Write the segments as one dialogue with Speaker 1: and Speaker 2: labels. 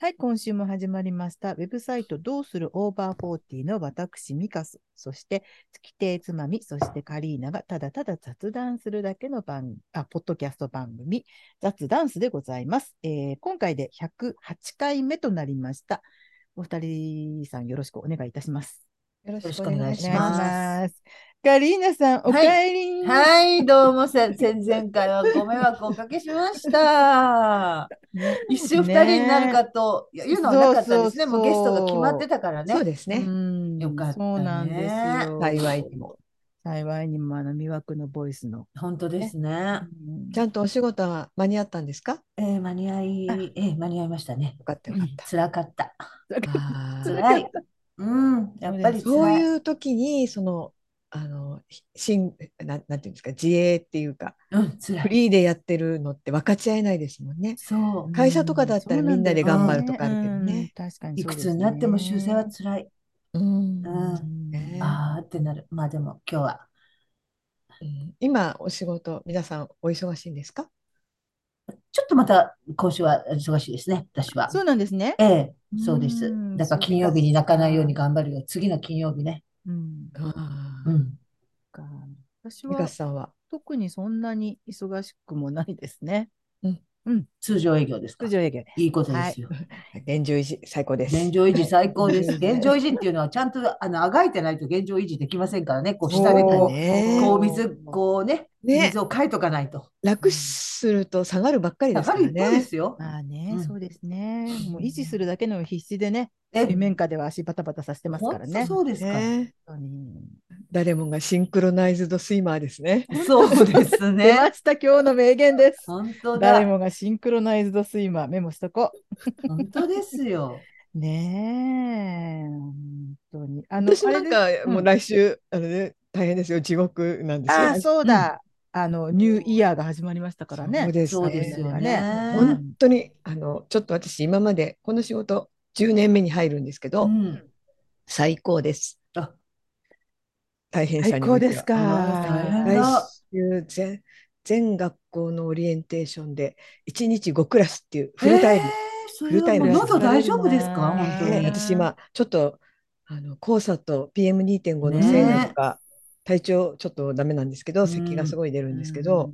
Speaker 1: はい、今週も始まりました。ウェブサイトどうするオーバーフォーティの私、ミカス、そして月亭つまみ、そしてカリーナがただただ雑談するだけの番あ、ポッドキャスト番組、雑ダンスでございます、えー今回で108回目となりました。お二人さんよろしくお願いいたします。
Speaker 2: よろ
Speaker 3: しくお願いし
Speaker 1: お願い
Speaker 3: ます
Speaker 1: します。カリーナさん、お
Speaker 3: はい
Speaker 1: かえり、
Speaker 3: はい、どうもせ 前々回はご迷惑をおかけしま した。
Speaker 1: ね
Speaker 3: 一瞬二人になるかというのはなかったですね。
Speaker 1: そうそうそう
Speaker 3: もうゲストが決まってたからね。
Speaker 2: そうですね
Speaker 1: う。ん
Speaker 3: よかったね
Speaker 1: そうなんですよ。
Speaker 2: 幸いにも。
Speaker 1: 幸いにもあの魅惑のボイスの。
Speaker 3: 本当ですね。
Speaker 2: ちゃんとお仕事は間に合ったんですか
Speaker 3: えー間に合い、えー間に合いましたね
Speaker 2: よ。かったよかった。
Speaker 3: 辛かった。
Speaker 2: あー
Speaker 3: 辛い。うん、やっぱり
Speaker 2: そう
Speaker 3: 辛い。
Speaker 2: いう時に、その、あの、しん、なん、なんていうんですか、自営っていうか、
Speaker 3: うん、辛
Speaker 2: フ
Speaker 3: い。
Speaker 2: リーでやってるのって分かち合えないですもんね。
Speaker 3: そう。
Speaker 2: 会社とかだったら
Speaker 1: うんそう
Speaker 2: みんなで頑張る
Speaker 1: んだよ
Speaker 2: とかあるけどね
Speaker 1: うん確かに
Speaker 3: い
Speaker 1: そう
Speaker 3: く
Speaker 1: ですね
Speaker 3: つになっても修正は辛い。
Speaker 2: うん
Speaker 3: うん
Speaker 2: ね
Speaker 3: あーってなる。まあでも今日は。
Speaker 2: うん今、お仕事、皆さんお忙しいんですか
Speaker 3: ちょっとまた今週は忙しいですね、私は。
Speaker 1: そうなんですね。
Speaker 3: ええ、そうです。
Speaker 1: うん
Speaker 3: だから金曜日に泣かないように頑張るよ。次の金曜日ね。
Speaker 1: うん
Speaker 3: う
Speaker 2: あ
Speaker 3: ん。
Speaker 1: か私
Speaker 2: ーミ
Speaker 1: は
Speaker 2: カスさんは。
Speaker 1: 特にそんなに忙しくもないですね。
Speaker 3: 通常営業ですか。
Speaker 1: 通常営業で。
Speaker 3: いいことですよ。
Speaker 2: 現状維持、最高です。
Speaker 3: 現状維持最高です。
Speaker 2: はい
Speaker 3: 現状維持っていうのはちゃんとあのあがいてないと現状維持できませんからね。こう
Speaker 2: そう
Speaker 3: 下でこう、
Speaker 2: ね
Speaker 3: こう水、こうね、
Speaker 2: ね
Speaker 3: 水をかいとかないと。
Speaker 2: 楽すると下がるばっかり
Speaker 3: 下
Speaker 2: です
Speaker 3: が
Speaker 2: から
Speaker 3: る一方で
Speaker 2: ね。
Speaker 3: すよ。
Speaker 1: まあね
Speaker 3: う、ん
Speaker 1: そうですね。
Speaker 2: うん
Speaker 1: もう維持するだけの必死でね、
Speaker 3: え
Speaker 1: 水面下では足バタバタさせてますから
Speaker 3: ほん
Speaker 1: ね。
Speaker 3: とそうですから。
Speaker 2: ね
Speaker 1: 本当に
Speaker 2: 誰もがシンクロナイズドスイマーですね。
Speaker 3: そうです
Speaker 1: 出
Speaker 3: ね。
Speaker 1: ました、今日の名言です。
Speaker 3: 本当だ
Speaker 1: 誰。もがシンクロナイズドスイマー、メモしとこ
Speaker 3: 本当ですよ。
Speaker 1: う。ねえ、本当に。あの、
Speaker 2: 私なん
Speaker 1: あれ
Speaker 2: か
Speaker 1: です
Speaker 2: もう
Speaker 1: うん
Speaker 2: 来週、あのね、大変ですよ、地獄なんですよ。
Speaker 1: あ、そうだ。あの、ニューイヤーが始まりましたから
Speaker 2: そう
Speaker 1: ね。
Speaker 2: です
Speaker 3: そう
Speaker 2: ね
Speaker 3: ですよ
Speaker 1: ね
Speaker 3: ね。
Speaker 2: 本当にあのちょっと私今までこの仕事10年目に入るんですけど、
Speaker 3: うん。
Speaker 2: 最高です。
Speaker 3: あ
Speaker 2: 大変さ
Speaker 1: 最
Speaker 2: に
Speaker 1: 高
Speaker 2: おいては
Speaker 1: ですか。
Speaker 3: あー大変
Speaker 2: 来
Speaker 3: だ
Speaker 2: 週全全学校のオリエンテーションで1日5クラスっていうフルタイム
Speaker 3: えー。それ
Speaker 2: フルタイム
Speaker 3: はもう喉大丈夫ですか
Speaker 1: えー
Speaker 3: 本当
Speaker 2: ね
Speaker 3: に。
Speaker 2: 私今ちょっとあの黄砂と PM2.5 の
Speaker 3: ね
Speaker 2: せいなのか、体調ちょっとダメなんですけ
Speaker 3: う
Speaker 2: ど
Speaker 3: ん
Speaker 2: 咳がすごい出るんですけ
Speaker 1: う
Speaker 2: ど、
Speaker 1: ん、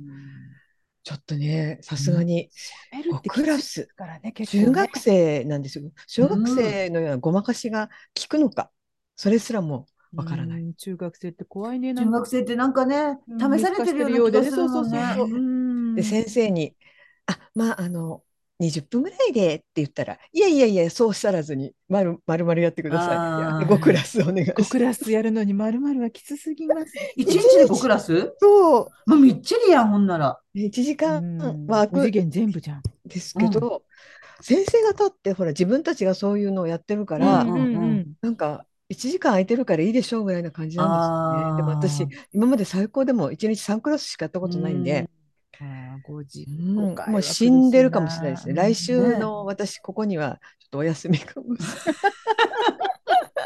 Speaker 2: ちょっとねさすがに
Speaker 1: 喋るって
Speaker 2: クラ
Speaker 1: き
Speaker 2: ス
Speaker 1: ついからね、結構ね
Speaker 2: 中学生なんですよ、小学生のようなごまかしが効くのか、それすらもわからな
Speaker 1: う
Speaker 2: い。
Speaker 1: ん中学生って怖いね。な
Speaker 3: 中
Speaker 1: んか
Speaker 3: 学生ってなんかね、
Speaker 1: うん
Speaker 3: 試されてるような気がするも
Speaker 1: そうそ
Speaker 3: んね。
Speaker 1: うそうそう。うん
Speaker 2: で先生に「あまああの20分ぐらいで」って言ったら「いやいやいやそうおっしゃらずにまるまるまるやってくだ
Speaker 3: あ
Speaker 2: さい」
Speaker 3: ー
Speaker 2: 5クラスお願いしま
Speaker 1: 5
Speaker 2: す
Speaker 1: ク。ラスやるのに丸々はきつすぎます。
Speaker 3: 一日で5クラス
Speaker 2: そう
Speaker 3: もうみっちりやん、ほんなら。
Speaker 2: 1時
Speaker 1: うん
Speaker 2: 間ワー
Speaker 1: 5次
Speaker 2: ク
Speaker 1: 元全部じゃん。
Speaker 2: ですけど、先生方ってほら自分たちがそういうのをやってるから、
Speaker 3: うんうん
Speaker 2: なんか1時間空いてるからいいでしょうぐらいな感じなんですよね。でも私
Speaker 3: あー
Speaker 2: 今まで最高でも1日3クラスしかやったことないんで、
Speaker 1: あー5時
Speaker 2: うん
Speaker 1: 今回は
Speaker 2: もう死んでるかもしれないですね。
Speaker 1: 苦
Speaker 2: 来
Speaker 1: しいな
Speaker 2: 週の私ここにはちょっとお休みかもしれな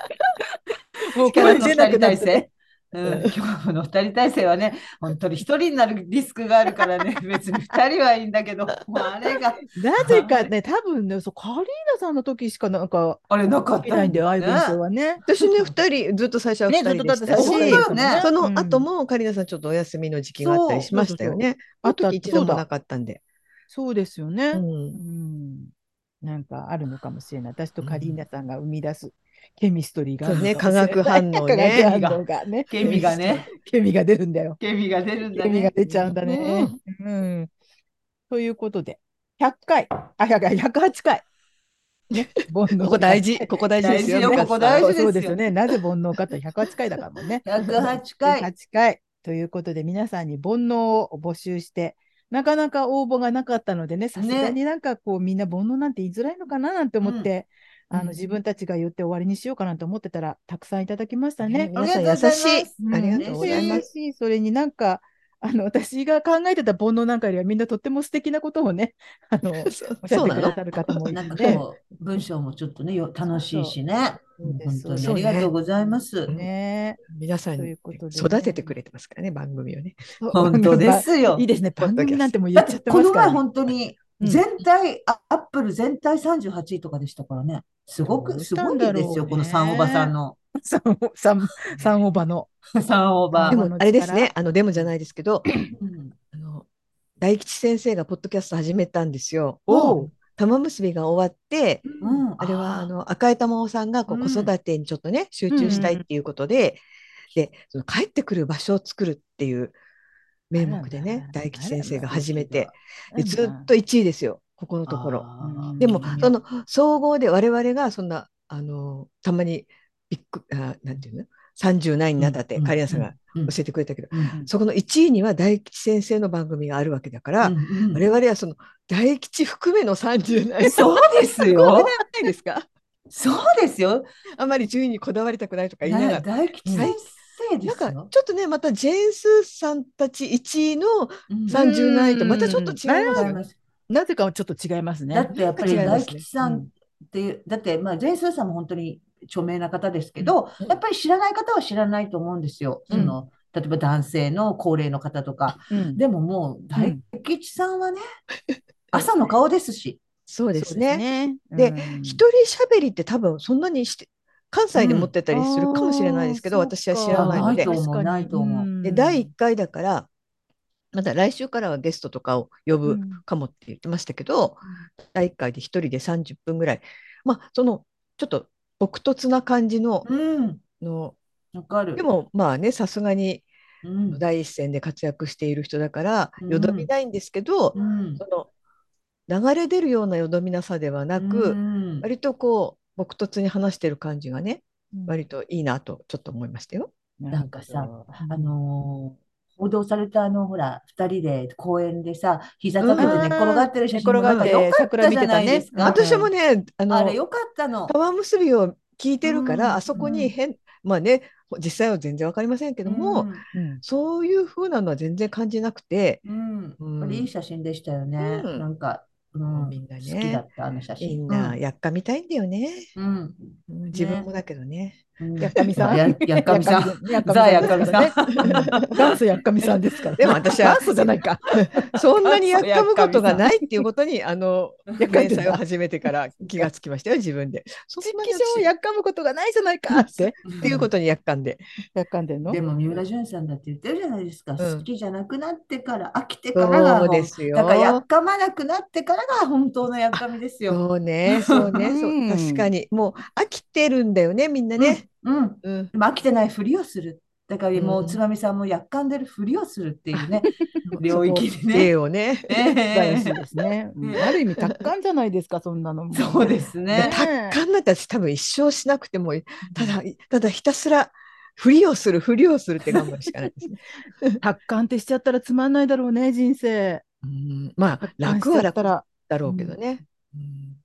Speaker 2: い。
Speaker 3: もう
Speaker 2: こ
Speaker 3: 今
Speaker 2: れ
Speaker 3: 日の
Speaker 2: 出
Speaker 3: 2
Speaker 2: なく
Speaker 3: 人
Speaker 2: なって
Speaker 3: 体制。 うん、今日の2人体制はね、本当に1人になるリスクがあるか らね、別に2人はいいんだけど、もうあれが、
Speaker 1: なぜかね、多分ね、そうカリーナさんの時しかなんか
Speaker 3: あれなかっ
Speaker 1: 起き
Speaker 3: た
Speaker 1: ないんだよ、アイブン
Speaker 3: ね。
Speaker 1: はね。
Speaker 2: 私ね2人ずっと最初は2
Speaker 1: ね、ずっ
Speaker 2: 人
Speaker 1: と
Speaker 2: で
Speaker 1: だって
Speaker 2: し
Speaker 1: さ
Speaker 2: たし、
Speaker 3: 最初は本当よね
Speaker 2: その後、
Speaker 1: うん
Speaker 2: もカリナさんちょっとお休みの時期があったりしましたよね。
Speaker 1: そう
Speaker 2: あ
Speaker 1: そうそう
Speaker 2: の
Speaker 1: あ
Speaker 2: 時
Speaker 1: った
Speaker 2: 一
Speaker 1: そ
Speaker 2: 度
Speaker 1: うだ
Speaker 2: もなかったんで。
Speaker 1: そうですよね。
Speaker 2: うん
Speaker 1: うんなんかあるのかもしれない。私とカリーナさんが生み出すケミストリーがあ
Speaker 2: そう
Speaker 1: るの
Speaker 2: ね、
Speaker 1: か
Speaker 2: 化
Speaker 1: もしれ
Speaker 2: 学
Speaker 1: ない。
Speaker 2: 反応ね。
Speaker 1: 化学反応がね。
Speaker 3: ケミがね、
Speaker 1: ケミが出るんだよ。
Speaker 3: ケミが出るんだ
Speaker 1: ケミが
Speaker 3: ね。
Speaker 1: 出ちゃうんだね。うん。ということで、100回、あ、100回、108回。ね、煩悩
Speaker 2: ここ大事、ここ大事ですよ。
Speaker 3: 大事よ
Speaker 2: 皆さん
Speaker 3: ここ大事ですよ
Speaker 1: そうですよね。なぜ煩悩かって108回だからもんね。8
Speaker 3: 108回。
Speaker 1: 回ということで皆さんに煩悩を募集してなかなか応募がなかったのでねさすがになんかこう、みんな煩悩なんて言いづらいのかななんて思って、
Speaker 2: うん
Speaker 1: あの
Speaker 2: うん
Speaker 1: 自分たちが言って終わりにしようかなと思ってたらたくさんいただきましたね。
Speaker 2: 皆さん優しい。
Speaker 3: あ
Speaker 2: あ
Speaker 3: り
Speaker 2: り
Speaker 3: が
Speaker 2: が
Speaker 3: と
Speaker 2: とう
Speaker 3: うご
Speaker 2: ご
Speaker 3: ざ
Speaker 2: ざ
Speaker 3: い
Speaker 2: い
Speaker 3: ま
Speaker 2: ます
Speaker 1: 嬉
Speaker 2: す。
Speaker 1: しいそれになんかあの私が考えてた煩悩なんかよりはみんなとっても素敵なことをね あの
Speaker 2: そう
Speaker 1: おっしゃってく
Speaker 2: なの
Speaker 1: ださる方もいて
Speaker 3: なんかこう、文章もちょっとね、よ楽しいしね。
Speaker 1: そうです
Speaker 3: 本当に
Speaker 2: そ
Speaker 3: あ
Speaker 2: うです
Speaker 3: りがとうございます。
Speaker 1: ね
Speaker 2: 皆さん
Speaker 1: とい
Speaker 2: に
Speaker 1: うことでね
Speaker 2: 育ててくれてますからね、番組をね。
Speaker 1: そう
Speaker 3: 本当です よ
Speaker 1: いい。ですね。
Speaker 2: ポッ
Speaker 1: 番
Speaker 2: ドキャスト
Speaker 1: 組なんてもう言
Speaker 3: だ
Speaker 1: っ
Speaker 3: っ
Speaker 1: ちゃっててま
Speaker 3: こ
Speaker 1: す
Speaker 3: の
Speaker 1: から
Speaker 3: 前
Speaker 1: ね、
Speaker 3: 本当に
Speaker 1: うん
Speaker 3: 全体、あアップル全体38位とかでしたからね。すご
Speaker 1: ど
Speaker 3: く、
Speaker 1: うし
Speaker 3: す
Speaker 1: た
Speaker 3: ご
Speaker 1: ん
Speaker 3: い
Speaker 1: だろうね
Speaker 3: ですよ、この三おばさんの。
Speaker 1: 三お三三おばの。
Speaker 3: 三おば
Speaker 1: あ
Speaker 2: で
Speaker 1: の
Speaker 2: もあれですね
Speaker 1: 力
Speaker 2: あのでもじゃないですけど
Speaker 3: うん
Speaker 2: あの大吉先生がポッドキャスト始めたんですよ。
Speaker 1: おう
Speaker 2: 玉結びが終わって
Speaker 3: うん
Speaker 2: あれはあ
Speaker 3: ー
Speaker 2: の赤江珠緒さんがこう
Speaker 3: うん
Speaker 2: 子育てにちょっとね、集中したいっていうことで,、でその帰ってくる場所を作るっていう名目でね大吉先生が始めてでずっと1位ですよここのところ。
Speaker 3: あー
Speaker 1: うん
Speaker 2: でも
Speaker 1: うん
Speaker 2: その総合で我々がそんなあのたまにビッグあなんていうの30何になったって
Speaker 3: うん
Speaker 2: カリアさんが
Speaker 3: うん
Speaker 2: 教えてくれたけど、
Speaker 3: うんうん
Speaker 2: そこの1位には大吉先生の番組があるわけだから、
Speaker 3: うん
Speaker 2: 我々はその大吉含めの30何
Speaker 3: そうです
Speaker 2: すごく
Speaker 3: よ。
Speaker 2: ないですか
Speaker 3: そうですよ。
Speaker 2: あまり順位にこだわりたくないとか言いながら
Speaker 3: 大。大吉先生で
Speaker 2: なん
Speaker 3: す
Speaker 2: か
Speaker 3: よ。
Speaker 2: ちょっとねまたジェーン・スーさんたち1位の
Speaker 3: うん
Speaker 1: さん
Speaker 2: 30何位とまたちょっと違
Speaker 1: う
Speaker 2: い
Speaker 1: ん
Speaker 2: ます
Speaker 3: わか
Speaker 2: よね。
Speaker 3: ります
Speaker 1: なぜかちょっと違います
Speaker 3: だ
Speaker 1: ね
Speaker 3: っ。てやっぱり
Speaker 2: なんか違いま
Speaker 3: 大
Speaker 2: すね
Speaker 3: 吉さんっていう、だってまあジェーン・スーさんも本当に著名な方ですけど、
Speaker 2: うん
Speaker 3: やっぱり知らない方は知らないと思うんですよ。
Speaker 1: うん
Speaker 3: その例えば男性の高齢の方とか。
Speaker 1: うん
Speaker 3: でももう大吉さんはね、朝の顔ですし。
Speaker 2: そうですね。
Speaker 1: そう
Speaker 2: で
Speaker 1: ですね、
Speaker 2: 一人喋りって多分そんなにして関西で持ってたりするかもしれないですけど、
Speaker 1: うんあー
Speaker 2: 私は知らない
Speaker 3: あ
Speaker 2: の
Speaker 3: ー
Speaker 2: で
Speaker 3: と思うないと思う
Speaker 2: で第1回だからまた来週からはゲストとかを呼
Speaker 1: う
Speaker 2: ぶ
Speaker 1: ん
Speaker 2: かもって言ってましたけど、第1回で1人で30分ぐらいまあそのちょっと朴突な感じの,、
Speaker 3: うん、
Speaker 2: の
Speaker 3: わかる。
Speaker 2: でもまあねさすがに
Speaker 3: うん、
Speaker 2: 第一線で活躍している人だから
Speaker 3: うん
Speaker 2: よどみないんですけど、
Speaker 3: うん、
Speaker 2: その流れ出るようなよどみなさではなく、
Speaker 3: うん
Speaker 2: 割とこう朴突に話してる感じがね
Speaker 1: うん
Speaker 2: 割といいなとちょっと思いましたよ。
Speaker 3: なんかさ、あのー報道されたあの、ほら、二人で公園でさ、膝立てて寝っ転がってる写真
Speaker 1: うん
Speaker 3: が
Speaker 1: 寝転
Speaker 3: あった
Speaker 1: がって
Speaker 3: よかっ
Speaker 1: 桜
Speaker 3: た
Speaker 1: 見
Speaker 3: じ
Speaker 1: て
Speaker 3: ゃ
Speaker 1: た
Speaker 3: な
Speaker 1: ね
Speaker 3: いですか。
Speaker 2: 私もねあの
Speaker 3: あれよかったの。
Speaker 2: 玉結びを聞いてるから、
Speaker 3: うん
Speaker 2: あそこに変、まあね実際は全然わかりませんけども、
Speaker 1: うん
Speaker 2: そういう風なのは全然感じなくて、
Speaker 3: うん、
Speaker 2: うん
Speaker 3: あれいい写真でしたよね。
Speaker 2: うん
Speaker 3: なんか、うん、
Speaker 2: みんなね
Speaker 3: 好きだった、あの写
Speaker 2: み
Speaker 3: 真。
Speaker 2: んなやっかみたいんだよね。
Speaker 3: うん、
Speaker 2: うん自分もだけどね。
Speaker 3: うん
Speaker 1: やっかみさん
Speaker 3: ややっかみさん。
Speaker 1: やっかみ
Speaker 3: ザ・
Speaker 1: さん
Speaker 3: や
Speaker 1: で
Speaker 3: っ
Speaker 1: すか
Speaker 3: からみ
Speaker 1: ね
Speaker 3: さん。
Speaker 1: 元祖やっかみさんですから。
Speaker 2: でも私は
Speaker 1: 元祖じゃないか。
Speaker 2: そんなにやっかむことがないっていうことに、あの、
Speaker 1: やっかん
Speaker 2: 連
Speaker 1: でた
Speaker 2: 載を始めてから気がつきましたよ、自分で。そん
Speaker 1: 地
Speaker 2: なに
Speaker 1: 域上
Speaker 2: 私
Speaker 1: やっかむことがないじゃないかって。
Speaker 2: っていうことにやっかんで。
Speaker 1: やっかんでんの
Speaker 3: でも三浦淳さんだって言ってるじゃないですか、
Speaker 2: うん
Speaker 3: 好きじゃなくなってから飽きてからが
Speaker 2: そう
Speaker 3: 本
Speaker 2: ですよ
Speaker 3: だ。からやっかまなくなってからが本当のやっかみですよ。
Speaker 2: そうね、そうね、そうう、
Speaker 1: ん
Speaker 2: 確かに。もう飽きてるんだよね、みんなね。
Speaker 3: うん、
Speaker 2: うん。
Speaker 3: でも飽きてないふりをする。だからも
Speaker 2: うん
Speaker 3: うつまみさんもやっかんでるふりをするっていうね、領域
Speaker 2: そ
Speaker 3: に
Speaker 2: こ芸
Speaker 3: ね。
Speaker 2: をね。
Speaker 1: 大
Speaker 3: え
Speaker 1: 事
Speaker 3: え
Speaker 1: ですね。うんある意味、達観じゃないですか、そんなのも。
Speaker 3: そうです
Speaker 1: ね
Speaker 3: ね。
Speaker 2: 考えたら私多分一生しなくてもいい、ただ、ただひたすら、ふりをする、ふりをするって頑張るしかないですね。
Speaker 1: 達観ってしちゃったらつまんないだろうね、人生。
Speaker 2: うんまあ、
Speaker 1: 達観
Speaker 2: 楽
Speaker 1: し
Speaker 2: は
Speaker 1: ちゃった
Speaker 2: 楽
Speaker 1: ら。
Speaker 2: だろうけどね。うん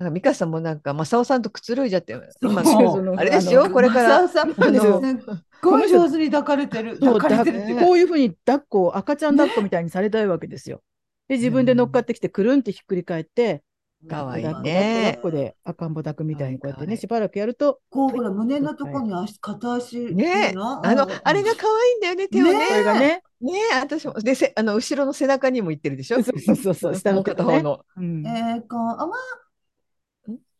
Speaker 2: なんか美香さんもなんか正雄さんとくつろいじゃって今
Speaker 3: そう
Speaker 2: あれですよ
Speaker 1: あの
Speaker 2: これから
Speaker 3: マサオさん、
Speaker 2: あの
Speaker 3: すっごい上手に抱かれてる。
Speaker 1: そう
Speaker 3: 抱かれてるっていう
Speaker 1: だ
Speaker 3: か
Speaker 1: こういうふうに抱っこを赤ちゃん抱っこみたいにされたいわけですよ。で自分で乗っかってきてくるんってひっくり返って、
Speaker 2: かわいい
Speaker 1: 抱っこ抱っこ抱
Speaker 2: ね
Speaker 1: っこで赤ん坊抱くみたいにこうやって
Speaker 2: かわい
Speaker 1: ね
Speaker 2: い
Speaker 1: しばらくやると
Speaker 3: こうほら胸のとこに足片足
Speaker 2: ねえあのあれが可愛いんだよね手をね
Speaker 1: これがね
Speaker 2: ねえ私もでせあの後ろの背中にも行ってるでし
Speaker 1: そ
Speaker 2: ょ
Speaker 1: うそうそうそう下
Speaker 2: も
Speaker 1: の
Speaker 2: う
Speaker 1: 手
Speaker 2: 片
Speaker 1: と
Speaker 2: 方
Speaker 1: ね。
Speaker 2: の
Speaker 1: うん
Speaker 3: ええかあま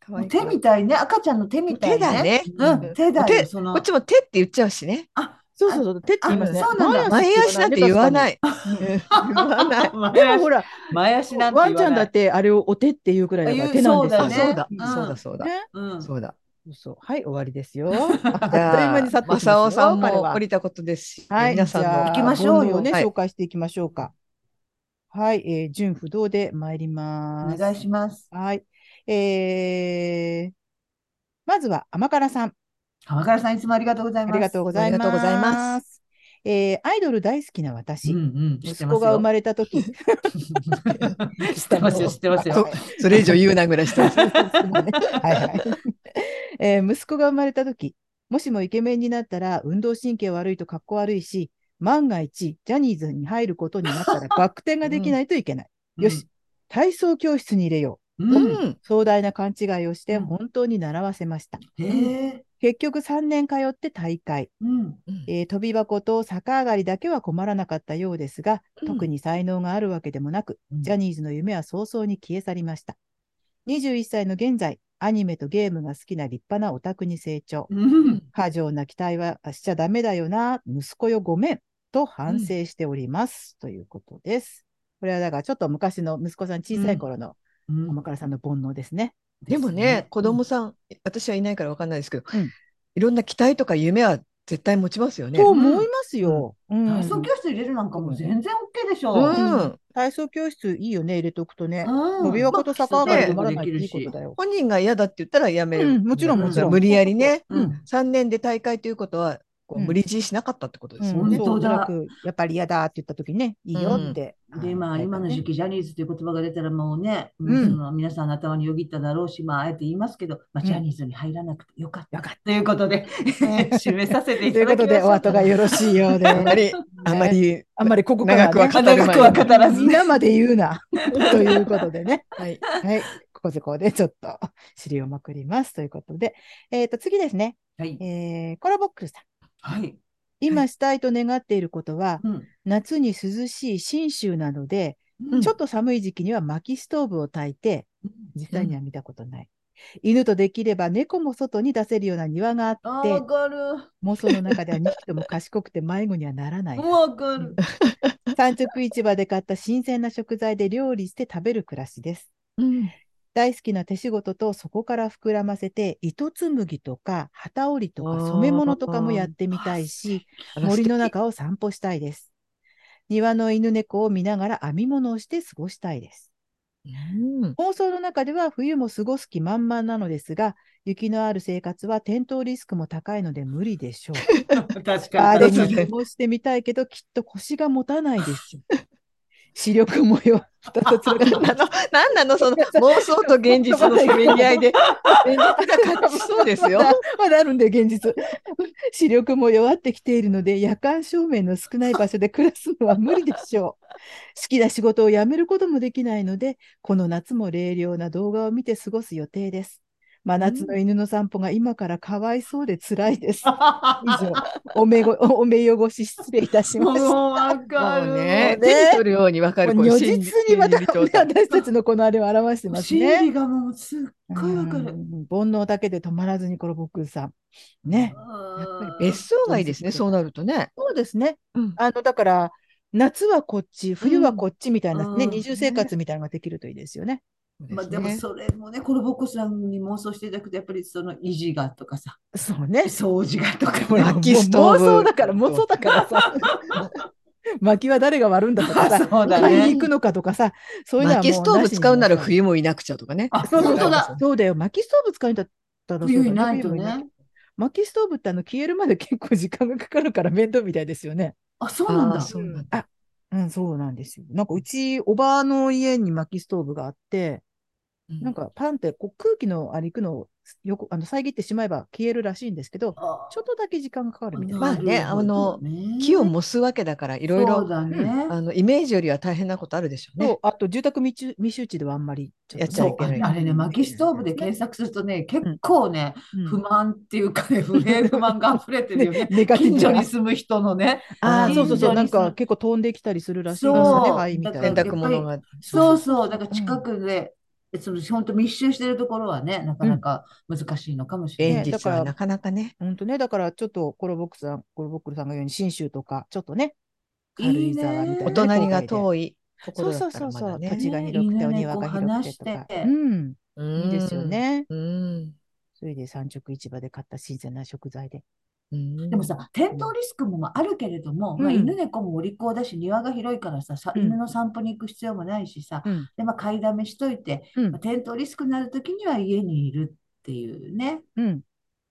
Speaker 2: 可
Speaker 3: あ
Speaker 2: 愛い
Speaker 3: 手みたいね赤ちゃんの手みたい
Speaker 2: 手だね
Speaker 3: うん、手だ
Speaker 2: 手
Speaker 3: よ、そ
Speaker 2: こ
Speaker 3: の。
Speaker 2: っちも手って言っちゃうしね
Speaker 3: あ、
Speaker 1: そうそうそう手って言いますね。
Speaker 3: あ。そうなんだ
Speaker 2: 前足なんて言わないい言わない
Speaker 1: で
Speaker 3: 前
Speaker 1: も
Speaker 3: 足
Speaker 1: ほら
Speaker 3: 前足なんて
Speaker 1: ワ
Speaker 3: 言
Speaker 1: ン
Speaker 3: わ
Speaker 1: ちゃん
Speaker 3: な
Speaker 1: だ
Speaker 3: い
Speaker 1: ってあれをお手っていうくらいだから
Speaker 3: あ
Speaker 1: 手なんですよ。
Speaker 2: あそうだ
Speaker 3: うん
Speaker 2: そうだそうだ
Speaker 1: ね
Speaker 3: うん
Speaker 2: そうだ
Speaker 1: そうそうはい終わりですよ。あっと
Speaker 2: じ
Speaker 1: いう
Speaker 2: ゃ
Speaker 1: 間に去ってきますよ
Speaker 2: 正雄さん
Speaker 1: 彼
Speaker 2: も
Speaker 1: は
Speaker 2: 降りたことですし
Speaker 1: はい、
Speaker 2: 皆さん
Speaker 1: じゃあ
Speaker 2: も
Speaker 3: 行きましょうよ
Speaker 1: 煩悩をね、
Speaker 2: はい
Speaker 1: 紹介していきましょうか。はい、えー、順不動で参り
Speaker 3: お
Speaker 1: ます。
Speaker 3: 願いします。
Speaker 1: はい。えー、まずは甘辛さん、
Speaker 3: 浜倉さん、いつもありがとうござい
Speaker 1: あ
Speaker 3: ます。
Speaker 1: りがとうございます。
Speaker 2: ありがとうございま
Speaker 1: えーアイドル大好きな私、
Speaker 3: うんうん、知って
Speaker 1: 息子
Speaker 3: ますよ
Speaker 1: が生まれた 時
Speaker 3: 知ってますよ、知ってます よ。
Speaker 1: はい
Speaker 2: それ以上言うなぐらいしてます
Speaker 1: はいはい。えー息子が生まれた時、もしもイケメンになったら運動神経悪いとかっこ悪いし、万が一ジャニーズに入ることになったらバク転ができないといけない。よし、体操教室に入れよ
Speaker 3: う。
Speaker 2: うん
Speaker 3: うん。
Speaker 2: ん
Speaker 1: う。壮大な勘違いをして
Speaker 3: うん
Speaker 1: 本当に習わせました。
Speaker 3: へえ。
Speaker 1: 結局3年通って大会、
Speaker 3: うん。
Speaker 1: えー飛び箱と逆上がりだけは困らなかったようですが、
Speaker 2: うん
Speaker 1: 特に才能があるわけでもなく、
Speaker 3: うん
Speaker 1: ジャニーズの夢は早々に消え去りました。21歳の現在、アニメとゲームが好きな立派なオタクに成長。
Speaker 3: うん。
Speaker 1: 過剰な期待はしちゃダメだよな、息子よごめんと反省しております、ということです。これはだからちょっと昔の息子さん小さい頃の
Speaker 3: うん
Speaker 1: 鎌倉さんの煩悩ですね。
Speaker 2: でもね、子供さん、私はいないからわかんないですけど、
Speaker 1: うん
Speaker 2: いろんな期待とか夢は絶対持ちますよね。
Speaker 1: と思いますよ。うん
Speaker 3: 体操教室入れるなんかもう全然 OK でしょ。
Speaker 2: う
Speaker 3: うん
Speaker 2: ん、
Speaker 1: 体操教室いいよね、入れとくとね。
Speaker 3: 飛
Speaker 1: 飛び箱と逆上がり
Speaker 2: で
Speaker 1: でらないっていい
Speaker 3: る
Speaker 1: こと
Speaker 3: し。
Speaker 1: だよ。
Speaker 2: 本人が嫌だって言ったらやめる、
Speaker 1: うんもちろんもちろん
Speaker 2: 無理やりね、
Speaker 1: うん
Speaker 3: うん
Speaker 2: 3年で大会ということはこう
Speaker 1: うん
Speaker 2: 無理強いしなかったってことですも
Speaker 1: うんん
Speaker 2: ね。
Speaker 1: そう
Speaker 3: 本当だ
Speaker 1: おそらくやっぱり嫌だって言った時にね、いいよって。
Speaker 3: で、まあ、今の時
Speaker 1: 期。
Speaker 3: 期、ジャニーズという言葉が出たらもうね、
Speaker 1: うん
Speaker 3: その皆さんの頭によぎっただろうし、まあ、あえて言いますけど、まあ、
Speaker 1: うん
Speaker 3: ジャニーズに入らなくてよかった。
Speaker 1: よかっ
Speaker 3: ということ で、締めさせて
Speaker 1: と
Speaker 3: い
Speaker 1: い
Speaker 3: た
Speaker 1: うこ
Speaker 3: だきま
Speaker 1: と
Speaker 3: しょ
Speaker 1: で、
Speaker 3: う。
Speaker 1: お後がよろしいようで。
Speaker 2: あんま り、あんまり、
Speaker 1: あんまりここから、ね、
Speaker 2: 長くは語
Speaker 3: 長くは語らずね。
Speaker 1: 皆まで言うな。 ということでね。
Speaker 2: はい、
Speaker 1: はい。ここでここでちょっと尻をまくります。ということで。えっ、と、次ですね。
Speaker 3: はい。
Speaker 1: えー、コラボックスさん。
Speaker 3: はい。
Speaker 1: 今したいと願っていることは、
Speaker 3: うん。
Speaker 1: 夏に涼しい信州なので、
Speaker 2: うん
Speaker 1: ちょっと寒い時期には薪ストーブを焚いて、実際には見たことない。犬とできれば猫も外に出せるような庭が
Speaker 3: あ
Speaker 1: あっ
Speaker 3: ー
Speaker 1: て
Speaker 3: わ、かる。
Speaker 1: 妄想の中では2匹とも賢くて迷子にはならない。
Speaker 3: わかる。
Speaker 1: 産直市場で買った新鮮な食材で料理して食べる暮らしです。
Speaker 2: うん
Speaker 1: 大好きな手仕事とそこから膨らませて糸紡ぎとか旗織りと
Speaker 2: あ
Speaker 1: か
Speaker 2: ー
Speaker 1: 染め物とかもやってみたいし
Speaker 2: あら
Speaker 1: 森の
Speaker 2: 素敵
Speaker 1: 中を散歩したいです。庭の犬猫を見ながら編み物をして過ごしたいです。
Speaker 2: うん
Speaker 1: 放送の中では冬も過ごす気満々なのですが、雪のある生活は転倒リスクも高いので無理でしょう。
Speaker 3: 確かに。
Speaker 1: ガーデニン
Speaker 2: ね
Speaker 1: グもしてみたいけど、きっと腰が持たないでしょう。視力もよ、2つ
Speaker 2: それ何なの何なのその妄想と現実のせめぎ合いで現実が勝ちそうですよ
Speaker 1: ま。だまだあるんで、現実。視力も弱ってきているので、夜間照明の少ない場所で暮らすのは無理でしょう。 好きな仕事を辞めることもできないので、この夏も冷涼な動画を見て過ごす予定です。真夏の犬の散歩が今からかわいそうで辛いです。以 上、おめごお目汚し失礼いたしました。
Speaker 3: もうわか
Speaker 2: も
Speaker 3: る。
Speaker 2: うね
Speaker 1: もうね
Speaker 2: 手に取るようにわかる
Speaker 1: もう
Speaker 2: この
Speaker 1: 如
Speaker 2: 心理
Speaker 1: 実にまた、
Speaker 2: 心理状態
Speaker 1: 私たちのこのあれを表してますね。
Speaker 3: 心理がもうすっごいわか
Speaker 1: うん
Speaker 3: る。
Speaker 1: 煩悩だけで止まらずに、この僕さん。ね。
Speaker 3: うん
Speaker 2: 別荘がいいですねそうなるとね。
Speaker 1: そうですね。
Speaker 2: うん
Speaker 1: あの、だから、夏はこっち、冬はこっちみたいな、
Speaker 3: うん
Speaker 1: ね、
Speaker 3: うん
Speaker 1: 二重生活みたいなのができるといいですよね。
Speaker 3: まあでも
Speaker 2: ね
Speaker 3: それもね、コロボコさんに妄想していただくと、やっぱりその維持がとかさ、
Speaker 1: そうね。
Speaker 3: 掃除がとか
Speaker 1: ほ
Speaker 3: も
Speaker 1: ら
Speaker 2: ラ
Speaker 1: もう
Speaker 2: ッキーストーブ
Speaker 1: 妄想だから、妄想だからさ。薪は誰が割るんだとかさ、
Speaker 3: そう
Speaker 2: ね
Speaker 3: だ
Speaker 1: 買いに行くのかとかさ、そういうのはもう
Speaker 2: 薪ストーブ使うなら
Speaker 1: しに
Speaker 2: 冬もいなくちゃとかね。
Speaker 3: あ、
Speaker 1: そうそう
Speaker 3: 本当だ。
Speaker 1: そうだよ、薪ストーブ使うんだったらそうだ
Speaker 3: 冬
Speaker 1: ね
Speaker 3: いないと
Speaker 1: 冬もいな
Speaker 3: ね。
Speaker 1: 薪ストーブってあの消えるまで結構時間がかかるから面倒みたいですよね。
Speaker 3: あ、そうなん
Speaker 2: あ
Speaker 3: だ。
Speaker 2: そうなんだ
Speaker 1: あ、うん、そうなんですよ。なんかうち、おばあの家に薪ストーブがあって、なんかパンってこう空気のあれ行くのをよくあの遮ってしまえば消えるらしいんですけど、
Speaker 3: あ
Speaker 1: ちょっとだけ時間がかかるみたいな。
Speaker 2: まあね
Speaker 3: なるほどね
Speaker 2: 木を燃すわけだからいろい
Speaker 3: そう
Speaker 2: ろ
Speaker 3: だね。
Speaker 2: あのイメージよりは大変なことあるでしょう
Speaker 1: そ
Speaker 2: ね
Speaker 1: う。あと住宅密集密集地ではあんまりちょっと
Speaker 2: やっちゃ
Speaker 3: そ
Speaker 2: いうけない
Speaker 3: あれね、薪ストーブで検索するとね、結構ね、
Speaker 1: うん。
Speaker 3: 不満っていうかね、不平不満が溢れてるよね
Speaker 1: ネガティブ
Speaker 3: 近
Speaker 1: な
Speaker 3: 所に住む人のね。
Speaker 1: ああ、そうそうそう、
Speaker 3: 近所に
Speaker 1: なん
Speaker 3: 住む
Speaker 1: か結構飛んできたりするらしいですよね、
Speaker 3: そう
Speaker 1: 灰みたいな。
Speaker 2: 洗濯物が。
Speaker 3: そうそう、だから近くで、その本当密集してるところはね、なかなか難しいのかもしれな
Speaker 1: ね
Speaker 2: 現
Speaker 3: い。
Speaker 2: 実はなかなかね。
Speaker 1: 本当ね、だからちょっとコロボックさん、コロボックルさんが言うように、信州とか、ちょっとね、軽
Speaker 3: いい
Speaker 1: 井
Speaker 3: ね
Speaker 1: 沢みたいなね、
Speaker 2: お隣が
Speaker 1: い。
Speaker 2: 遠い
Speaker 1: そう
Speaker 2: 心だ
Speaker 1: そ
Speaker 2: っ
Speaker 1: うそ
Speaker 2: たら
Speaker 1: う
Speaker 2: ま
Speaker 1: そ
Speaker 2: だ
Speaker 1: う、
Speaker 2: ね。
Speaker 1: 土地が広くて、
Speaker 3: いいね
Speaker 1: お庭が広くてと
Speaker 3: こう
Speaker 1: か
Speaker 3: 話し。て
Speaker 1: うん、いい
Speaker 2: い
Speaker 1: ですよ。ね。
Speaker 2: うん。
Speaker 1: それで産直市場で買った新鮮な食材で。
Speaker 2: うん
Speaker 3: でも、さ、転倒リスクもあるけれども、まあ、
Speaker 1: うん
Speaker 3: 犬猫もお利口だし、庭が広いからさ、さ
Speaker 1: うん
Speaker 3: 犬の散歩に行く必要もないしさ、
Speaker 1: うん
Speaker 3: でまあ、買いだめしといて、
Speaker 1: うん
Speaker 3: まあ、転倒リスクになるときには家にいるっていうね、
Speaker 1: うん、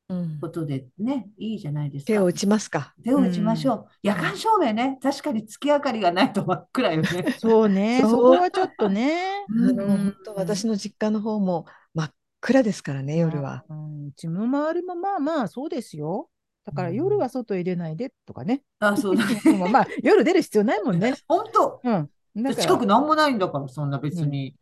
Speaker 2: うん
Speaker 3: ことでね、いいいじゃないです
Speaker 2: 手を
Speaker 3: か
Speaker 2: 打。ちますか。
Speaker 3: 手を打ちましょう。夜間照明ね、確かに月明かりがないと真っ暗よね。
Speaker 1: そうね、
Speaker 2: そう
Speaker 1: そこはちょっとね。
Speaker 2: あ
Speaker 3: うん
Speaker 2: の本当私の実家の方も真っ暗ですからね夜は。
Speaker 1: うん、うちの周りもまあまあそうですよ。だから
Speaker 2: うん
Speaker 1: 夜は外入れないでとかね。
Speaker 3: あ、そうだね。
Speaker 1: でもまあ夜出る必要ないもんね。
Speaker 3: 本当
Speaker 1: うん。だから
Speaker 3: 近くなんもないんだから、そんな別に。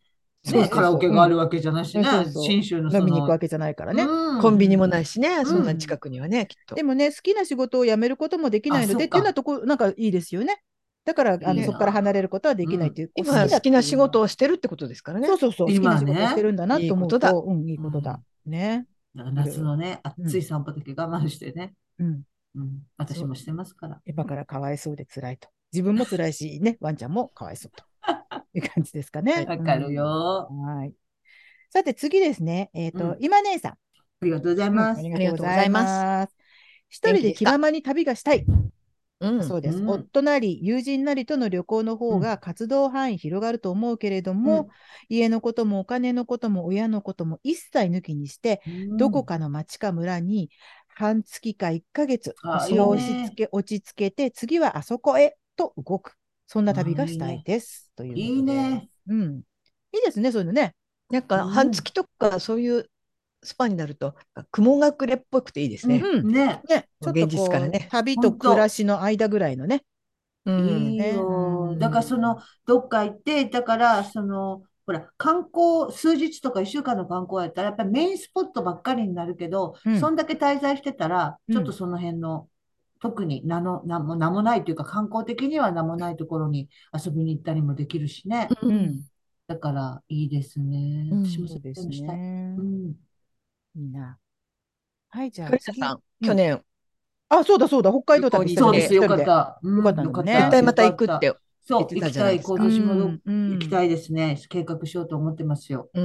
Speaker 1: そうそうそう
Speaker 3: カラオケがあるわけじゃないし
Speaker 1: う
Speaker 3: ね、
Speaker 1: んそうそう
Speaker 3: 信州のその
Speaker 1: 飲みに行くわけじゃないからね。
Speaker 3: うん
Speaker 2: コンビニもないしね、
Speaker 3: ん
Speaker 2: そんな近くにはね、きっと。
Speaker 1: でもね、好きな仕事を辞めることもできないので、
Speaker 3: あそっ
Speaker 1: って
Speaker 3: か
Speaker 1: いうのはとこ、なんかいいですよね。だから、あ
Speaker 2: いい
Speaker 1: の
Speaker 2: な
Speaker 1: そこから離れることはできないという。
Speaker 2: 今好きな仕事
Speaker 1: を、
Speaker 2: をしてるってことですからね。
Speaker 1: そうそうそう、好き
Speaker 3: 今
Speaker 1: な
Speaker 3: ね
Speaker 1: 仕事をしてるんだなと思うと、
Speaker 2: いいことだ
Speaker 1: うん、いいことだ。ね。
Speaker 3: 夏のね、暑い散歩だけ我慢してね、
Speaker 1: うん。
Speaker 3: うん、私もしてますから。
Speaker 1: 今からかわいそうで辛いと。自分も辛いし、 ね、ワンちゃんもかわいそうと。いう感じですかね。
Speaker 3: わかるよ。
Speaker 1: うん。はい。さて次ですね。えっ、と、
Speaker 3: うん
Speaker 1: 今姉さん。
Speaker 3: ありがとうございます。
Speaker 1: ありがとうございます。一人で気ままに旅がしたい。
Speaker 2: うん
Speaker 1: そうです、
Speaker 3: うん
Speaker 1: 夫なり友人なりとの旅行の方が活動範囲広がると思うけれども、家のこともお金のことも親のことも一切抜きにして、
Speaker 3: うん
Speaker 1: どこかの町か村に半月か1ヶ月
Speaker 3: あ
Speaker 1: 腰を落ち着け落ち着けて次はあそこへと動くそんな旅がしたいです。ということで
Speaker 3: いいね。
Speaker 1: うん。いいですねそういうのね。
Speaker 2: なんか
Speaker 3: うん
Speaker 2: 半月とかそういうスパになると雲隠れっぽくていいですね。
Speaker 1: うん。
Speaker 3: ね。
Speaker 1: ね、ちょっとこう
Speaker 2: 現実からね
Speaker 1: 旅と暮らしの間ぐらいのね。
Speaker 2: うん
Speaker 3: いい
Speaker 1: ね
Speaker 3: よ
Speaker 1: うん
Speaker 3: だからそのどっか行ってだからそのほら観光数日とか1週間の観光やったらやっぱりメインスポットばっかりになるけど、
Speaker 1: うん
Speaker 3: そんだけ滞在してたら
Speaker 1: うん
Speaker 3: ちょっとその辺の、特に名の名も名もないというか観光的には名もないところに遊びに行ったりもできるしね、
Speaker 2: うん
Speaker 3: だからいいですね
Speaker 2: うん
Speaker 3: 私も
Speaker 1: そう
Speaker 3: そうい
Speaker 1: で
Speaker 3: う
Speaker 1: す
Speaker 3: のしたい、
Speaker 1: ね
Speaker 3: う。ん、
Speaker 1: いいな。はい、じゃあ
Speaker 2: 栗田
Speaker 1: 次
Speaker 2: さん、去年
Speaker 1: あ、そうだそうだ、北海道旅して
Speaker 3: そう
Speaker 1: たね
Speaker 3: ですよ
Speaker 1: 一人
Speaker 3: かった、うん
Speaker 1: よかったんだね
Speaker 2: 絶対また行くっ
Speaker 3: よ
Speaker 2: て。言
Speaker 3: か
Speaker 2: ったて
Speaker 3: っそう
Speaker 2: た
Speaker 3: 行き
Speaker 2: じゃな
Speaker 3: た
Speaker 2: い
Speaker 3: い
Speaker 2: ですか
Speaker 3: 今年もど
Speaker 1: うん
Speaker 3: 行きたいですね計画しようと思ってますよ、
Speaker 2: うん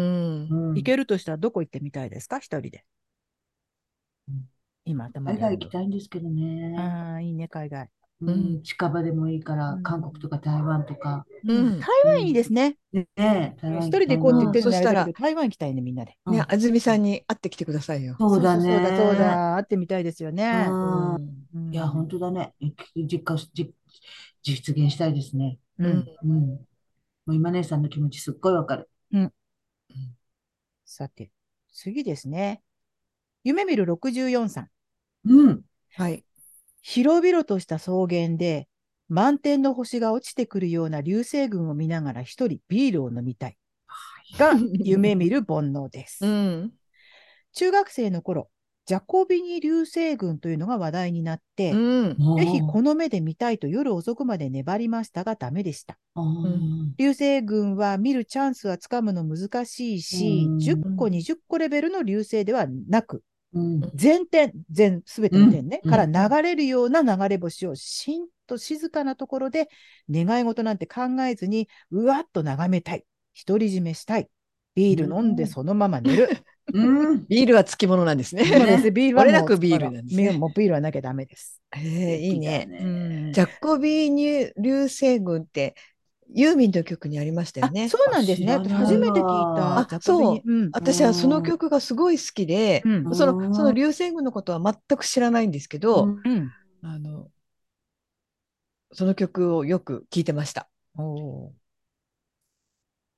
Speaker 3: う。ん
Speaker 1: 行けるとしたらどこ行ってみたいですか一人で
Speaker 3: うん。
Speaker 1: 今頭
Speaker 3: 海
Speaker 1: にあ
Speaker 3: 外
Speaker 1: る
Speaker 3: 行きたいんですけどね。
Speaker 1: ああ、いいね、海外。
Speaker 3: うん
Speaker 2: うん
Speaker 3: 近場でもいいから
Speaker 1: う、ん
Speaker 3: 韓国とか台湾とか。
Speaker 2: う
Speaker 1: 台
Speaker 2: ん
Speaker 1: 湾いいですね。
Speaker 3: ねえ、台
Speaker 1: 一
Speaker 3: 湾
Speaker 1: 人で行こうって言ってる
Speaker 2: そ
Speaker 1: の
Speaker 2: し
Speaker 1: に
Speaker 2: た
Speaker 1: あれだ
Speaker 2: ら
Speaker 1: けど、台湾行きたいね、みんなで。
Speaker 3: うん
Speaker 2: ね、安住さんに会ってきてくださいよ。
Speaker 3: そうだ
Speaker 1: そう
Speaker 3: ね。
Speaker 1: だ、そうだ、会ってみたいですよね。
Speaker 3: うん
Speaker 1: うん
Speaker 3: いや、本当だね。実家実、実現したいですね。
Speaker 1: う
Speaker 2: うんん。
Speaker 3: うん。もう今姉さんの気持ちすっごいわかる。
Speaker 1: さて、次ですね。夢見る64さん。
Speaker 3: うん。
Speaker 2: はい。
Speaker 1: 広々とした草原で、満天の星が落ちてくるような流星群を見ながら一人ビールを飲みたい。が、夢見る煩悩です。
Speaker 2: うん。
Speaker 1: 中学生の頃、ジャコビニ流星群というのが話題になって、
Speaker 2: うん。
Speaker 1: ぜひこの目で見たいと夜遅くまで粘りましたがダメでした。
Speaker 3: の、うん
Speaker 1: 流星群は見るチャンスはつかむの難しいし、
Speaker 3: うん
Speaker 1: 10個、20個レベルの流星ではなく、
Speaker 3: うん
Speaker 1: 全点、全、すべての点ね、
Speaker 3: うん
Speaker 1: か
Speaker 3: うん
Speaker 1: ら流れるような流れ星をしんと静かなところで、願い事なんて考えずに、うわっと眺めたい。独り占めしたい。ビール飲んでそのまま寝る。
Speaker 3: うん。
Speaker 2: ビールはつきものなんです
Speaker 1: そう
Speaker 2: ね。
Speaker 1: です。ビールは
Speaker 2: 漏れなくビールなんですね
Speaker 1: もうビールはなきゃダメです。
Speaker 2: へえいいね。
Speaker 1: うん
Speaker 2: ジャコビーニ流星群ってユーミンの曲にありましたよ
Speaker 1: あ、
Speaker 2: ね
Speaker 1: そ。うなんですね。
Speaker 3: 知らない
Speaker 1: 私初めて聞いた。
Speaker 2: あ
Speaker 1: ジャコ
Speaker 2: そう
Speaker 1: ビニうん。
Speaker 2: 私はその曲がすごい好きで、
Speaker 1: うん
Speaker 2: そ
Speaker 3: うん
Speaker 2: のその流星群のことは全く知らないんですけど、
Speaker 1: うん。
Speaker 2: あのその曲をよく聞いてました。
Speaker 1: おー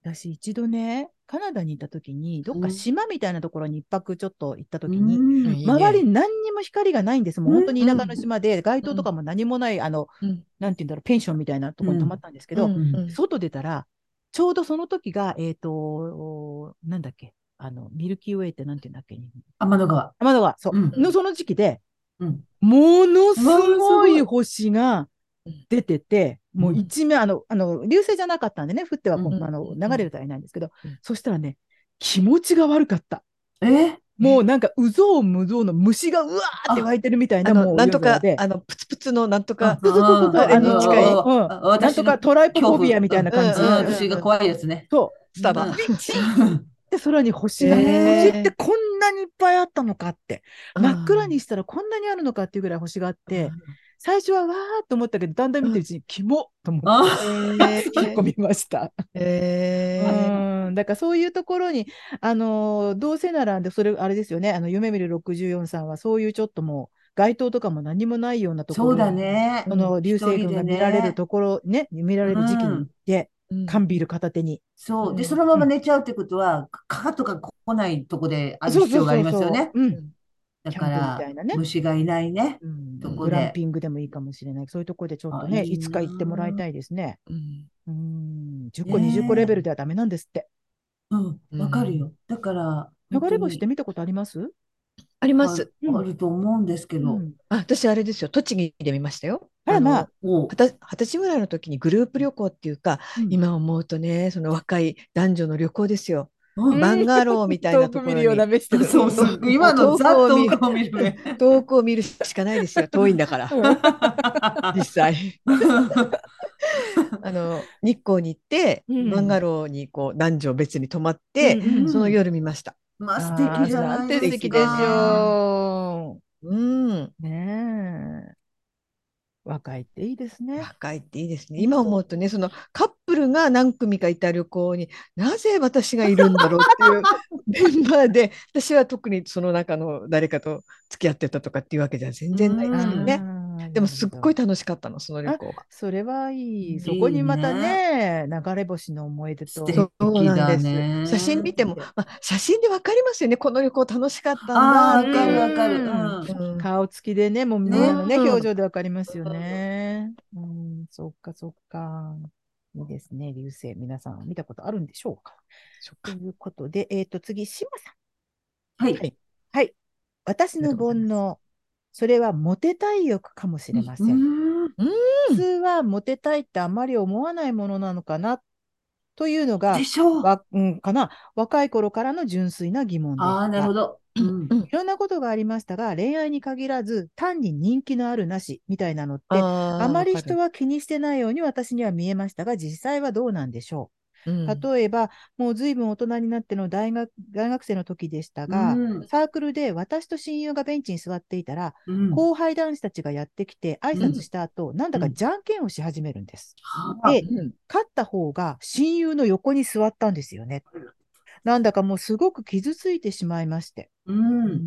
Speaker 1: 私一度ね、カナダにいた時に、どっか島みたいなところに一泊ちょっと行った時に、
Speaker 3: うん
Speaker 2: いいね
Speaker 1: 周りに何にも光がないんです。もう
Speaker 3: うん
Speaker 1: 本当に田舎の島で、街灯とかも何もない、あの、
Speaker 2: うん
Speaker 1: なんて言うんだろう、ペンションみたいなところに泊まったんですけ
Speaker 2: け
Speaker 1: ど、
Speaker 3: ん
Speaker 1: 外出たら、ちょうどその時が、えっ、と、なんだっけ、あの、ミルキーウェイってなんて言うんだっけ、
Speaker 3: 天の川。
Speaker 1: まだは、そう
Speaker 3: う、ん。
Speaker 1: のその時期で、
Speaker 3: うん。
Speaker 1: ものす
Speaker 3: うわーす
Speaker 1: ご
Speaker 3: ご
Speaker 1: い
Speaker 3: い
Speaker 1: 星が出てて、
Speaker 3: うん
Speaker 1: もう一面、あの、あの、流星じゃなかったんでね、降ってはこう、
Speaker 2: うん
Speaker 1: あの、流れてはいないんですけど、
Speaker 2: うん
Speaker 1: そしたらね、気持ちが悪かった。
Speaker 3: え
Speaker 1: もうなんか、うぞうむぞうの虫がうわーって湧いてるみたいな、
Speaker 2: あ
Speaker 1: も
Speaker 2: の
Speaker 1: う、
Speaker 2: なんとか
Speaker 1: で、
Speaker 2: あのプツプツのなんとか、
Speaker 1: そうそうそうそう、
Speaker 2: あれに近い
Speaker 1: あのうん
Speaker 3: あ
Speaker 1: なんと
Speaker 3: 私
Speaker 1: か
Speaker 3: の
Speaker 1: トライポフォビアみたいな感じ。
Speaker 3: うんう
Speaker 2: う
Speaker 3: ん
Speaker 2: ん
Speaker 3: 私が怖いやつね。
Speaker 1: そう。
Speaker 2: スタバ。
Speaker 3: うん
Speaker 1: で、空に星が、
Speaker 2: へー
Speaker 1: 星ってこんなにいっぱいあったのかって、真っ暗にしたらこんなにあるのかっていうぐらい星があって、最初はわーっと思ったけど、だんだん見てるうちに、キモっと思って。
Speaker 3: あ
Speaker 1: 引っ込みました。
Speaker 2: え
Speaker 1: うん、だからそういうところに、あのーどうせなら、でそれ、あれですよね、あの、夢見る64さんは、そういうちょっともう、街灯とかも何もないようなところ
Speaker 3: そうだ
Speaker 1: に
Speaker 3: ね。
Speaker 1: その流星群が見られるところ、ね、見られる時期に行って、缶ビール片手に。
Speaker 3: そう。で、
Speaker 2: うん
Speaker 3: そのまま寝ちゃうってことは、かかとが来ないとこである必要がありますよね。
Speaker 1: そうそうそうそううん
Speaker 3: だ
Speaker 1: キ
Speaker 3: か
Speaker 1: ャンプみ
Speaker 3: ら
Speaker 1: たいなね、
Speaker 3: 虫がいないね。
Speaker 1: うん
Speaker 3: とこ
Speaker 1: グ
Speaker 3: で
Speaker 1: ランピングでもいいかもしれない。そういうところでちょっと
Speaker 3: あ
Speaker 1: ね、
Speaker 3: いいない
Speaker 1: つか行ってもらいたいですね。う
Speaker 2: うん
Speaker 1: ん、10個、
Speaker 3: ねえ
Speaker 1: 20個レベルではダメなんですって。
Speaker 3: うん、わかるよ。だから、
Speaker 1: 流れ
Speaker 3: 本当
Speaker 1: 星って見たことあります
Speaker 2: あり
Speaker 3: に
Speaker 2: ます。
Speaker 1: うん
Speaker 3: ああると思うんですけど、
Speaker 1: うん
Speaker 2: あ私、あれですよ、栃木で見ましたよ。
Speaker 1: あらまあ、
Speaker 3: の、お
Speaker 2: 二十二十歳ぐらいの時にグループ旅行っていうか、
Speaker 1: うん
Speaker 2: 今思うとね、その若い男女の旅行ですよ。
Speaker 3: うん
Speaker 2: バンガローみたいなところに
Speaker 1: 目してる
Speaker 3: そうそう、今のざっと
Speaker 2: 遠く
Speaker 3: を見るね。
Speaker 2: 遠くを見るしかないですよ、遠いんだから、実際。あの日光に行って、
Speaker 1: うん
Speaker 2: バンガローにこう男女別に泊まって、
Speaker 3: うん
Speaker 2: その夜見ました。
Speaker 3: まあ素
Speaker 1: あー
Speaker 3: 敵じゃない
Speaker 1: んて素
Speaker 3: です
Speaker 1: 敵でし
Speaker 3: か。
Speaker 1: ょ
Speaker 2: うん、
Speaker 1: う。ねえ。若いっていいですね。
Speaker 2: 若いっていいですね。今思うとね、そのカップルが何組かいた旅行になぜ私がいるんだろうっていうメンバーで、私は特にその中の誰かと付き合ってたとかっていうわけじゃ全然ないですけど
Speaker 3: う
Speaker 2: ね。
Speaker 1: ね
Speaker 2: でもすっごい
Speaker 1: い。
Speaker 2: 楽しかったの、その旅行は。
Speaker 1: それはい
Speaker 3: い
Speaker 1: い。
Speaker 3: ね
Speaker 1: そこにまたね、流れ星の思い出と。
Speaker 3: 素敵
Speaker 2: そうなんです
Speaker 3: ね
Speaker 2: 写真見ても、まあ、写真でわかりますよね、この旅行楽しかったんだ
Speaker 3: ああ、
Speaker 2: っ
Speaker 3: わ
Speaker 2: て
Speaker 3: かる
Speaker 2: いう
Speaker 3: わかる。
Speaker 1: うん
Speaker 3: うん
Speaker 2: うん
Speaker 1: 顔つきでね、もうみんなのね、
Speaker 2: ね
Speaker 1: 表情でわかりますよね。うん、そっかそっか。いいですね、流星。皆さん見たことあるんでしょうか。
Speaker 2: そっ
Speaker 1: と
Speaker 2: か
Speaker 1: いうことで、えっ、と、次、島さん。
Speaker 3: はい。
Speaker 2: はい
Speaker 1: はい。私の
Speaker 2: あり
Speaker 1: 煩
Speaker 2: がとうござい
Speaker 1: 悩。それはモテたい欲かもしれません。
Speaker 3: うん
Speaker 1: 普通はモテたいってあまり思わないものなのかなというのが
Speaker 3: で、しょう。あ
Speaker 1: わうん、かな若い頃からの純粋な疑問で
Speaker 3: あー、
Speaker 1: し
Speaker 3: なるほ
Speaker 1: た。
Speaker 3: ど。うん
Speaker 2: うん
Speaker 1: いろんなことがありましたが、恋愛に限らず、単に人気のあるなしみたいなのって、あ
Speaker 2: あー
Speaker 1: まり
Speaker 2: わか
Speaker 1: 人
Speaker 2: る
Speaker 1: は気にしてないように私には見えましたが、実際はどうなんでしょ
Speaker 2: うん
Speaker 1: う。例えば、もう随分大人になっての大学大学生の時でしたが、
Speaker 3: うん
Speaker 1: サークルで私と親友がベンチに座っていたら、
Speaker 3: うん
Speaker 1: 後輩男子たちがやってきて挨
Speaker 2: う
Speaker 1: 拶
Speaker 2: ん
Speaker 1: した後、なんだかじゃんけんをし始めるんです。
Speaker 3: はあ
Speaker 1: で、
Speaker 2: うん
Speaker 1: 勝った方が親友の横に座ったんですよね。なんだかもうすごく傷ついてしまいまして。
Speaker 3: うん。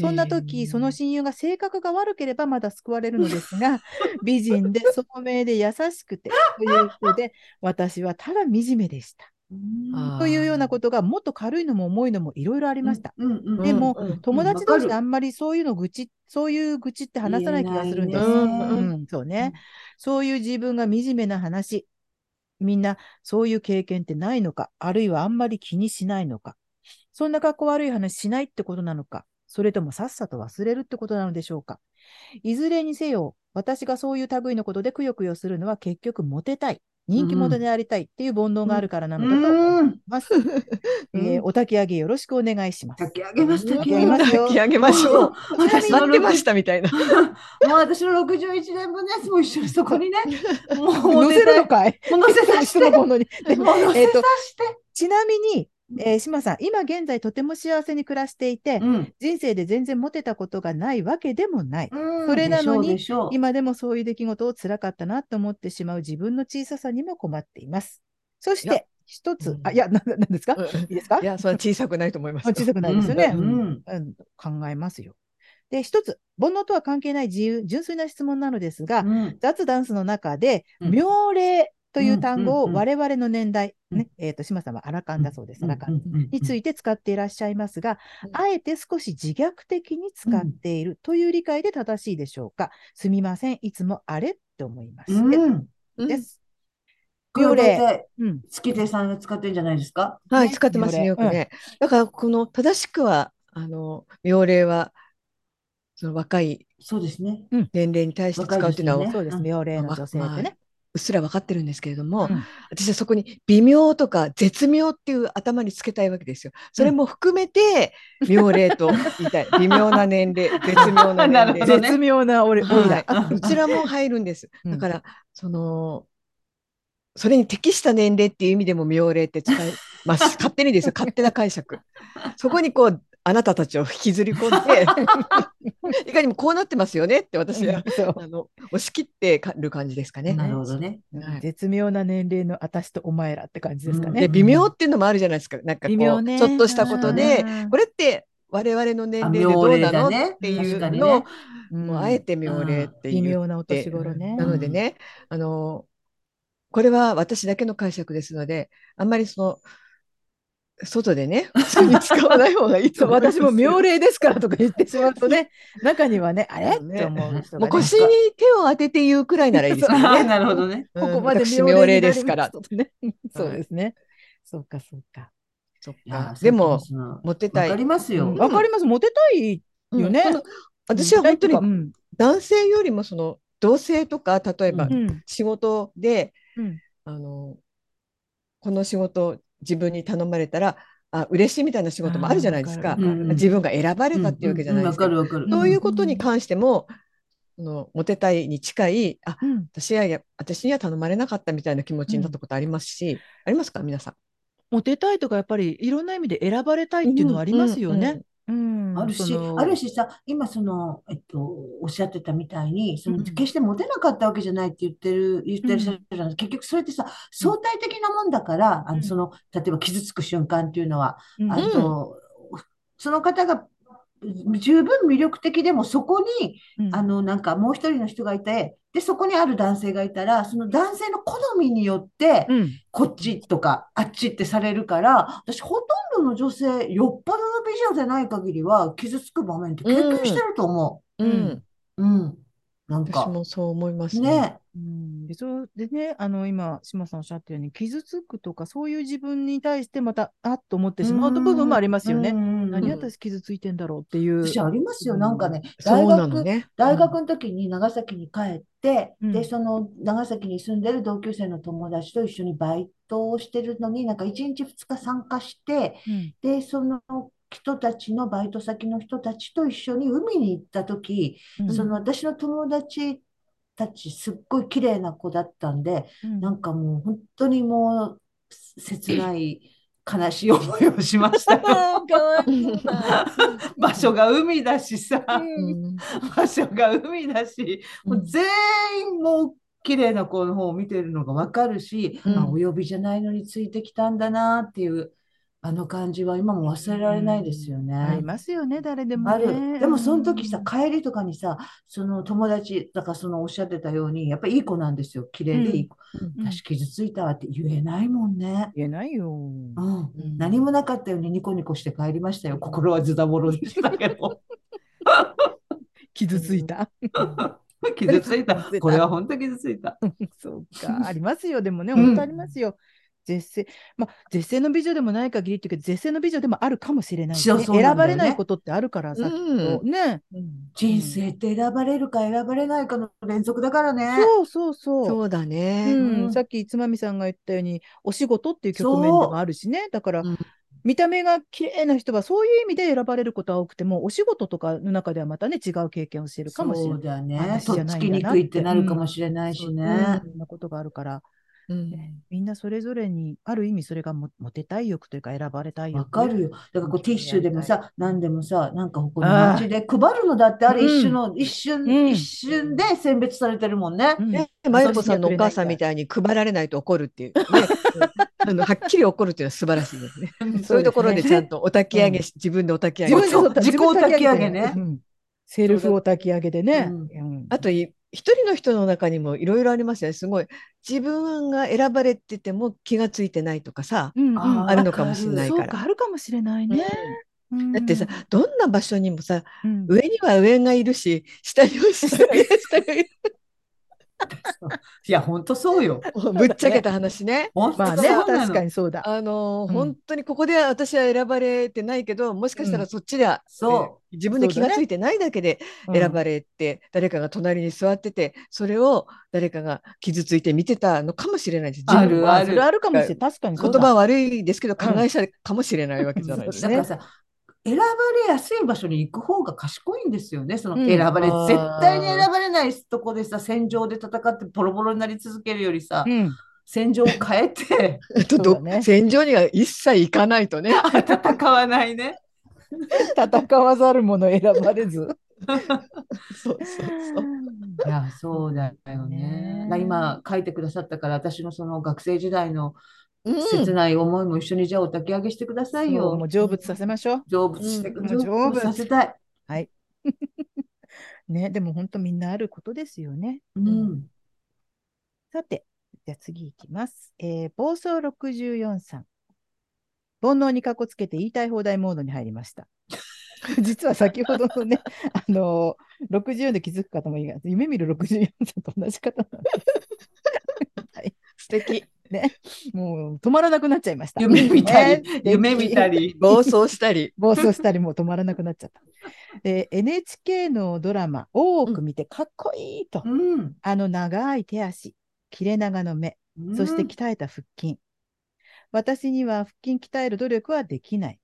Speaker 1: そんな
Speaker 2: へ
Speaker 1: 時、
Speaker 2: え
Speaker 1: その親友が性格が悪ければまだ救われるのですが、美人で聡明で優しくてという子で、私はただ惨めでした。
Speaker 2: あー
Speaker 1: というようなことが、もっと軽いのも重いのもいろいろありました。
Speaker 3: うんうんうん
Speaker 1: でも
Speaker 2: うん
Speaker 1: 友達同士
Speaker 3: わか
Speaker 1: で
Speaker 3: る
Speaker 1: あんまりそういうの愚痴、そういう愚痴って話さない気がするんです。
Speaker 2: 言えない
Speaker 1: うん
Speaker 2: ね
Speaker 1: うん、そうね、
Speaker 3: うん
Speaker 1: そういう自分が惨めな話。みんなそういう経験ってないのか、あるいはあんまり気にしないのか。そんな格好悪い話しないってことなのか、それともさっさと忘れるってことなのでしょうか。いずれにせよ、私がそういう類のことでくよくよするのは結局モテたい。人気者でありたいっていう煩悩があるからなのだと思います。
Speaker 2: うん
Speaker 1: えーお焚き上げよろしくお願いします。
Speaker 3: 炊き上げます、
Speaker 1: うん
Speaker 3: 炊き上げます。
Speaker 1: よ
Speaker 2: 炊き上げましょう。
Speaker 3: 私の
Speaker 2: 待ってましたみたいな。
Speaker 3: 60もう 私の61年分のやつも一緒にそこ にね、もう
Speaker 1: 載せるのか い
Speaker 3: もう載せさせ
Speaker 1: 人
Speaker 3: て、
Speaker 1: の
Speaker 3: も
Speaker 1: も
Speaker 3: う
Speaker 1: のに。でも
Speaker 3: 載
Speaker 1: え
Speaker 3: せ
Speaker 1: っ
Speaker 3: さ
Speaker 1: と
Speaker 3: せて。
Speaker 1: ちなみに、えー、島さん、今現在とても幸せに暮らしていて、
Speaker 3: うん
Speaker 1: 人生で全然モテたことがないわけでもない。
Speaker 3: うん
Speaker 1: それなのに
Speaker 3: でしょうでしょう
Speaker 1: 今でもそういう出来事を辛かったなと思ってしまう自分の小ささにも困っています。そし
Speaker 2: いや
Speaker 1: て、一つ
Speaker 2: う、ん
Speaker 1: あ、いや、な、なんですかいいですか
Speaker 2: いや、そんな小さくないと思います
Speaker 1: あ
Speaker 2: よ。
Speaker 1: 小さくないですよね。
Speaker 3: うんうん
Speaker 1: うん、考えますよ。で、一つ、煩悩とは関係ない自由、純粋な質問なのですが、
Speaker 3: うん
Speaker 1: 雑ダンスの中で、
Speaker 3: うん
Speaker 1: 妙齢という単語
Speaker 3: うん
Speaker 1: を
Speaker 3: うんうん
Speaker 1: 我々の年代、
Speaker 3: うん
Speaker 1: ね、えっ、と、島さんはアラカンだそうです、アラカン。
Speaker 3: うんうんうん
Speaker 1: について使っていらっしゃいますが、
Speaker 2: うん
Speaker 1: あえて少し自虐的に使っているという理解で正しいでしょうか。すみません、いつもあれって思いま
Speaker 3: う
Speaker 1: す。
Speaker 3: ん
Speaker 2: うん
Speaker 1: です。
Speaker 3: これは大体
Speaker 1: うん。
Speaker 3: 月亭さんが使ってるんじゃないですか
Speaker 2: はい、
Speaker 1: ね
Speaker 2: 使ってますね、
Speaker 1: 妙
Speaker 2: よ
Speaker 1: 齢
Speaker 2: くね。だから、この正しくは、あの、妙齢は、その若い
Speaker 3: そうですね。
Speaker 2: 年齢に対して使うっていうの
Speaker 3: 若
Speaker 2: は、
Speaker 3: い女子
Speaker 1: そうです。
Speaker 3: うん
Speaker 1: 妙齢の女性って
Speaker 2: ま
Speaker 1: ね
Speaker 2: あ。うっすら分かってるんですけれども
Speaker 1: うん、
Speaker 2: 私はそこに微妙とか絶妙っていう頭につけたいわけですよ。それも含めて、妙齢と言いたい。微妙な年 齢、絶妙な年
Speaker 3: なるほ
Speaker 2: 齢
Speaker 3: ど。ね
Speaker 1: 絶妙な俺、
Speaker 2: はい
Speaker 1: 俺だ。
Speaker 2: どちらも入るんです。
Speaker 1: うん
Speaker 2: だから、その、それに適した年齢っていう意味でも妙齢って使います。勝手にですよ。勝手な解釈。そこにこう、あなたたちを引きずり込んで、いかにもこうなってますよねって私は、
Speaker 1: そう
Speaker 2: あの、押し切ってかる感じですかね。
Speaker 3: なるほどね。
Speaker 2: はい
Speaker 1: 絶妙な年齢の私とお前らって感じですか
Speaker 2: で、
Speaker 1: ね。
Speaker 2: 微妙っていうのもあるじゃないですか。なんかこ
Speaker 1: 微妙
Speaker 2: う、
Speaker 1: ね
Speaker 2: ちょっとしたことで
Speaker 1: う、ん
Speaker 2: これって我々の年
Speaker 3: あ
Speaker 2: 齢でどうな
Speaker 3: 妙
Speaker 2: の、
Speaker 3: 齢だね
Speaker 2: っていう
Speaker 3: 確かに
Speaker 2: のを、
Speaker 3: ね
Speaker 1: うん
Speaker 2: もうあえて妙齢って
Speaker 1: 微
Speaker 2: いう
Speaker 1: 妙なお年頃ね。
Speaker 2: なのでね、あの、これは私だけの解釈ですので、あんまりその、外で ね、普通に使わない方がいいと
Speaker 1: そう
Speaker 2: 思います
Speaker 1: 私も妙齢ですからとか言ってしまうとね、中にはね、あれ
Speaker 2: そうね
Speaker 1: って思う人
Speaker 2: も
Speaker 1: が
Speaker 2: う
Speaker 1: ね、
Speaker 2: 腰に手を当てて言うくらいならいいですよね。
Speaker 3: なるほどね。
Speaker 1: ここまで
Speaker 2: 私
Speaker 1: 妙
Speaker 2: 妙
Speaker 1: 齢にな
Speaker 2: 齢で
Speaker 1: り
Speaker 2: す
Speaker 1: ま
Speaker 2: か
Speaker 1: し
Speaker 2: ら
Speaker 1: た。とね。そうですね。そうか、そうか。
Speaker 2: そっ
Speaker 3: いや
Speaker 2: か
Speaker 3: ー。
Speaker 2: でも、
Speaker 3: さっきのその
Speaker 2: モテた
Speaker 3: わ
Speaker 2: い。
Speaker 3: かりますよ。
Speaker 1: うんわかります。モテたいよね
Speaker 2: うんその私は本当に
Speaker 1: うん
Speaker 2: 男性よりもその同性とか例えば
Speaker 1: うんうん
Speaker 2: 仕事で、
Speaker 1: うん
Speaker 2: あのこの仕事自分に頼まれたらあ嬉しいみたいな仕事もあるじゃないです
Speaker 1: あ
Speaker 2: か
Speaker 1: ーわるわ
Speaker 3: うん
Speaker 2: 自分が選ばれたっていうわけじゃない
Speaker 3: うん
Speaker 2: で
Speaker 3: わ
Speaker 2: すか、
Speaker 3: かるわかる。
Speaker 1: ん
Speaker 2: そういうことに関しても、そのモテたいに近いあ
Speaker 1: うん
Speaker 2: 私はや私には頼まれなかったみたいな気持ちになったことありますし、ありますか皆さん。
Speaker 1: モテたいとかやっぱりいろんな意味で選ばれたいっていうのはありますよね。うん
Speaker 3: あるし、あるしさ、今その、えっと、おっしゃってたみたいに、その、
Speaker 1: うん
Speaker 3: 決してモテなかったわけじゃないって言ってる、言ってる人じゃない、結局それってさ、相対的なもんだから、あ
Speaker 1: うん
Speaker 3: の、その、例えば傷つく瞬間っていうのは、
Speaker 1: うん
Speaker 3: あの、その方が十分魅力的でも、そこに、
Speaker 1: うん
Speaker 3: あの、なんかもう一人の人がいて、で、そこにある男性がいたら、その男性の好みによって、
Speaker 1: うん
Speaker 3: こっちとかあっちってされるから、私ほとんどの女性、よっぽどの美女でない限りは傷つく場面って経験してると思
Speaker 1: うん
Speaker 3: う。うん。なん
Speaker 2: 私
Speaker 3: か、
Speaker 2: もそう思います
Speaker 3: ね。
Speaker 1: うん、でそうでね、あの今、島さんおっしゃったように、傷つくとか、そういう自分に対してまた、あっと思ってしまう部分もありますよ
Speaker 3: う
Speaker 1: ね。
Speaker 3: ん
Speaker 1: 何
Speaker 2: やっ
Speaker 1: 私傷ついてんだろうっていう。
Speaker 3: 私ありますよ。なんかね、
Speaker 2: そう
Speaker 3: 大
Speaker 2: なの
Speaker 3: 学、
Speaker 2: ね。
Speaker 3: 大学の時に長崎に帰って、
Speaker 1: うん
Speaker 3: で、その長崎に住んでる同級生の友達と一緒にバイトをしてるのに、なんか1日2日参加して、
Speaker 1: うん
Speaker 3: で、その人たちのバイト先の人たちと一緒に海に行った時、
Speaker 1: うん
Speaker 3: その私の友達たちすっごい綺麗な子だったんで、
Speaker 1: うん
Speaker 3: なんかもう本当にもう切ない悲しい思いをしましたよ。
Speaker 1: かわいそうだ
Speaker 3: 場所が海だしさ、
Speaker 2: うん
Speaker 3: 場所が海だし、もう全員もう綺麗な子の方を見てるのがわかるし、
Speaker 2: うん
Speaker 3: あ、お呼びじゃないのについてきたんだなっていう、あの感じは今も忘れられないですよね。
Speaker 1: ありますよね、誰でも
Speaker 3: あ
Speaker 1: ね
Speaker 3: る。でもその時さ、
Speaker 1: うん
Speaker 3: 帰りとかにさ、その友達、だからそのおっしゃってたように、やっぱりいい子なんですよ。綺麗でいい子。
Speaker 1: うん
Speaker 3: 私傷ついたわって言えないもんね。
Speaker 1: 言えないよ。
Speaker 3: うん。
Speaker 2: うん
Speaker 3: 何もなかったようにニコニコして帰りましたよ。心はズダボロでしたけ ど。
Speaker 1: 傷ついた。
Speaker 3: 傷つい
Speaker 1: 傷
Speaker 3: た
Speaker 1: ついた。
Speaker 3: これは本当傷ついた。
Speaker 1: そう か、ありますよ、でもね、
Speaker 3: うん
Speaker 1: 本当ありますよ。絶世、まあ、絶世の美女でもない限りっていうけど、絶世の美女でもあるかもしれないし
Speaker 3: そう
Speaker 1: ね、
Speaker 3: そうなんだよね
Speaker 1: 選ばれないことってあるからさ、きっとね、
Speaker 3: 人生って選ばれるか選ばれないかの連続だからね。
Speaker 1: そうそうそう。
Speaker 2: そうだ
Speaker 1: う
Speaker 2: ね。
Speaker 1: ん
Speaker 3: うん
Speaker 1: さっきつまみさんが言ったようにお仕事っていう局面でもあるしねだから、
Speaker 2: うん
Speaker 1: 見た目が綺麗な人はそういう意味で選ばれることは多くてもお仕事とかの中ではまたね違う経験をしてるかもしれ
Speaker 3: そ
Speaker 1: な
Speaker 3: う
Speaker 1: い。
Speaker 3: だよね。
Speaker 1: 私
Speaker 3: と
Speaker 1: じゃ
Speaker 3: っ
Speaker 1: な
Speaker 3: つ
Speaker 1: い
Speaker 3: き
Speaker 1: んだ
Speaker 3: に
Speaker 1: なって
Speaker 3: くいってなるかもしれないしね
Speaker 1: い。ろんなことがあるから、
Speaker 2: うん
Speaker 1: ねみんなそれぞれにある意味それがもモテたい欲というか選ばれたい欲。
Speaker 3: わかるよ。だからこうティッシュでもさ、何でもさ、なんかここの
Speaker 1: ああ
Speaker 3: 街で配るのだってあれ
Speaker 1: うん
Speaker 3: 一瞬の、一瞬、
Speaker 1: うん
Speaker 3: 一瞬で選別されてるもんね
Speaker 1: う。 ん。
Speaker 2: ね、まゆこさんのお母さんみたいに配られないと怒るっていう、ね、あのはっきり怒るっていうのは素晴らしいですね。そういうところでちゃんとお焚き上げし、自分でお焚き上
Speaker 1: 自分
Speaker 2: げ
Speaker 1: で
Speaker 2: し。
Speaker 1: そう
Speaker 3: 自己
Speaker 1: 分で
Speaker 3: 焚き上げね
Speaker 1: うんセルフお焚き上げでね。
Speaker 3: うん
Speaker 1: うん
Speaker 2: あとい一人の人の中にもいろいろありますよね。すごい自分が選ばれてても気がついてないとかさ、
Speaker 1: うんうん
Speaker 3: あー
Speaker 2: あるのかもしれない
Speaker 1: そ
Speaker 2: か
Speaker 1: うか、
Speaker 2: ら。
Speaker 1: あるかもしれないね。
Speaker 2: だってさ、どんな場所にもさ、
Speaker 1: うん、
Speaker 2: 上には上がいるし、下には下がいる下がい る。
Speaker 3: いや、ほんとそうよ。
Speaker 2: もうぶっちゃけた話ね。
Speaker 3: ほんと
Speaker 1: まあね、
Speaker 3: そうな
Speaker 1: 確か
Speaker 3: の。
Speaker 1: にそうだ。
Speaker 2: あのー
Speaker 1: うん
Speaker 2: 本当にここで私は選ばれてないけどもしかした
Speaker 1: う
Speaker 2: らそっちでは、
Speaker 3: そ
Speaker 2: えー自分で気がついてないだけで選ばれて、誰かが隣に座っててそれを誰かが傷ついて見てたのかもしれないし
Speaker 1: うん
Speaker 3: あ
Speaker 2: 自分
Speaker 3: る
Speaker 2: は
Speaker 1: それあるかもしれない。確かにそう
Speaker 2: 言
Speaker 1: だ
Speaker 2: 葉は悪いですけど
Speaker 1: うん
Speaker 2: 考え者かもしれないわけじゃないです
Speaker 3: だ
Speaker 2: か、
Speaker 3: か
Speaker 2: ね
Speaker 3: らさ、選ばれやすい場所に行く方が賢いんですよね。その
Speaker 1: うん
Speaker 3: 選ばれ、
Speaker 2: あー
Speaker 3: 絶対に選ばれないとこでさ、戦場で戦ってボロボロになり続けるよりさ、
Speaker 1: うん、
Speaker 3: 戦場を変え て
Speaker 2: あと
Speaker 1: そ
Speaker 2: ど
Speaker 1: うだね
Speaker 2: 戦場には一切行かないとね
Speaker 3: 戦わないね。
Speaker 1: 戦わざる者選ばれ ず。
Speaker 2: そうそうそう
Speaker 3: いや、そうだよね。だ
Speaker 1: ね
Speaker 3: 今書いてくださったから、私のその学生時代の
Speaker 2: うん
Speaker 3: 切ない思いも一緒にじゃあお焚き上げしてください
Speaker 1: そう
Speaker 3: よ
Speaker 1: もう。成仏させましょう。
Speaker 3: 成仏してく
Speaker 1: うん
Speaker 3: 成仏
Speaker 1: もう成仏
Speaker 3: させたい。
Speaker 1: ね、でも本当みんなあることですよね。
Speaker 3: うん。
Speaker 1: さて、じゃあ次いきます。えー、暴走64さん。煩悩にかこつけて言いたい放題モードに入りました。 実は先ほどのね、 あのー、64で気づく方もいるが、夢見る64さんと同じ方なんです。
Speaker 2: 素敵
Speaker 1: ね、もう止まらなくなっちゃいました。
Speaker 3: 夢見たり
Speaker 1: ね、
Speaker 3: 夢見たり。
Speaker 2: 暴走したり。
Speaker 1: 暴走したりもう止まらなくなっちゃった。で NHK のドラマ多く見てかっこいいと、
Speaker 3: うん。
Speaker 1: あの長い手足切れ長の目そして鍛えた腹筋、私には腹筋鍛える努力はできない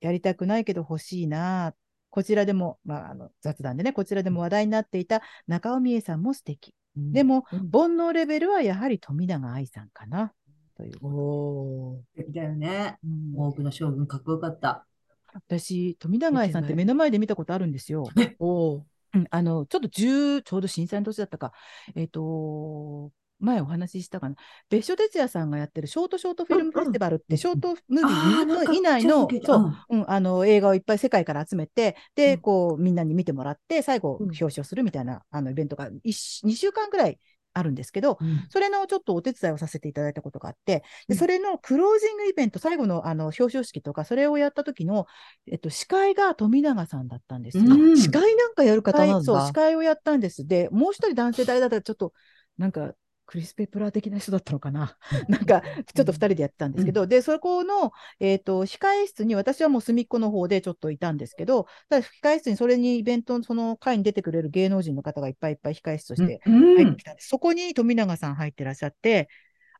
Speaker 1: やりたくないけど欲しいなこちらでも、まあ、あの雑談でねこちらでも話題になっていた中尾美恵さんも素敵でも、
Speaker 2: うん
Speaker 1: 煩悩レベルはやはり富永愛さんかなという、
Speaker 2: おー
Speaker 3: うん。だよね。多くの将軍かっこよかった。
Speaker 1: 私富永愛さんって目の前で見たことあるんですよ。
Speaker 2: おー
Speaker 1: うんあの、ちょっと10、ちょうど震災の年だったか、えっ、と、前お話ししたかな、別所哲也さんがやってるショートショートフィルムフェスティバルっ
Speaker 2: うんう
Speaker 1: て、
Speaker 2: ん
Speaker 1: ショートムービ
Speaker 3: あ
Speaker 1: ー
Speaker 3: ーなん
Speaker 1: 2
Speaker 3: か
Speaker 1: 分以内の
Speaker 3: ちょっと聞い、た
Speaker 1: そうう、
Speaker 3: ん
Speaker 1: うん、あの映画をいっぱい世界から集めて、
Speaker 2: う
Speaker 1: で、
Speaker 2: ん
Speaker 1: こう、みんなに見てもらって、最後、
Speaker 2: うん
Speaker 1: 表彰するみたいな、あのイベントが1、2週間ぐらいあるんですけど、それのちょっとお手伝いをさせていただいたことがあって、
Speaker 2: う
Speaker 1: で
Speaker 2: ん
Speaker 1: それのクロージングイベント、最後のあの表彰式とか、それをやった時の、えっと、司会が富永さんだったんですよ。
Speaker 3: うん
Speaker 2: あ司会なんかやる方なんだ。
Speaker 1: そう、司会をやったんです。で、もう一人男性誰だったら、ちょっと、なんか、クリス・ペプラー的な人だったのかな。なんか、ちょっと二人でやってたんですけど、で、そこの、えっ、と、控え室に、私はもう隅っこの方でちょっといたんですけど、ただ、控え室に、それにイベントの、その会に出てくれる芸能人の方がいっぱいいっぱい控え室として
Speaker 3: うん。
Speaker 1: 入ってきたんです。そこに富永さん入ってらっしゃって、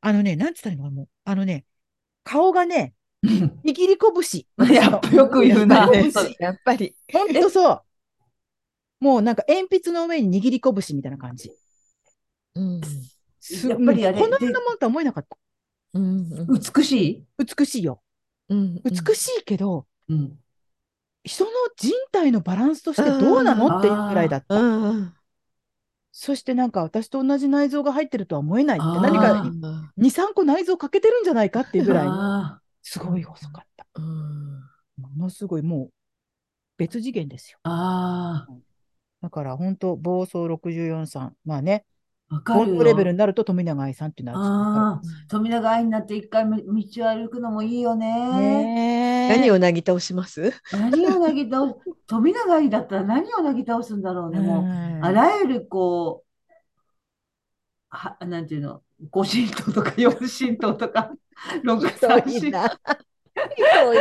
Speaker 1: あのね、なんつったらいいのかなもう、あのね、顔がね、握り拳。
Speaker 3: やっぱよく言う
Speaker 1: やっ
Speaker 3: な。
Speaker 1: ぱ
Speaker 3: 本
Speaker 1: り
Speaker 3: 当
Speaker 2: やっぱり。
Speaker 1: ほんとそう。もうなんか鉛筆の上に握り拳みたいな感じ。
Speaker 2: うん。
Speaker 1: す
Speaker 3: やっぱりあれ
Speaker 1: うんこの世のものとは思えなかった。
Speaker 2: うん。うん
Speaker 3: 美しい。
Speaker 1: 美しいよ。
Speaker 2: うん。
Speaker 1: 美しいけど、
Speaker 3: うん。
Speaker 1: 人の人体のバランスとしてどうな
Speaker 3: うん
Speaker 1: のっていうくらいだった。
Speaker 2: うんうん。
Speaker 1: そしてなんか私と同じ内臓が入ってるとは思えないって、
Speaker 3: あー
Speaker 1: 何
Speaker 2: う
Speaker 1: か
Speaker 2: ん
Speaker 1: 2、3個内臓欠けてるんじゃないかっていうぐらい、
Speaker 3: あ
Speaker 1: すごい細かった。
Speaker 2: うん。
Speaker 1: ものすごいもう別次元ですよ。
Speaker 3: あ。あ
Speaker 1: だから本当、暴走64さん、まあね、
Speaker 3: あ。わか
Speaker 1: 本
Speaker 3: る
Speaker 1: 当レベル
Speaker 3: よ。
Speaker 1: になると富永愛さんっていうのは
Speaker 3: ああ。富永愛になって一回み道を歩くのもいいよ
Speaker 1: あ
Speaker 3: ね。
Speaker 1: ねえ
Speaker 2: 何をなぎ倒します
Speaker 3: 何をなぎ倒す、 富永愛だったら何をなぎ倒すんだろうね。もう、
Speaker 1: うん
Speaker 3: あらゆるこう、は、なんていうの、五神道とか四神道とか、 六
Speaker 1: ひ
Speaker 3: 三
Speaker 1: どい
Speaker 3: 神道
Speaker 1: な。ひどい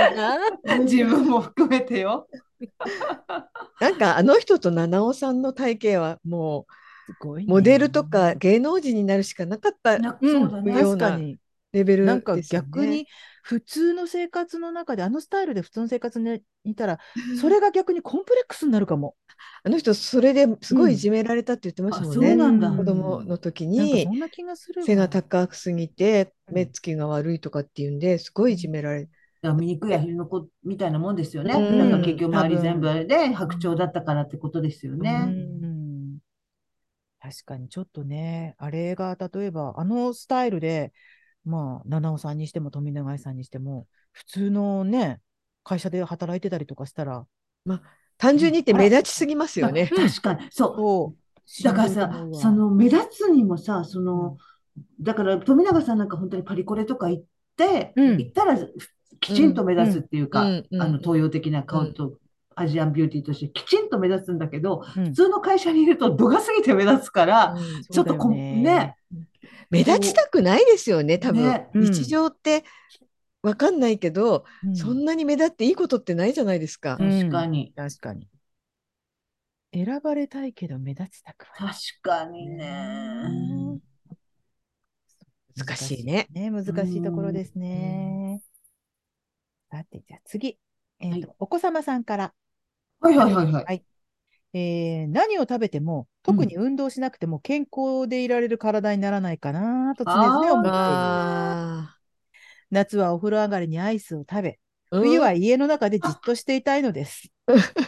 Speaker 1: な。
Speaker 3: 自分も含めてよ。
Speaker 2: なんかあの人と七尾さんの体型はも
Speaker 1: すごい、
Speaker 2: うモデルとか芸能人になるしかなかった
Speaker 3: な
Speaker 1: う
Speaker 3: そ
Speaker 1: ん、
Speaker 3: うだね。
Speaker 1: 確かに。
Speaker 2: レベル
Speaker 1: なんか
Speaker 2: ですよね
Speaker 1: 逆に普通の生活の中で、あのスタイルで普通の生活にいたら、それが逆にコンプレックスになるかも。
Speaker 2: あの人それですご
Speaker 1: うん
Speaker 2: いいじめられたって言ってましたもん
Speaker 3: あそう
Speaker 2: ね、
Speaker 3: なんだ
Speaker 2: 子供の時
Speaker 1: なんか
Speaker 2: に
Speaker 1: そんな気がするわ
Speaker 2: 背が高すぎて
Speaker 1: うん
Speaker 2: 目つきが悪いとかっていうんですごいいじめられ
Speaker 3: だから醜いアヒルの子みたいなもんですよね。
Speaker 2: うん
Speaker 3: なんか結局周り
Speaker 1: 多分
Speaker 3: 全部あれで白鳥だったからってことですよ
Speaker 1: う
Speaker 3: ね。
Speaker 1: ん。確かにちょっとね、あれが例えばあのスタイルで、まあ、七尾さんにしても富永愛さんにしても、普通のね、会社で働いてたりとかしたら、
Speaker 2: 単純に言って目立ちすぎますよね。
Speaker 3: 確かに、そう。
Speaker 1: そう。
Speaker 3: だから
Speaker 1: しんどいと
Speaker 3: さ
Speaker 1: 思う、わ
Speaker 3: そ、の目立つにもさ、その、だから富永さんなんか本当にパリコレとか行って、
Speaker 1: うん
Speaker 3: 行ったらきちんと目立つっていうか、
Speaker 2: うんうん
Speaker 3: あの東洋的な顔とアジアンビューティーとしてきちんと目立つんだけど、
Speaker 1: うん
Speaker 3: 普通の会社にいると度が過ぎて目立つから、
Speaker 2: うん
Speaker 3: ちょっと
Speaker 1: そ
Speaker 3: こ
Speaker 1: うだよね
Speaker 3: ね、
Speaker 2: 目立ちたくないですよね多分、
Speaker 3: ね
Speaker 1: うん
Speaker 2: 日常ってわかんないけど、
Speaker 1: うん
Speaker 2: そんなに目立っていいことってないじゃないですか。
Speaker 1: うん
Speaker 3: 確かに。
Speaker 1: 確かに。選ばれたいけど目立ちたくは
Speaker 3: 確かに
Speaker 1: ない
Speaker 3: ね。
Speaker 2: 難しいね。
Speaker 1: ね、難しいところですね。さて、じゃあ次。えーとお子様さんから、
Speaker 3: はいはいはいはい
Speaker 1: は。いえー何を食べても、特に運動しなくても健康でいられる体にならないかなと常々思っている。
Speaker 2: あ
Speaker 1: 夏はお風呂上がりにアイスを食べ、
Speaker 2: ー
Speaker 1: 冬は家の中でじっとしていたいの です。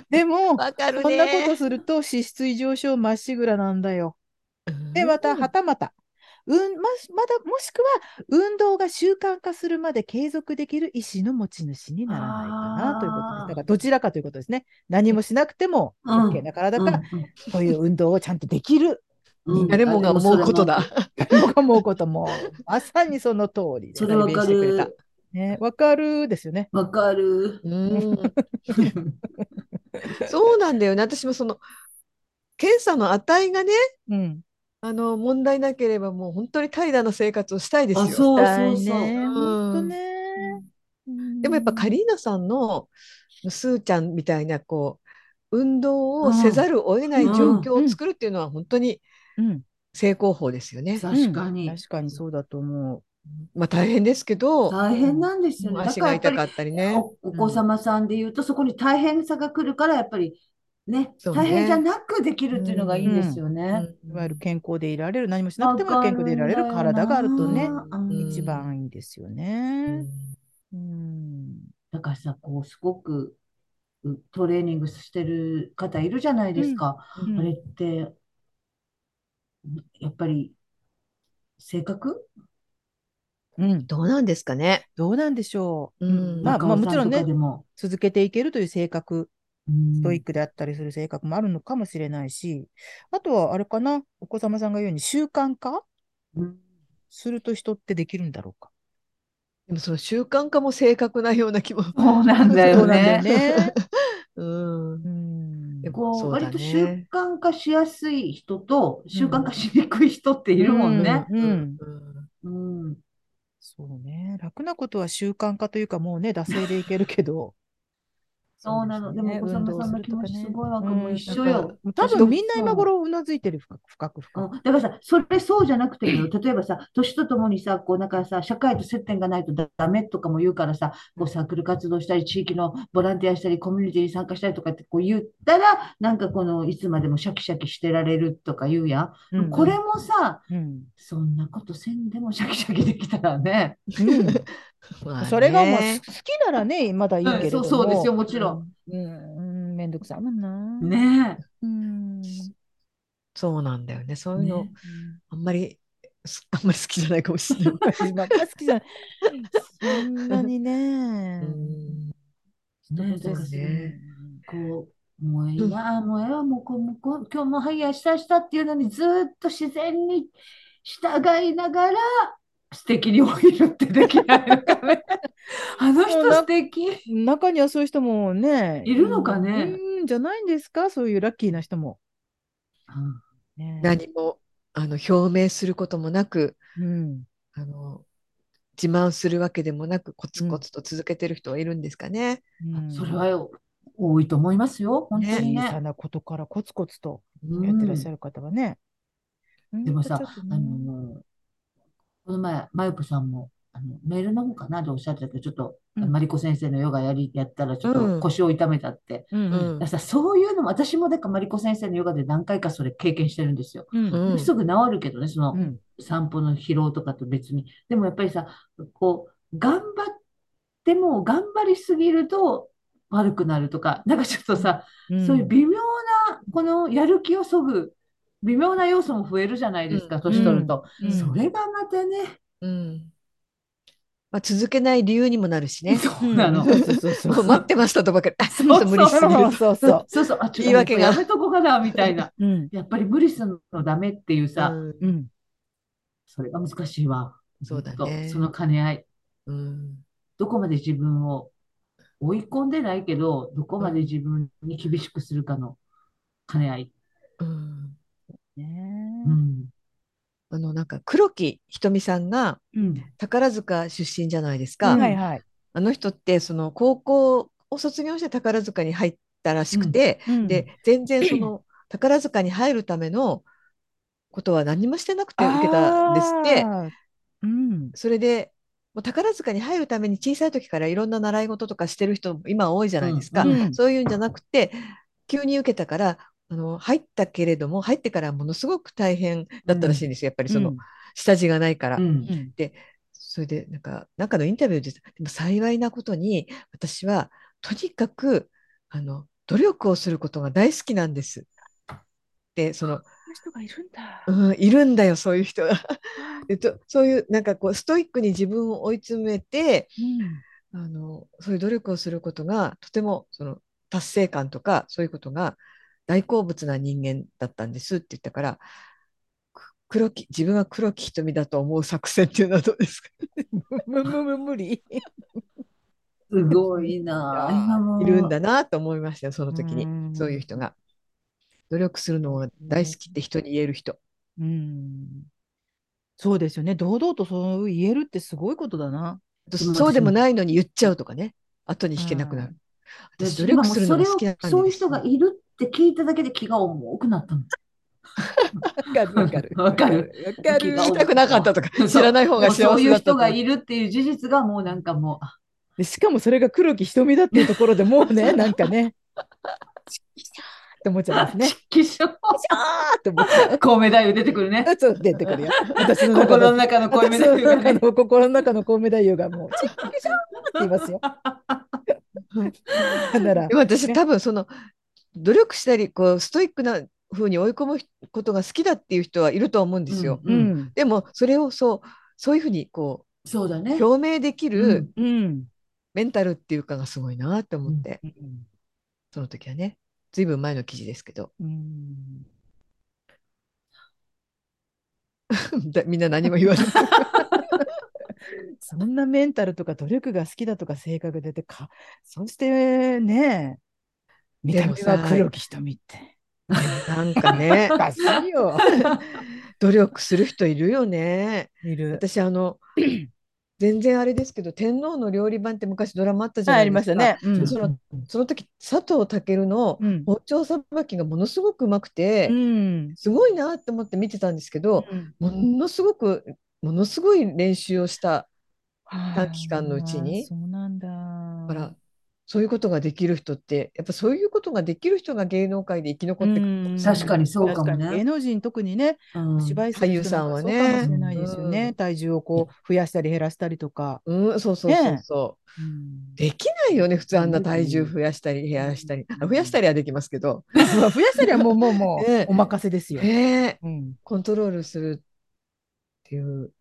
Speaker 1: でも、
Speaker 2: わかるね。
Speaker 1: そんなことすると脂質異常症まっしぐらなんだよ。で、また、はたまた、うんましまだ、もしくは、運動が習慣化するまで継続できる意思の持ち主にならないかなということで
Speaker 3: あ
Speaker 1: す。
Speaker 3: ー
Speaker 1: だから、どちらかということですね。何もしなくても
Speaker 3: うん
Speaker 1: OK な体
Speaker 3: うん
Speaker 1: か、そういう運動をちゃんとできる。
Speaker 3: うんうん
Speaker 2: 誰もが思うことだ。
Speaker 1: 僕は思うことも、まさにその通りで
Speaker 3: それわ
Speaker 1: 代弁
Speaker 3: か
Speaker 1: してくれた
Speaker 3: る。
Speaker 1: ね、わかるですよね。
Speaker 3: わかる。
Speaker 2: うんそうなんだよね。私もその検査の値がね、
Speaker 1: うん。
Speaker 2: あの問題なければもう本当に怠惰な生活をした いです
Speaker 3: あ、
Speaker 2: よ。
Speaker 3: そうそう
Speaker 1: した
Speaker 3: そう。
Speaker 1: いね
Speaker 2: うん
Speaker 1: 本当ね。
Speaker 2: でもやっぱカリーナさんのスーちゃんみたいなこう運動をせざるを得ない状況を作るっていうのは本当に
Speaker 1: うん、
Speaker 2: 正攻法ですよね。
Speaker 3: 確かに
Speaker 1: うん確かにそうだと思う。
Speaker 2: まあ大変ですけど、
Speaker 3: 大変なんですよね。だ
Speaker 2: 足
Speaker 3: か
Speaker 2: が
Speaker 3: らやっぱ
Speaker 2: 痛
Speaker 3: り
Speaker 2: かったりね。
Speaker 3: おお子様さんで言うと、そこに大変さが来るから、やっぱりね、
Speaker 2: そうね
Speaker 3: 大変じゃなくできるっていうのがいいですよね。
Speaker 1: いわゆる健康でいられる、何もしなくても健康でいられる体があるとね、
Speaker 3: わかるんだよ
Speaker 2: う
Speaker 3: な
Speaker 2: ん
Speaker 1: 一番いいですよね。うん。
Speaker 3: だからさ、こう、すごくうトレーニングしてる方いるじゃないですか。
Speaker 1: うん
Speaker 3: あれって、やっぱり、性格
Speaker 1: うん
Speaker 2: どうなんですかね。
Speaker 1: どうなんでしょう。
Speaker 2: うん
Speaker 1: まあ
Speaker 3: 中尾さ
Speaker 1: もちろん
Speaker 3: と
Speaker 1: ね
Speaker 3: かでも、
Speaker 1: 続けていけるという性格、
Speaker 3: うん
Speaker 1: ストイックであったりする性格もあるのかもしれないし、あとはあれかな、お子様さんが言うように習慣化
Speaker 3: うん
Speaker 1: すると人ってできるんだろうか。
Speaker 2: でもその習慣化も正確なような気も。
Speaker 3: そうなんだよ
Speaker 1: そうなんだよ
Speaker 3: ね。
Speaker 1: ね。
Speaker 2: うん。
Speaker 1: うん
Speaker 2: でも
Speaker 3: こう、
Speaker 2: そうだね
Speaker 3: 割と習慣化しやすい人と、習慣化しにくい人っているもんね。
Speaker 1: うんうん
Speaker 3: うん。
Speaker 1: そうね。楽なことは習慣化というか、もうね、惰性でいけるけど。
Speaker 3: そうなの。でも、お子様さんの気持ちすごいわかる。もう一緒よ。
Speaker 1: もう多分みんな今頃うなずいてる、深く深く
Speaker 3: う
Speaker 1: 深
Speaker 3: ん
Speaker 1: く。
Speaker 3: だからさ、それそうじゃなくてもよ、例えばさ、年とともにさ、こうなんかさ、社会と接点がないとダダメとかも言うからさ、こうサークル活動したり、地域のボランティアしたり、コミュニティに参加したりとかってこう言ったら、なんかこの、いつまでもシャキシャキしてられるとか言うやん。
Speaker 1: うん
Speaker 3: これもさ、
Speaker 1: うん
Speaker 3: そんなことせんでもシャキシャキできたらね。
Speaker 1: うん
Speaker 2: まあね
Speaker 1: それがもうす好きならね、まだいいけ
Speaker 3: う
Speaker 1: れ
Speaker 3: ん、
Speaker 1: ども。
Speaker 3: そうそうですよ、もちろ
Speaker 1: うん、うんめんどくさいもんな。
Speaker 3: ん。。ねえ。
Speaker 1: うん。
Speaker 2: そうなんだよね。そういうの、
Speaker 3: ね
Speaker 2: あんまり、すあんまり好きじゃないかもしれない。
Speaker 1: 私ばっか好きじゃない。そんなにね。
Speaker 2: うん
Speaker 3: ねえ、だ
Speaker 1: そう
Speaker 3: か
Speaker 1: で
Speaker 3: らそ
Speaker 1: す
Speaker 3: の
Speaker 1: ね。
Speaker 3: こう、もういいや、もうええわ、もうこう、もうこう、今日もはい、明日、明日っていうのにずーっと自然に従いながら、素敵に降りるってできないのかね。あの人素敵。
Speaker 1: 中にはそういう人もね、
Speaker 3: いるのかね
Speaker 1: うん、じゃないんですか、そういうラッキーな人も。ね
Speaker 2: 何もあの表明することもなく
Speaker 1: うん、
Speaker 2: あの自慢するわけでもなくコツコツと続けてる人はいるんですかね。
Speaker 1: うん
Speaker 3: それはよ、多いと思いますよ、本当に
Speaker 1: 小
Speaker 3: ね。
Speaker 1: さなことからコツコツと
Speaker 3: うん
Speaker 1: やってらっしゃる方はね。
Speaker 3: でもさ
Speaker 1: うんちょっとね
Speaker 3: あの、この前、まゆこさんも、あの、メールの方かなでおっしゃってたけど、ちょっと、
Speaker 1: うん
Speaker 3: マリコ先生のヨガやり、やったら、ちょっ
Speaker 2: う
Speaker 3: と
Speaker 2: ん
Speaker 3: 腰を痛めたって。
Speaker 1: うんうん
Speaker 3: だからさ、そういうのも、私もだからマリコ先生のヨガで何回かそれ経験してるんですよ。
Speaker 1: うん
Speaker 2: うん
Speaker 3: すぐ治るけどね、その
Speaker 1: うん
Speaker 3: 散歩の疲労とかと別に。でもやっぱりさ、こう、頑張っても頑張りすぎると悪くなるとか、なんかちょっとさ、
Speaker 1: うん
Speaker 3: そういう微妙な、このやる気をそぐ、微妙な要素も増えるじゃないです
Speaker 2: う
Speaker 3: か、
Speaker 2: ん
Speaker 3: 年取ると。
Speaker 1: うん
Speaker 3: それがまたね、
Speaker 2: うんまあ、続けない理由にもなるしね。
Speaker 3: そうなの。
Speaker 1: うんそうそうそう
Speaker 2: も
Speaker 1: そう
Speaker 2: う待ってましたとばかり。あちょっと無理しすぎ
Speaker 1: そう
Speaker 2: る。
Speaker 1: そう
Speaker 3: そ
Speaker 1: そう
Speaker 3: う。そうそう、あ、ちょっと
Speaker 2: 言い訳が
Speaker 3: やめとこうかな、みたいな。
Speaker 1: うん
Speaker 3: やっぱり無理するのダメっていうさ、
Speaker 2: うん
Speaker 1: うん
Speaker 3: それが難しいわ。
Speaker 2: そうだね
Speaker 3: ほんとその兼ね合い。
Speaker 2: うん
Speaker 3: どこまで自分を追い込んでないけど、どこまで自分に厳しくするかの兼ね合い。
Speaker 2: うん
Speaker 3: う
Speaker 1: ね
Speaker 3: ん。
Speaker 2: あのなんか黒木ひとみさんが
Speaker 3: うん。
Speaker 2: 宝塚出身じゃないです
Speaker 1: え
Speaker 2: か。
Speaker 3: うん
Speaker 1: はいはい。
Speaker 2: あの人ってその高校を卒業して宝塚に入ったらしくて、
Speaker 1: うん
Speaker 2: で、全然その宝塚に入るためのことは何もしてなくて受けたんですって
Speaker 1: あー。うん。
Speaker 2: それでもう宝塚に入るために小さい時からいろんな習い事とかしてる人も今多いじゃないですか、
Speaker 1: うんうん
Speaker 2: そういうんじゃなくて急に受けたからあの入ったけれども入ってからものすごく大変だったらしいんですよやっぱりその下地がないから。
Speaker 3: うん。
Speaker 1: うん
Speaker 2: それでなんかなんかのインタビューででも幸いなことに私はとにかくあの努力をすることが大好きなんです。でその、
Speaker 1: こういう人がいるんだ。
Speaker 2: うん、いるんだよそういう人が。 でとそういうなんかこうストイックに自分を追い詰めて
Speaker 1: うん
Speaker 2: あのそういう努力をすることがとてもその達成感とかそういうことが大好物な人間だったんですって言ったからく黒き自分は黒き瞳だと思う作戦っていうのはどうですか
Speaker 1: むむむ無理。
Speaker 3: すごいなあ。
Speaker 1: いや
Speaker 3: 今も
Speaker 2: いるんだなと思いましたよ、その時
Speaker 1: う
Speaker 2: に。
Speaker 1: ん
Speaker 2: そういう人が。努力するのが大好きって人に言える人。
Speaker 1: うん。そうですよね。堂々とそう言えるってすごいことだな。
Speaker 2: そうでもないのに言っちゃうとかね。後に引けなくなる。私、努力するのが好きなんです。
Speaker 3: そういう人がいるって聞いただけで気が重くなったの。
Speaker 1: わかる
Speaker 3: わかる。
Speaker 1: わかる。
Speaker 3: わ
Speaker 2: したくなかったとか、
Speaker 3: そう
Speaker 2: 知らない方が幸せだ
Speaker 3: もうそういう
Speaker 2: ったと
Speaker 3: 人
Speaker 2: か
Speaker 3: がいるっていう事実がもうなんかもう、あ
Speaker 1: でしかもそれが黒木瞳だっていうところでもうね、なんかね、って思っちゃい ますね。
Speaker 3: 気象、
Speaker 1: あーって思っちゃう。
Speaker 3: コウメ太夫出てくるね。
Speaker 1: そう出てくるよ。私の中
Speaker 3: 心の
Speaker 1: の
Speaker 3: 中のコウメ
Speaker 1: 私
Speaker 3: 太
Speaker 1: の
Speaker 3: 夫が
Speaker 1: 中
Speaker 3: ね。
Speaker 1: の心の中のコウメ太夫がもう、ちっきしょーって言い ますよ。なんなら
Speaker 2: で、も私、
Speaker 1: ね
Speaker 2: 多分その努力したりこうストイックな風に追い込むことが好きだっていう人はいると思うんですよ。
Speaker 3: うん
Speaker 1: うん、
Speaker 2: でもそれをそうそういうふうにこ
Speaker 3: そうだ
Speaker 2: う
Speaker 3: ね。
Speaker 2: 表明できる
Speaker 1: うん、
Speaker 2: メンタルっていうかがすごいなって思って、
Speaker 1: うん
Speaker 2: その時はねずいぶん前の記事ですけど
Speaker 1: うん
Speaker 2: だみんな何も言わない
Speaker 1: そんなメンタルとか努力が好きだとか性格出てか、そしてね、見
Speaker 2: で
Speaker 1: た
Speaker 2: も
Speaker 1: 目
Speaker 2: さ
Speaker 1: は黒木瞳って。
Speaker 2: なんかね
Speaker 1: おかしいよ。
Speaker 2: 努力する人いるよね。
Speaker 1: いる。
Speaker 2: 私あ の全然あれですけど天皇の料理番って昔ドラマあったじゃ
Speaker 1: はい
Speaker 2: な
Speaker 1: あ
Speaker 2: い
Speaker 1: り
Speaker 2: で
Speaker 1: ますし
Speaker 2: か。
Speaker 1: たね。うん
Speaker 2: そのその時佐藤健の
Speaker 1: うん
Speaker 2: 包丁さばきがものすごくうまくて、
Speaker 1: うん
Speaker 2: すごいなって思って見てたんですけど、ものすごくものすごい練習をした短期間のうちに
Speaker 1: あーそうなんだ。
Speaker 2: から、そういうことができる人ってやっぱそういうことができる人が芸能界で生き残ってくる
Speaker 1: うん
Speaker 3: 確かにそうかも
Speaker 1: 確かに芸
Speaker 3: ね。
Speaker 1: 能人特にね、
Speaker 3: うん
Speaker 1: 芝居する人なんか
Speaker 2: 俳優さんはね
Speaker 1: そうかもしれないですよね。
Speaker 2: うん
Speaker 1: 体重をこう増やしたり減らしたりとか。
Speaker 2: うん、そうそうそうそう、
Speaker 1: うん
Speaker 2: できないよね普通あんな体重増やしたり減らしたり、あ増やしたりはできますけど、
Speaker 1: まあ増やしたりはもうもうもう
Speaker 2: ね
Speaker 1: お任せですよ。
Speaker 2: ねえ
Speaker 1: うん
Speaker 2: コントロールするっていう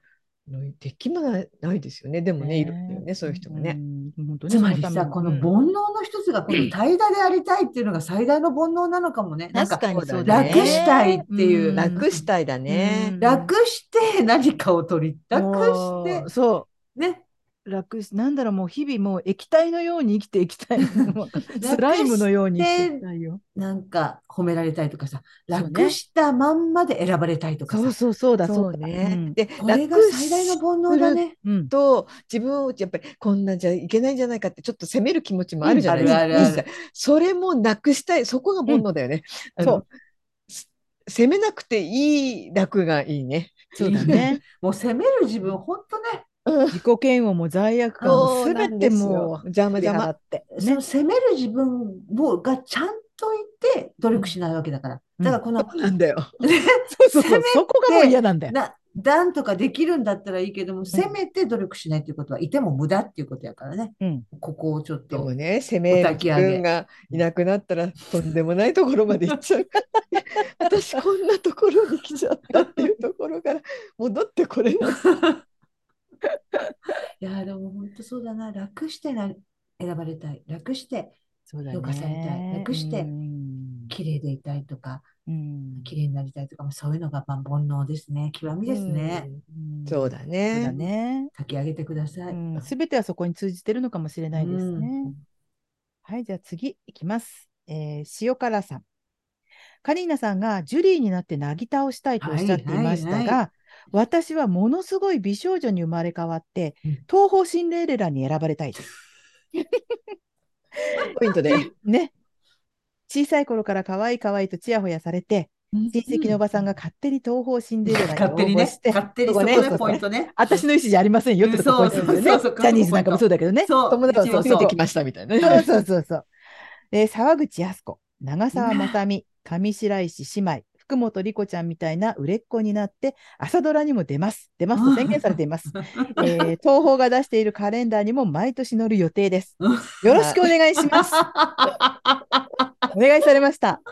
Speaker 2: のできないないですよねでもねいるんだよねそういう人がね。
Speaker 1: うん本当ね
Speaker 3: つまり
Speaker 1: そのた
Speaker 3: さ、
Speaker 1: めに
Speaker 3: この
Speaker 1: うん
Speaker 3: 煩悩の一つが、この怠惰でありたいっていうのが最大の煩悩なのかもね。なん
Speaker 1: 確かにそうだね
Speaker 3: 楽したいっていう。
Speaker 1: うん
Speaker 2: 楽したいだね。
Speaker 1: うん
Speaker 3: 楽して何かを取り、楽
Speaker 1: も
Speaker 3: して
Speaker 1: う、そ
Speaker 3: ね、
Speaker 1: う楽しなんだろうもう日々もう液体のように生きていきた いもうスライムのように生きていきたいよ
Speaker 3: なんか褒められたいとかさ、
Speaker 1: そうね
Speaker 3: 楽したまんまで選ばれたいとか
Speaker 1: そう
Speaker 3: さ、
Speaker 1: そうそうだ
Speaker 2: そ
Speaker 1: そううだ
Speaker 2: ね。
Speaker 1: うん
Speaker 2: で
Speaker 3: これが最大の
Speaker 2: 楽
Speaker 3: 煩悩だね。
Speaker 1: うん
Speaker 2: と自分をやっぱりこんなんじゃいけないんじゃないかってちょっと責める気持ちもあるじゃないですか。
Speaker 3: あるあるある
Speaker 2: それもなくしたいそこが煩悩だよね。
Speaker 1: うん
Speaker 2: あのす責めなくていい楽がいいね。
Speaker 1: そうだね
Speaker 3: もう責める自分、ほんとね、
Speaker 1: 自己嫌悪も罪悪感も
Speaker 2: そうな
Speaker 1: 全
Speaker 2: ん
Speaker 1: て
Speaker 2: ですよ
Speaker 1: もう
Speaker 2: 邪魔邪
Speaker 1: 振り
Speaker 2: 魔
Speaker 1: 払って
Speaker 3: そ
Speaker 1: ね
Speaker 3: の責める自分をがちゃんといて努力しないわけだから。
Speaker 1: うん
Speaker 3: だから この、
Speaker 2: なんだよ。
Speaker 1: そうそう
Speaker 3: せ
Speaker 1: そ
Speaker 3: め
Speaker 1: う
Speaker 3: て
Speaker 1: そこがもう嫌なんだよ
Speaker 3: な、段とかできるんだったらいいけども、せめて努力しないということは、いても無駄っていうことやからね。
Speaker 1: うん
Speaker 3: ここをちょっ
Speaker 2: で
Speaker 3: と
Speaker 2: も。ね責める自分がいなくなったらとんでもないところまで行っちゃう。 私こんなところに来ちゃったっていうところから戻ってこれない。
Speaker 3: いや、でも本当そうだな。楽してな選ばれたい。楽して
Speaker 1: そうだ
Speaker 3: 評価されたい
Speaker 1: ね
Speaker 3: 楽して
Speaker 1: うん
Speaker 3: 綺麗でいたいとか、
Speaker 1: うん
Speaker 3: 綺麗になりたいとか、もうそういうのがまあ煩悩ですね。極みですね。
Speaker 1: うん
Speaker 2: そうだ
Speaker 1: そうだ
Speaker 2: ね。
Speaker 1: ね
Speaker 3: 炊き上げてください。
Speaker 1: すべてはそこに通じてるのかもしれないですね。
Speaker 3: うん
Speaker 1: はい、じゃあ次いきます。えー、塩辛さん。カリーナさんがジュリーになってなぎ倒したいとおっしゃっていましたが、
Speaker 3: はいはいは
Speaker 1: 私はものすごい美少女に生まれ変わって
Speaker 3: うん、
Speaker 1: 東方シンデレラに選ばれたいです。
Speaker 2: ポイントで。
Speaker 1: ね。小さい頃から可愛い可愛いとちやほやされて、親戚のおばさんが勝手に東方シンデレラに
Speaker 3: 勝
Speaker 1: 応
Speaker 3: 手に
Speaker 1: 募
Speaker 3: ね
Speaker 1: して、、
Speaker 3: 勝手に
Speaker 1: そ
Speaker 3: そ
Speaker 1: こ
Speaker 3: こ
Speaker 1: ね
Speaker 3: ね、
Speaker 1: そうそう
Speaker 3: ポイントね。
Speaker 1: 私の意思じゃありませんよってとこ
Speaker 3: うん
Speaker 1: ポイントですよね
Speaker 3: そうそうそう
Speaker 1: ジャニーズなんかもそうだけどね。
Speaker 3: そう、
Speaker 1: 友達は
Speaker 3: 一応
Speaker 1: そう
Speaker 2: 出
Speaker 1: そう
Speaker 2: てきましたみたいな
Speaker 1: そう
Speaker 2: ね。
Speaker 1: そうそうそう。えー沢口靖子、長澤まさみ、上白石姉妹、福本莉子ちゃんみたいな売れっ子になって、朝ドラにも出ます。出ますと宣言されています。えー東宝が出しているカレンダーにも毎年載る予定です。
Speaker 3: うん
Speaker 1: よろしくお願いします。お願いされました。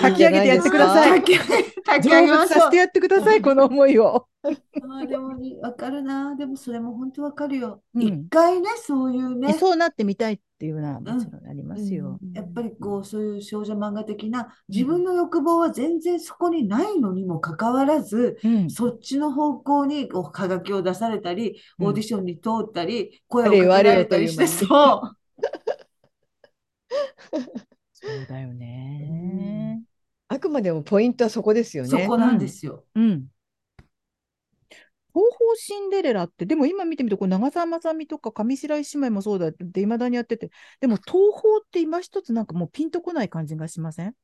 Speaker 1: 書き上げてやってください。
Speaker 3: 炊き上げ炊き上
Speaker 1: 成
Speaker 3: げま
Speaker 1: 仏
Speaker 3: し
Speaker 1: さ
Speaker 3: ょ
Speaker 1: せ
Speaker 3: う
Speaker 1: て。やってください、この思いを。
Speaker 3: あーでもに、わかるな。でも、それも本当わかるよ。
Speaker 1: うん
Speaker 3: 一回ね、そういうね、
Speaker 1: そうなってみたいっていうのはもちろんありますよ。
Speaker 3: やっぱりこう、そういう少女漫画的な、自分の欲望は全然そこにないのにもかかわらず、
Speaker 1: うん、
Speaker 3: そっちの方向にこう、はがきを出されたり、
Speaker 1: うん
Speaker 3: オーディションに通ったり、声を
Speaker 2: 我々
Speaker 3: かけられたりして、
Speaker 2: という
Speaker 3: そう。
Speaker 1: そうだよね、
Speaker 3: うん
Speaker 2: あくまでもポイントはそこで すよ
Speaker 3: そ
Speaker 2: ね。
Speaker 3: こなんですよ。
Speaker 1: うん。方法シンデレラって、でも今見てみて、こう長澤まさみとか上白石姉妹もそうだって、いまだにやってて、でも東宝って今一つなんかもうピンとこない感じがしません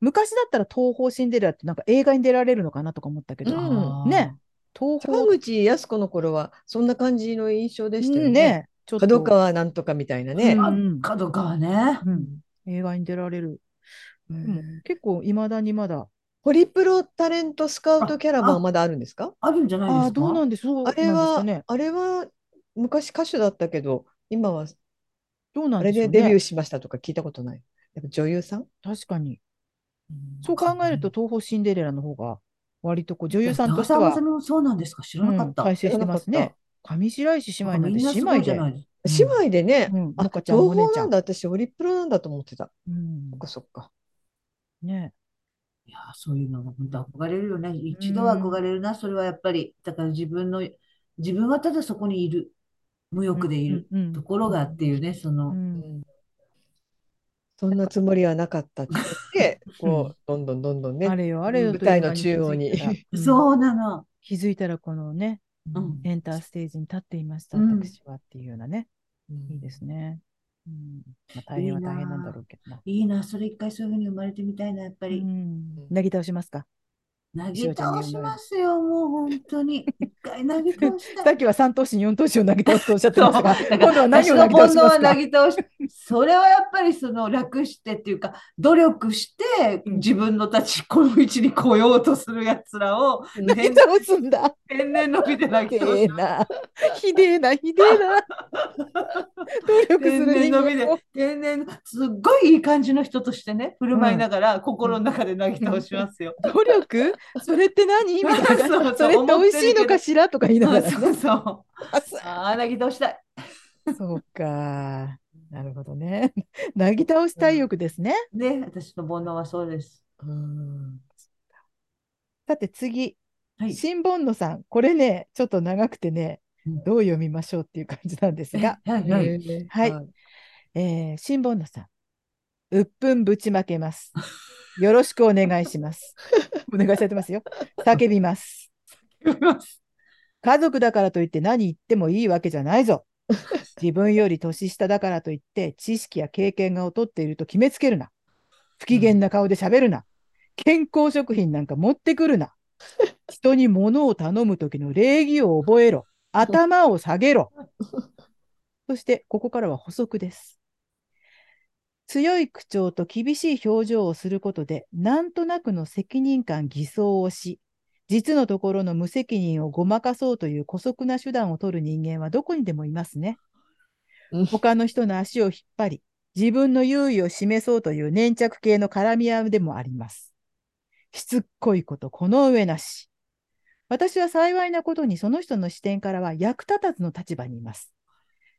Speaker 1: 昔だったら東宝シンデレラってなんか映画に出られるのかなとか思ったけど、
Speaker 2: うん
Speaker 3: あー
Speaker 1: ね。東
Speaker 2: 坂
Speaker 1: 宝
Speaker 2: 口靖子の頃はそんな感じの印象でしたよ
Speaker 1: うん
Speaker 2: ね。
Speaker 1: ね。ちょっと
Speaker 2: 角川なんとかみたいなね。
Speaker 1: うん
Speaker 3: あ角川ね。
Speaker 1: うん映画に出られる。
Speaker 2: う
Speaker 1: でも
Speaker 2: ん
Speaker 1: 結構いまだにまだ。
Speaker 2: ホリプロタレントスカウトキャラバンまだあるんですか
Speaker 3: あるんじゃないで
Speaker 1: ああー、
Speaker 3: すか
Speaker 1: どうなんでしょう。
Speaker 2: あれ
Speaker 1: なんですか
Speaker 2: は、
Speaker 1: ね、
Speaker 2: あれは昔歌手だったけど、今は
Speaker 1: どうな
Speaker 2: あ
Speaker 1: ん
Speaker 2: れ
Speaker 1: でしょ
Speaker 2: で
Speaker 1: う
Speaker 2: デビュ
Speaker 1: ね
Speaker 2: ー。しましたとか聞いたことない。やっぱ女優さん
Speaker 1: 確かに。
Speaker 3: うん
Speaker 1: そう考えると、、東宝シンデレラの方が、割とこう女優さんとして
Speaker 3: 長澤ま
Speaker 1: は
Speaker 3: さ、みもそうなんですか知らなかった。
Speaker 1: うん再生してます
Speaker 2: 知らな
Speaker 1: ね
Speaker 2: か。
Speaker 1: 上白石姉妹なん
Speaker 3: み
Speaker 1: て
Speaker 3: んな
Speaker 1: 姉
Speaker 3: すご
Speaker 1: 妹
Speaker 3: いじゃ
Speaker 1: で。
Speaker 3: ないです
Speaker 1: うん
Speaker 2: 姉妹でね、
Speaker 1: うん
Speaker 2: あ、
Speaker 1: モカちゃん
Speaker 2: 東
Speaker 1: モネ
Speaker 2: 宝
Speaker 1: ちゃん
Speaker 2: なんだ、私、オリプロなんだと思ってた。
Speaker 1: うん
Speaker 2: そっかそっか。
Speaker 1: ね
Speaker 3: いや、そういうのが本当憧れるよね。一度は憧れるな、それはやっぱり。だから自分の、自分はただそこにいる。無欲でいる。
Speaker 1: うんうん
Speaker 3: ところがっていうね、その、
Speaker 1: うん
Speaker 2: そんなつもりはなかったって 言って、こう、どんどんどんどんね
Speaker 1: あ、れよあれよ
Speaker 2: 舞
Speaker 1: と
Speaker 2: 台
Speaker 1: いう間
Speaker 2: の中央に
Speaker 1: 気づいたらうん
Speaker 3: そうなの。
Speaker 1: 気づいたらこのね、
Speaker 3: うん
Speaker 1: エンターステージに立っていました、
Speaker 3: うん
Speaker 1: 私はっていうようなね、
Speaker 2: うん
Speaker 1: いいですね。うんまあ、大変は大変なんだろうけどな。
Speaker 3: いいな、それ一回そういうふうに生まれてみたいな、やっぱ
Speaker 1: う
Speaker 3: り。
Speaker 1: ん、なぎ倒しますか。
Speaker 3: な
Speaker 1: しお
Speaker 3: ぎ
Speaker 1: ちゃん
Speaker 3: 倒
Speaker 1: に
Speaker 3: し
Speaker 1: 言う前に
Speaker 3: ますよ、もう本当に。一回なぎ倒したい
Speaker 1: さっきは3投手に4投手を投げ倒すとおっしゃって
Speaker 3: そう
Speaker 1: ま
Speaker 3: だ
Speaker 1: した
Speaker 3: か
Speaker 1: が、
Speaker 3: ら
Speaker 1: 今度は 何を投げ
Speaker 3: 私の
Speaker 1: 倒しますか
Speaker 3: 煩悩は投げ倒し、それはやっぱりその楽してっていうか、努力して
Speaker 1: うん
Speaker 3: 自分のたち、この位置に来ようとするやつらを
Speaker 1: 投げ倒す んだ。
Speaker 3: 天然のびで投
Speaker 1: ひで
Speaker 3: げ倒
Speaker 1: え
Speaker 3: し
Speaker 1: な。ひでえな、ひでえ な。努力す
Speaker 3: 天
Speaker 1: る
Speaker 3: 然
Speaker 1: 人
Speaker 3: のびで
Speaker 1: 間を、
Speaker 3: 天然、すっごいいい感じの人としてね、振る舞いながら心の中で投げ倒しますよ。
Speaker 1: 努力 それって何みたい
Speaker 3: そうそ
Speaker 1: な。
Speaker 3: う
Speaker 1: それって美味しいのかしらとか言いなが
Speaker 3: そう
Speaker 1: らね。
Speaker 3: そうそう。
Speaker 1: あそう
Speaker 3: ああ、投げ倒したい。
Speaker 1: そうか。なるほどね。 なぎ倒し体欲ですね。
Speaker 3: ね、私の煩悩はそうです。
Speaker 2: うん
Speaker 1: さて次、
Speaker 3: はい。
Speaker 1: 新本野さん。これね、ちょっと長くてね、
Speaker 3: うん
Speaker 1: どう読みましょうっていう感じなんですが、
Speaker 3: はい
Speaker 2: は
Speaker 3: はいい。
Speaker 1: はい えー、新本野さん。うっぷんぶちまけます。よろしくお願いします。お願いされてますよ。叫びます。家族だからといって何言ってもいいわけじゃないぞ。 自分より年下だからといって知識や経験が劣っていると決めつけるな。不機嫌な顔で喋るな。健康食品なんか持ってくるな。人に物を頼む時の礼儀を覚えろ。頭を下げろ。そして、ここからは補足です。強い口調と厳しい表情をすることで、なんとなくの責任感偽装をし、実のところの無責任をごまかそうという姑息な手段を取る人間はどこにでもいますね
Speaker 2: うん。
Speaker 1: 他の人の足を引っ張り、自分の優位を示そうという粘着系の絡み合いでもあります。しつっこいこと、この上なし。私は幸いなことにその人の視点からは役立たずの立場にいます。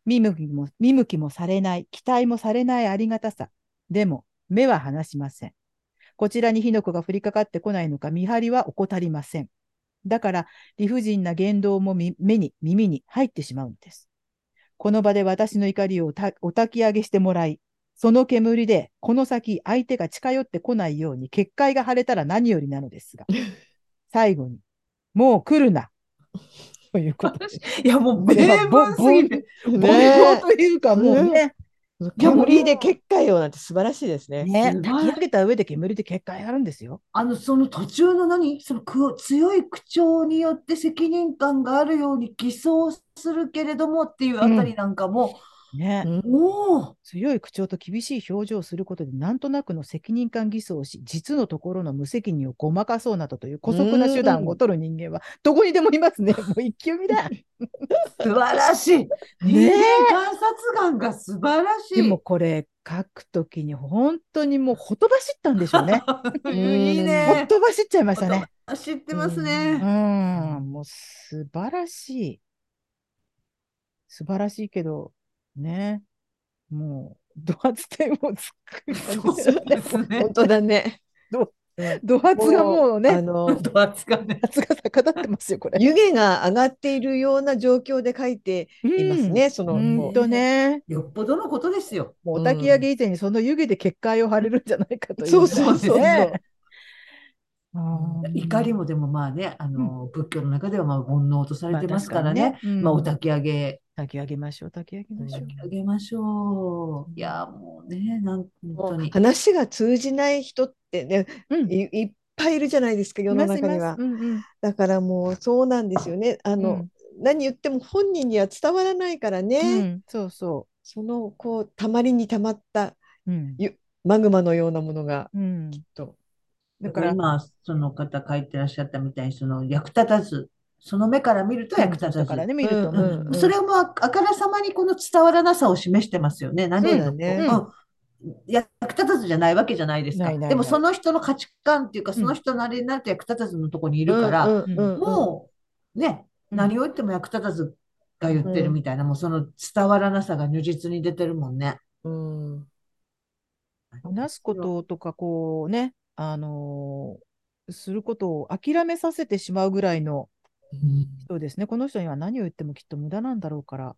Speaker 1: 見向きも見向きもされない、期待もされないありがたさ。でも、目は離しません。こちらに火の粉が降りかかってこないのか、見張りは怠りません。だから、理不尽な言動もみ目に、耳に入ってしまうんです。この場で私の怒りをたお焚き上げしてもらい、その煙で、この先相手が近寄ってこないように結界が晴れたら何よりなのです が、最後に、もう来るなということで。
Speaker 3: いや、もう
Speaker 1: これは
Speaker 3: 名文すぎて。
Speaker 2: うん
Speaker 1: 冒
Speaker 2: ね
Speaker 1: 頭 というか、もうね、
Speaker 2: 煙で結界をなんて素晴らしいですね。
Speaker 1: ね、
Speaker 3: すごい
Speaker 1: 炊き上げた上で煙で結界あるんですよ。
Speaker 3: あの、その途中の何そのく強い口調によって責任感があるように偽装するけれどもっていうあたりなんかも、
Speaker 1: ね、
Speaker 2: うん
Speaker 3: おお、
Speaker 1: 強い口調と厳しい表情をすることで、なんとなくの責任感偽装をし、実のところの無責任をごまかそうなどという姑息な手段を取る人間は、どこにでもいますね。もう一級見だ。
Speaker 3: 素晴らしい。人間観察眼が素晴らしい。
Speaker 1: でもこれ、書くときに本当にもうほとばしったんでしょ うね。
Speaker 3: うんいい
Speaker 1: ほっ
Speaker 3: ね。
Speaker 1: とばしっちゃいましたね。
Speaker 3: 知ってます
Speaker 1: う
Speaker 3: ね。
Speaker 1: ん、もう素晴らしい。素晴らしいけど、ね。もう、ド発点を作る
Speaker 3: そ
Speaker 1: 感
Speaker 3: う
Speaker 1: じ
Speaker 3: そ
Speaker 1: だ
Speaker 3: う
Speaker 1: よね。
Speaker 3: ですね
Speaker 2: 本。当だね。
Speaker 1: ド発がもう
Speaker 2: あ
Speaker 1: ね、
Speaker 2: の、
Speaker 3: ドアツがね。
Speaker 1: 発が逆立ってますよ、これ。
Speaker 2: 湯気が上がっているような状況で書いていますね。その、
Speaker 1: うん。
Speaker 2: も
Speaker 1: ほ
Speaker 2: うん
Speaker 1: とね。
Speaker 3: よっぽどのことですよ。
Speaker 1: もうお焚き上げ以前にその湯気で結界を張れるんじゃないかという
Speaker 2: そう
Speaker 1: ぐらい
Speaker 2: そうそうそう。
Speaker 1: ね
Speaker 3: 怒りもでもまあね、あの、仏教の中ではまあ煩悩とされてますからね。。
Speaker 1: うん
Speaker 3: まあ、お焚き上げ、
Speaker 1: 炊き上げましょう、炊き上げ
Speaker 3: お
Speaker 1: ましょ
Speaker 3: 焚
Speaker 1: う
Speaker 3: き。上げましょう。いや、もうね、なん、本当に。
Speaker 2: 話が通じない人ってね、
Speaker 1: うん
Speaker 2: いいっぱいいるじゃないですか、世の中には。
Speaker 1: うんうん
Speaker 2: だからもうそうなんですよね。あの、
Speaker 1: うん
Speaker 2: 何言っても本人には伝わらないからね。
Speaker 1: うんそうそ
Speaker 2: そのこうたまりにたまった
Speaker 1: う。うん
Speaker 2: ゆマグマのようなものが
Speaker 1: うん
Speaker 2: きっと。
Speaker 1: だから、
Speaker 3: 今、その方書いてらっしゃったみたいに、その役立たず、その目から見ると役立
Speaker 1: だ
Speaker 3: た
Speaker 1: から
Speaker 3: ず。
Speaker 1: ね、見ると
Speaker 2: うん
Speaker 1: ね。
Speaker 2: うんうん
Speaker 3: それもああからさまにこの伝わらなさを示してますよね。何よりも
Speaker 2: そうだね
Speaker 3: こううん役立たずじゃないわけじゃないですか。
Speaker 1: ないない
Speaker 3: でも
Speaker 1: ない
Speaker 3: その人の価値観っていうか、
Speaker 1: ん
Speaker 3: その人なりになると役立たずのとこにいるから、
Speaker 2: うんうんうん
Speaker 3: もうね、
Speaker 1: うん
Speaker 3: 何を言っても役立たずが言ってるみたいな、もうその伝わらなさが如実に出てるもんね。
Speaker 2: うん
Speaker 1: 話すこととか、こうね、あのーすることを諦めさせてしまうぐらいの
Speaker 3: うん
Speaker 1: 人ですね。この人には何を言ってもきっと無駄なんだろうから。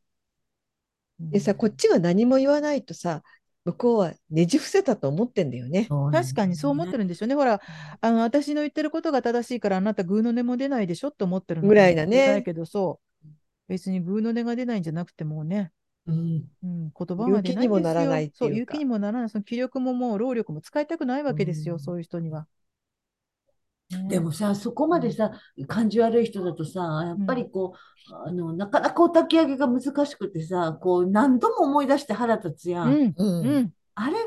Speaker 2: でさこっちは何も言わないとさ向こうはねじ伏せたと思ってんだよね。
Speaker 3: そうなんだよね
Speaker 1: 確かにそう思ってるんでしょうね。ほら、あの私の言ってることが正しいからあなたグーの音も出ないでしょって思ってるのかも
Speaker 2: ぐらいだね
Speaker 1: しれないけど、そう。別にグーの音が出ないんじゃなくてもうね、
Speaker 3: うん
Speaker 1: うん、言葉が出ないんですよ。
Speaker 2: 勇気にもならないっていうか
Speaker 1: そう、勇気にもならない。その気力ももう労力も使いたくないわけですよ、
Speaker 3: うん
Speaker 1: そういう人には。
Speaker 3: でもさ、そこまでさ、感じ悪い人だとさ、やっぱりこう、あの、なかなかお焚き上げが難しくてさ、こう、何度も思い出して腹立つや。
Speaker 1: うんん、
Speaker 2: う
Speaker 1: うんん、
Speaker 3: あれがね、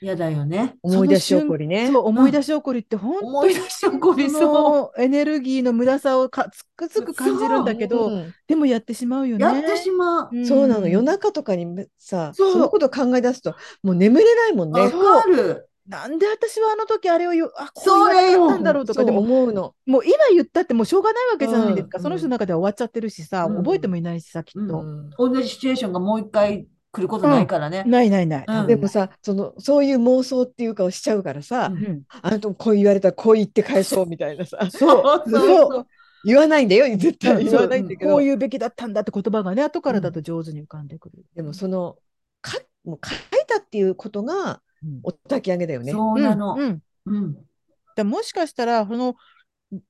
Speaker 3: 嫌だよね。
Speaker 2: 思い出し起こりね。
Speaker 1: そう、思い出し起こりって本
Speaker 3: 思
Speaker 1: 当
Speaker 3: い
Speaker 1: に
Speaker 3: 出して起こり
Speaker 1: そ
Speaker 3: そう。
Speaker 1: のエネルギーの無駄さをかつくづく感じるんだけど、
Speaker 2: うん
Speaker 1: でもやってしまうよね。
Speaker 3: やってしまう。
Speaker 1: うん
Speaker 2: そうなの夜中とかにむさ
Speaker 1: そう
Speaker 2: そのこと考え出すともう眠れないもん
Speaker 3: わ
Speaker 2: ね。
Speaker 3: かる。
Speaker 1: なんで私はあの時あれをよあこう言わなかったんだろうと
Speaker 2: そ
Speaker 1: かでも
Speaker 2: 思うの。
Speaker 1: もう今言ったってもうしょうがないわけじゃないですか、
Speaker 2: うん
Speaker 1: その人の中では終わっちゃってるしさ、
Speaker 3: うん
Speaker 1: 覚えてもいないしさきっ
Speaker 3: う
Speaker 1: と、
Speaker 3: 同じシチュエーションがもう一回来ることないからね。
Speaker 1: ないないない、
Speaker 3: うん
Speaker 2: でもさそのそういう妄想っていうかをしちゃうからさ、
Speaker 1: うん、
Speaker 2: あのとこう言われたらこう言って返そうみたいなさ
Speaker 3: そう
Speaker 2: う
Speaker 3: そうそう。
Speaker 2: 言わないんだよ絶対
Speaker 1: うん
Speaker 2: 言わないんだけ
Speaker 1: こ
Speaker 2: ど、
Speaker 1: う言うべきだったんだって言葉がね後からだと上手に浮かんでくる、
Speaker 2: でもそのかもう書いたっていうことが
Speaker 1: うん
Speaker 2: お焚き上げだよね。
Speaker 3: そうなの
Speaker 1: うん。うん
Speaker 3: うん。
Speaker 1: だからもしかしたらその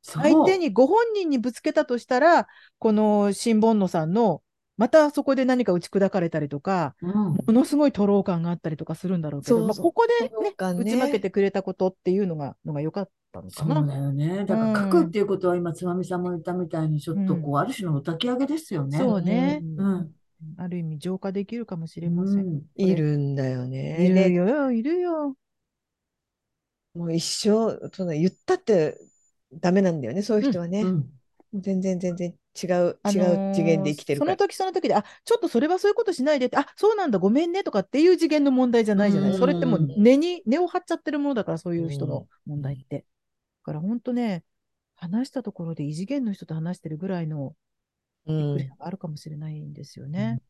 Speaker 3: そう
Speaker 1: 相手にご本人にぶつけたとしたらこの新盆野さんのまたそこで何か打ち砕かれたりとか
Speaker 3: うん。
Speaker 1: ものすごいとろう感があったりとかするんだろうけど
Speaker 2: そうそう
Speaker 1: まあ、ここで、
Speaker 2: 徒労感
Speaker 1: ね
Speaker 2: ね
Speaker 1: 打ち負けてくれたことっていうのがのが良かったのか
Speaker 3: そう
Speaker 1: な。
Speaker 3: だよね。だから書
Speaker 1: う
Speaker 3: く
Speaker 1: ん
Speaker 3: っていうことは今、つまみさんも言ったみたいに、ちょっとこう、ある種のお焚き上げですよね。
Speaker 1: そうね
Speaker 2: ん
Speaker 3: うん。
Speaker 1: ある意味浄化できるかもしれません。
Speaker 3: うん。
Speaker 2: いるんだよね。
Speaker 1: いる
Speaker 2: で
Speaker 1: よ、いるよ。
Speaker 2: もう一生そんな言ったってダメなんだよねそういう人はね。
Speaker 3: うん
Speaker 2: 全然全然違う、
Speaker 1: あのー
Speaker 2: 違う次元で生きてる
Speaker 1: そ
Speaker 2: か
Speaker 1: の
Speaker 2: ら。
Speaker 1: 時その時で、あちょっとそれはそういうことしないでって、あそうなんだ、ごめんねとかっていう次元の問題じゃないじゃない。
Speaker 3: うん
Speaker 1: それってもう根に、根を張っちゃってるものだから、そういう人の問題って。だから本当ね、話したところで異次元の人と話してるぐらいの
Speaker 2: う
Speaker 1: びっく
Speaker 2: ん
Speaker 1: りがあるかもしれないんですよね。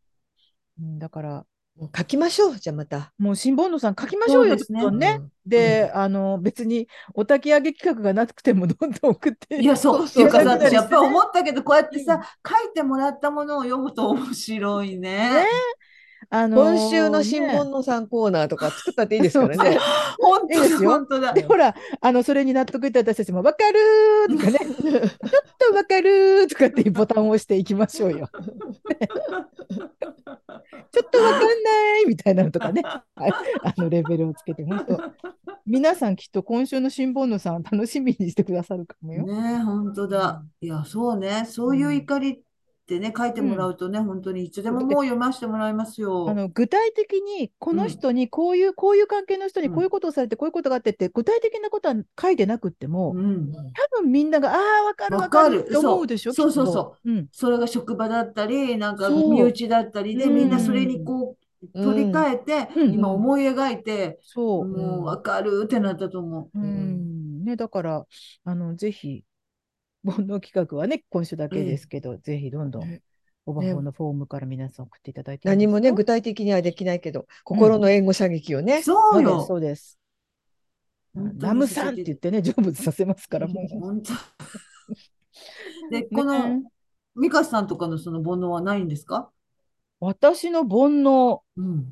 Speaker 1: うん、だから、
Speaker 2: もう書きましょうじゃあまた。
Speaker 1: もう新ボンドさん書きましょう
Speaker 3: そ
Speaker 1: よ、
Speaker 3: うですね
Speaker 1: どんどんね。で、あの、別にお焚き上げ企画がなくてもどんどん送って。
Speaker 3: いや、そう、
Speaker 2: そう
Speaker 3: っていうかさ、
Speaker 2: そうそう
Speaker 3: 私やっぱり思ったけど、こうやっ
Speaker 1: う
Speaker 3: てさ、書いてもらったものを読むと面白い
Speaker 1: ね
Speaker 3: ね。
Speaker 1: あ
Speaker 2: うん
Speaker 1: のー
Speaker 2: 今週の新
Speaker 1: ね
Speaker 2: 聞の3コーナーとか作ったっていいですからね。
Speaker 3: 本
Speaker 1: いい
Speaker 3: 当
Speaker 1: で
Speaker 3: だ、
Speaker 1: すよ
Speaker 3: 本当だ。
Speaker 1: で、ほら、あの、それに納得いった私たちも、わかるーとかね、ち ょっとわかるーとかっていうボタンを押していきましょうよ。 ちょっとわかんないみたいなのとかね、ああのレベルをつけて、本当、皆さんきっと今週の新聞のさん楽しみにしてくださるかもよ。
Speaker 3: ね、本当だ。いや、そうね、そういう怒りってね、書いてもらうとね、本当にいつでももう読ませてもらいますよ
Speaker 1: あ。の具体的にこ
Speaker 3: う
Speaker 1: の
Speaker 3: ん
Speaker 1: 人にこういう、こういう関係の人に
Speaker 3: うん
Speaker 1: こういうことをされてこういうことがあってって具体的なことは書いてなくっても、
Speaker 3: うん。
Speaker 1: 多分みんながああわかるわ
Speaker 3: わ
Speaker 1: か
Speaker 3: か
Speaker 1: る
Speaker 3: る
Speaker 1: って思うでしょ
Speaker 3: そう
Speaker 1: きっと、
Speaker 3: そうそう
Speaker 1: ん、
Speaker 3: それが職場だったり、なんか
Speaker 1: そう
Speaker 3: 身内だったりで、
Speaker 1: うん
Speaker 3: みんなそれにこう、取り替えて、
Speaker 1: うん
Speaker 3: 今思い描いて、
Speaker 1: そう、
Speaker 3: もうわかるってなったと思
Speaker 1: う
Speaker 2: うん
Speaker 1: んね、だから、あの、ぜひ、煩悩企画はね、今週だけですけど、ぜひどんどん
Speaker 2: ね、
Speaker 1: オバフォーのフォームから皆さん送っていただいていいです
Speaker 2: 何も
Speaker 1: か
Speaker 2: ね具体的にはできないけど心の援護射撃を
Speaker 3: う。
Speaker 2: ね。
Speaker 3: そ
Speaker 1: そう
Speaker 3: う
Speaker 1: で
Speaker 3: よ
Speaker 1: す、。そうです。
Speaker 3: 本当に
Speaker 1: ラムさんって言ってね、成仏させますから、もう。
Speaker 3: 本当。で、この
Speaker 1: ね、
Speaker 3: ミカさんとかのその煩悩はないんですか
Speaker 1: 私の煩悩、
Speaker 3: うん。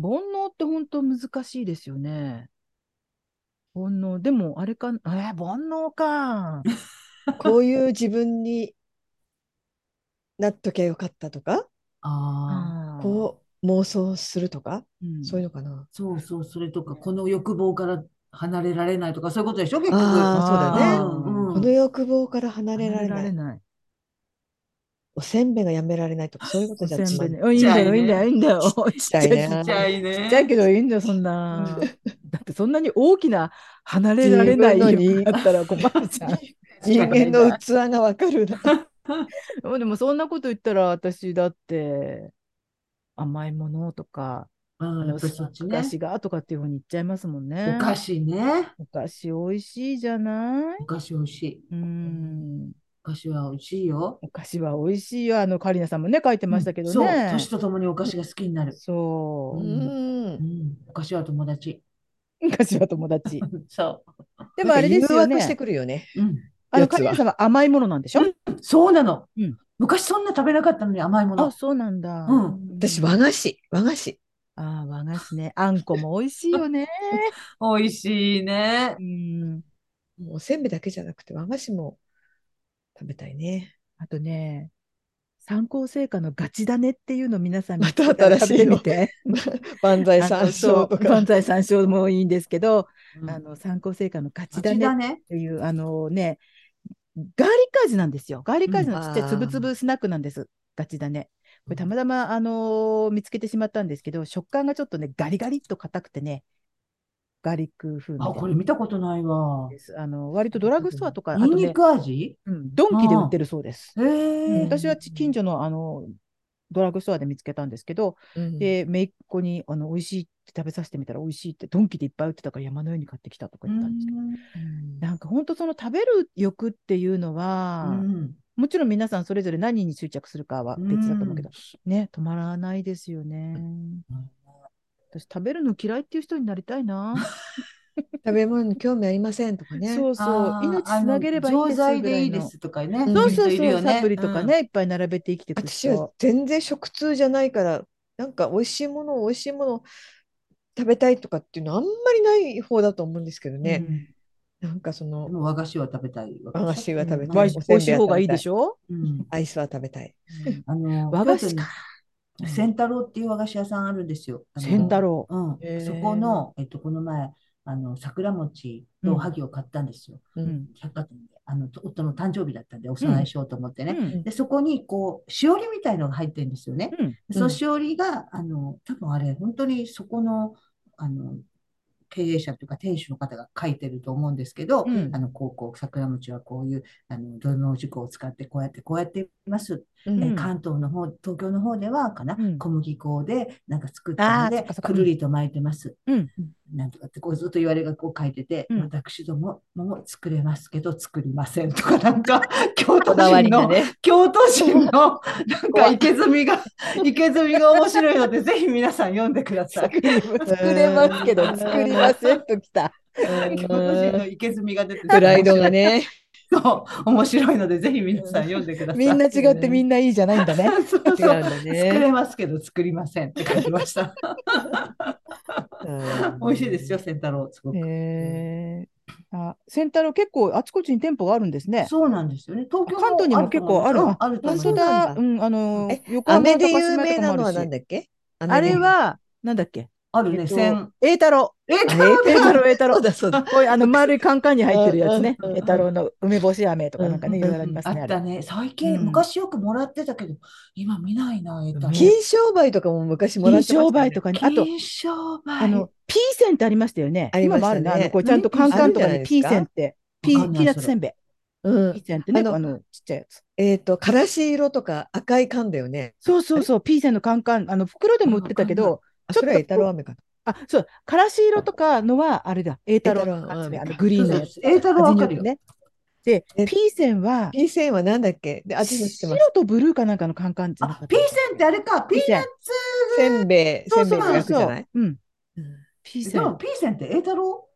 Speaker 1: 煩悩って本当難しいですよね。煩悩、でもあれか、えー、煩悩か。
Speaker 2: こういう自分になっときゃよかったとか、
Speaker 3: ああ、
Speaker 1: あー
Speaker 2: こう妄想するとか、
Speaker 1: うん
Speaker 2: そういうのかな。
Speaker 3: そうそう、それとか、この欲望から離れられないとか、そういうことでしょ、結局。
Speaker 2: あ
Speaker 1: あ
Speaker 2: ー
Speaker 1: ー
Speaker 3: そうだねうん
Speaker 2: この欲望から離れられ
Speaker 1: 離
Speaker 2: ない。
Speaker 1: ない。
Speaker 2: おせんべいがやめられないとか、そういうことじゃ
Speaker 1: おせんべい
Speaker 2: 自
Speaker 1: ね
Speaker 2: 分
Speaker 1: うんいいんだよ、いいんだよ、いいんだよ。ち
Speaker 2: ちゃいね
Speaker 1: ちっ
Speaker 3: ちっちゃいね。
Speaker 1: ちゃいけどいいんだよ、そんな。だってそんなに大きな離れられない
Speaker 2: 自分のに
Speaker 1: 欲があったら困るじゃん。
Speaker 2: 人間の器がわかるな。。
Speaker 1: うんでもそんなこと言ったら私だって甘いものとか、
Speaker 3: うん、
Speaker 1: あ
Speaker 3: や
Speaker 1: の
Speaker 3: っぱりそっち
Speaker 1: お
Speaker 3: ね
Speaker 1: 菓。子がとかっていうふうに言っちゃいますもんね。
Speaker 3: お菓子ね。
Speaker 1: お菓子美味しいじゃない
Speaker 3: お菓子美味しい。
Speaker 1: うん。
Speaker 3: お菓子は美味しいよ。
Speaker 1: お菓子は美味しいよ。あの、カリナさんもね、書いてましたけど
Speaker 3: そう、
Speaker 1: ね。
Speaker 3: 年とともにお菓子が好きになる。
Speaker 1: そうう。
Speaker 3: うんん、お菓子は友達。
Speaker 1: お菓子は友 達。
Speaker 3: そ
Speaker 1: でもあれですよ
Speaker 2: なんか誘惑して
Speaker 1: ね。
Speaker 2: くるよね。
Speaker 3: う。うん、
Speaker 1: あの、
Speaker 2: やつは
Speaker 1: カリナさんは甘いものなんでしょ
Speaker 3: そうなの
Speaker 1: うん。
Speaker 3: 昔そんな食べなかったのに甘いも
Speaker 1: あ、
Speaker 3: の。
Speaker 1: そうなんだ。
Speaker 3: うん
Speaker 2: 私、和菓子、和菓子。
Speaker 1: あー和菓子ね。あんこも美味しい よね。
Speaker 3: 美味しいね
Speaker 1: う。ん。
Speaker 2: もうおせんべいだけじゃなくて、和菓子も食べたいね。
Speaker 1: あとね、参考成果のガチ種っていうの皆さん
Speaker 2: また新しいの
Speaker 1: 食べてみて。
Speaker 2: 万歳 三
Speaker 1: あ
Speaker 2: 唱
Speaker 1: のそ
Speaker 2: と
Speaker 1: う万
Speaker 2: か。
Speaker 1: 歳三唱もいいんですけど、
Speaker 3: うん
Speaker 1: あの参考成果のガチ
Speaker 3: 味
Speaker 1: 種
Speaker 3: だ
Speaker 1: っ
Speaker 3: ね。
Speaker 1: ていう、あのね、ガーリック味なんですよ。ガーリック味のちっちゃいつぶつぶスナックなんです。ガチ種。これたまたま、あのー見つけてしまったんですけど、食感がちょっとね、ガリガリっと硬くてね、ガーリック風味
Speaker 3: あ、これ
Speaker 1: で
Speaker 3: 見たことないわ。
Speaker 1: です。あの割とドラッグストアとか、あ
Speaker 3: ニ
Speaker 1: と
Speaker 3: ン
Speaker 1: ね
Speaker 3: ニ、ク味
Speaker 1: うんドンキで売ってるそうです。
Speaker 3: へえ。
Speaker 1: 私はち近所のあのドラッグストアで見つけたんですけど、
Speaker 2: うん
Speaker 1: で、姪っ子にあの美味しいって食べさせてみたら、美味しいって、ドンキでいっぱい売ってたから山のように買ってきたとか
Speaker 3: う
Speaker 1: 言ったんですけど、
Speaker 3: ん
Speaker 2: うん
Speaker 1: なんか本当、その食べる欲っていうの
Speaker 3: う
Speaker 1: は、
Speaker 3: ん。
Speaker 1: もちろん皆さんそれぞれ何に執着するかは別だと思うけど、ね、止まらないですよね。私、食べるの嫌いっていう人になりたいな。
Speaker 2: 食べ物に興味ありませんとかね。
Speaker 1: そうそう
Speaker 3: あ、ー
Speaker 1: 命つなげればいいんです
Speaker 3: 錠剤
Speaker 1: ぐら
Speaker 3: でいい
Speaker 1: の
Speaker 3: ですとかね。
Speaker 2: うん
Speaker 1: そうそう
Speaker 3: いる
Speaker 1: そ
Speaker 3: よ
Speaker 1: う、
Speaker 3: ね
Speaker 1: サプリとか。ね、いっぱい並べて生きていく人。
Speaker 2: 私は全然食通じゃないから、なんか美味しいもの、美味しいもの食べたいとかっていうのあんまりない方だと思うんですけどね。なんかそ
Speaker 3: うん
Speaker 2: の
Speaker 3: でも和菓子は食べたいわけでしょ。
Speaker 2: 和菓子は食べ
Speaker 3: うん
Speaker 2: た
Speaker 1: 美
Speaker 2: い
Speaker 1: 味し美味しい方がいいでしょ、
Speaker 3: うん
Speaker 2: アイスは食べたい。
Speaker 3: あの
Speaker 1: 和菓子か。
Speaker 3: 京都に仙太郎っていう和菓子屋さんあるんですよ。あの
Speaker 1: 仙太郎。
Speaker 3: うん
Speaker 1: へー
Speaker 3: そこの、えっと、この前、あの桜餅
Speaker 1: う
Speaker 3: と
Speaker 1: ん
Speaker 3: おはぎを買ったんですよ。
Speaker 2: う
Speaker 1: うんん
Speaker 3: 百貨店で。あのと夫の誕生日だったんで、お供えしようと思ってね。
Speaker 1: うん
Speaker 3: で、そこに、こう、しおりみたいのが入ってるんですよね。
Speaker 1: うん
Speaker 2: う
Speaker 3: そ
Speaker 2: ん
Speaker 3: のしおりが、あの、多分あれ、本当にそこの、あの、経営者というか店主の方が書いてると思うんですけど、
Speaker 1: うん
Speaker 3: あの、こう、こう、桜餅はこういう、あの、土の事故を使って、こうやって、こうやっています。
Speaker 2: うん
Speaker 1: う
Speaker 3: え
Speaker 1: ん
Speaker 3: 関東の方、東京の方ではかな、
Speaker 1: うん
Speaker 3: 小麦粉でなんか作ったの
Speaker 1: あーそ
Speaker 3: で
Speaker 1: っかそっ、か
Speaker 3: くるりと巻いてます。
Speaker 1: うん
Speaker 3: なんとかってこうずっと言われがこう書いてて、
Speaker 1: うん
Speaker 3: 私どもも作れますけど作りませんとか、なんか、京都
Speaker 2: こだわ
Speaker 3: 人
Speaker 2: りが
Speaker 3: の、
Speaker 2: ね。
Speaker 3: 京都人 の、なんか池積が、池積が面白いので、ぜひ皆さん読んでください。
Speaker 1: 作れますけど、作りませんときた。
Speaker 3: 京都人の池積が出てて、
Speaker 2: プライドがね。
Speaker 3: そう、面白いので、ぜひ皆さん読んでください。
Speaker 1: みんな違ってみんないいじゃないんだね。
Speaker 3: そう
Speaker 2: 違うん
Speaker 3: そう、
Speaker 2: だ
Speaker 3: 作
Speaker 2: ね。
Speaker 3: れますけど作りませんって書いてま した。
Speaker 2: うん
Speaker 3: 美味しいですよ、。仙太郎、すごく。
Speaker 1: へえ。あ、仙太郎結構あちこちに店舗があるんですね。
Speaker 3: そうなんですよね。東京
Speaker 1: 関東にも結構ある
Speaker 3: うんあると
Speaker 1: 本
Speaker 3: 思います
Speaker 1: 当だ。
Speaker 2: う
Speaker 1: うん、あの
Speaker 2: え、
Speaker 1: 横浜
Speaker 2: 飴
Speaker 1: とか
Speaker 2: で有
Speaker 1: 島根
Speaker 2: 名
Speaker 1: と
Speaker 2: な
Speaker 1: かも
Speaker 2: の
Speaker 1: ある
Speaker 2: は
Speaker 1: し
Speaker 2: なんだっけ
Speaker 1: あれ、
Speaker 2: 飴
Speaker 1: は、なんだっけ
Speaker 3: ある
Speaker 1: え
Speaker 3: ね、
Speaker 1: っと
Speaker 3: 仙。
Speaker 1: 栄太郎。
Speaker 3: えー、
Speaker 2: で
Speaker 3: そう
Speaker 2: あ栄
Speaker 1: 栄
Speaker 2: 太
Speaker 1: 太
Speaker 2: 郎。
Speaker 1: 郎、栄 太
Speaker 2: そう
Speaker 1: 郎。
Speaker 2: だそうだ。
Speaker 1: こういうあの丸いカンカンに入ってるやつね
Speaker 2: うんうん。
Speaker 1: 栄太郎の梅干し飴とかなんかね、いろいろありますね。あ
Speaker 3: あ
Speaker 1: れ
Speaker 3: ったね。最近、
Speaker 1: うん
Speaker 3: 昔よくもらってたけど、今見ないな、えー、
Speaker 1: うん
Speaker 2: 金商売とかも昔もらっ
Speaker 1: 金
Speaker 2: てま
Speaker 1: 商
Speaker 2: した
Speaker 1: 売
Speaker 2: ね
Speaker 1: とかに、あ
Speaker 3: 金
Speaker 1: と、
Speaker 3: 商売。
Speaker 1: あの、ピーセンってありましたよね。
Speaker 2: ありま
Speaker 1: 今
Speaker 2: した
Speaker 1: もある
Speaker 2: ね
Speaker 1: ね。あの、こうちゃんとカンカンとかにピーセンって、ピ
Speaker 3: ある
Speaker 1: ー
Speaker 3: ん
Speaker 1: ピ
Speaker 3: じ
Speaker 1: ーナッ
Speaker 3: ゃないですか
Speaker 1: ツせんべい。
Speaker 2: うん
Speaker 1: ピーセンってね、
Speaker 2: あの
Speaker 1: あの、ちっちゃいやつ。
Speaker 2: えっと、からし色とか赤い缶だよね。
Speaker 1: そうそうそう、ピーセンのカンカン、あの、袋でも売ってたけど、
Speaker 2: あ、
Speaker 1: ちょっ
Speaker 2: そ
Speaker 1: と
Speaker 2: れは栄太郎飴か。
Speaker 1: あ、そう、からし色とかのは、あれだ、栄太郎の缶詰、
Speaker 2: 栄
Speaker 1: あ
Speaker 2: 太郎うん
Speaker 1: の、グリーンのやつ。
Speaker 3: そうそうそう栄太郎わかるよ。
Speaker 1: ね。で、ピ
Speaker 2: え
Speaker 1: ーセンは、
Speaker 2: ピーセンはなんだっけで、味のしてま
Speaker 1: 白
Speaker 2: す。
Speaker 1: とブルーかなんかのカンカンじゃなか
Speaker 3: あ
Speaker 1: っ、た
Speaker 3: ピーセンってあれか、ピーナッツ。
Speaker 2: せんべい、
Speaker 1: そ
Speaker 2: せ
Speaker 1: うんそ
Speaker 2: べいうの
Speaker 1: そう
Speaker 2: 略じゃ
Speaker 1: そ
Speaker 2: な
Speaker 1: う
Speaker 2: い。
Speaker 1: うん。
Speaker 2: うん
Speaker 1: ピーセ
Speaker 3: で
Speaker 1: ン。
Speaker 3: も、
Speaker 1: あ、
Speaker 3: ピーセンって栄太郎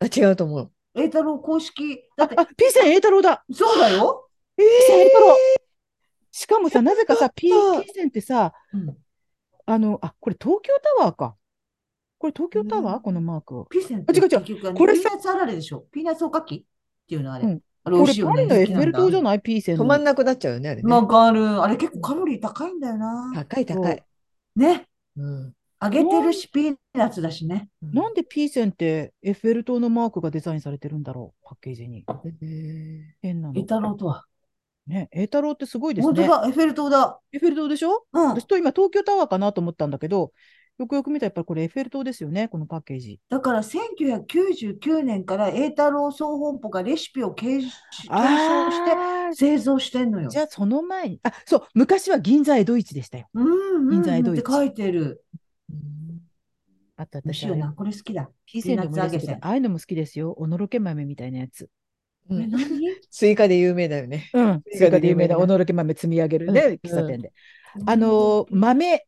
Speaker 2: あ、違うと思う。
Speaker 3: 栄太郎公式。だって、
Speaker 1: ピーセン栄太郎だ。
Speaker 3: そうだよ。
Speaker 2: え
Speaker 1: ピーセン栄太郎。しかもさ、なぜかさ、ピ
Speaker 2: よ
Speaker 1: ー
Speaker 2: かった
Speaker 1: ピーセンってさ、
Speaker 3: うん
Speaker 1: あの、あ、これ東京タワーか。これ東京タワー、
Speaker 3: うん
Speaker 1: このマーク。
Speaker 3: ピーセントって
Speaker 1: あ違う違う
Speaker 3: 結局あの
Speaker 1: これ
Speaker 3: ピー
Speaker 1: さ
Speaker 3: ナッツあられでしょ。ピーナッツおかきっていうのあれ。
Speaker 1: うん
Speaker 3: あれ
Speaker 1: こ
Speaker 3: 美味
Speaker 1: れ
Speaker 3: しいよ
Speaker 1: パ
Speaker 3: ね。
Speaker 1: リのエッフェル塔じゃ
Speaker 3: い
Speaker 1: ないピーセン
Speaker 2: 止
Speaker 1: の。
Speaker 2: まんなくなっちゃうよね、あれね。
Speaker 3: わかる。あれ結構カロリー高いんだよな。
Speaker 2: 高い高い。
Speaker 3: ね。
Speaker 2: うん。
Speaker 3: 揚げてるし、ピーナッツだしね。
Speaker 1: なんでピーセンってエッフェル塔のマークがデザインされてるんだろうパッケージに。
Speaker 2: えー
Speaker 1: 変なの
Speaker 3: イ。タローとは。
Speaker 1: ね、栄太郎ってすごいです
Speaker 3: 本当
Speaker 1: ね。
Speaker 3: だ、エッフェル塔だ。
Speaker 1: エッフェル塔でしょ
Speaker 3: うん。
Speaker 1: 私と今東京タワーかなと思ったんだけど、よくよく見たらやっぱりこれエッフェル塔ですよね、このパッケージ。
Speaker 3: だから1999年から栄太郎総本舗がレシピを継承して
Speaker 1: あー
Speaker 3: 製造してんのよ
Speaker 1: じ。ゃあその前に、あ、そう、昔は銀座江戸市でしたよ。
Speaker 3: うんうん
Speaker 1: 人材
Speaker 3: うん
Speaker 1: ド
Speaker 3: っ
Speaker 1: イツ
Speaker 3: て書いてる。
Speaker 1: あった
Speaker 3: 美味し
Speaker 1: 私
Speaker 3: い
Speaker 1: あ
Speaker 3: よ
Speaker 1: れ
Speaker 3: な。これ好きだ。
Speaker 1: ピーセンでもいいですけ
Speaker 3: ピーナッツ揚げせ
Speaker 1: ど
Speaker 3: ん、
Speaker 1: ああいうのも好きですよ。おのろけ豆みたいなやつ。
Speaker 2: う
Speaker 3: え、
Speaker 2: ん
Speaker 3: 何
Speaker 2: スイカで有名だよね。
Speaker 1: うん、
Speaker 2: そ
Speaker 1: それ
Speaker 2: れが
Speaker 1: が有
Speaker 2: 有
Speaker 1: 名
Speaker 2: 名な
Speaker 1: なおのろけ豆積み上げるね、
Speaker 2: うん
Speaker 1: 喫茶店で。あのー、豆、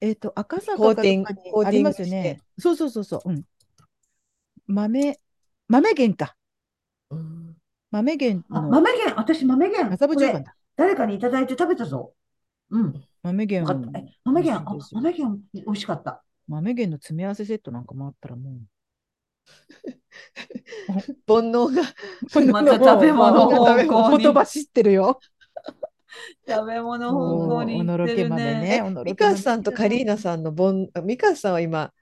Speaker 1: えっ、と、赤坂
Speaker 2: コ
Speaker 1: か
Speaker 2: ー
Speaker 1: ど
Speaker 2: ティン
Speaker 1: っ
Speaker 2: グ
Speaker 1: かに
Speaker 2: コーティング
Speaker 1: ありますよね。そうそうそうそう、うん。豆、豆源か。
Speaker 2: うん
Speaker 1: 豆源
Speaker 3: あ、
Speaker 1: の
Speaker 3: 豆源、私豆源。
Speaker 1: 麻布
Speaker 3: こ
Speaker 1: 十
Speaker 3: れ
Speaker 1: 番だ。
Speaker 3: 誰かにいただいて食べたぞ。うん。
Speaker 1: 豆
Speaker 3: よかっ
Speaker 1: 源
Speaker 3: た。え、豆源、
Speaker 1: 美味しいで
Speaker 3: あ
Speaker 1: す、よ
Speaker 3: 豆源、美味しかった。
Speaker 1: 豆源の詰め合わせセットなんかもあったらもう。
Speaker 2: 煩 悩が。
Speaker 3: また食べ
Speaker 1: も
Speaker 3: 物
Speaker 1: う
Speaker 2: 方向に
Speaker 1: もう言葉知ってるよ。
Speaker 3: 食べ物
Speaker 1: もうおのろけ豆ね。おのろけ
Speaker 2: ミ
Speaker 1: 豆
Speaker 2: カさんとカリーナさんの煩あミカさんは今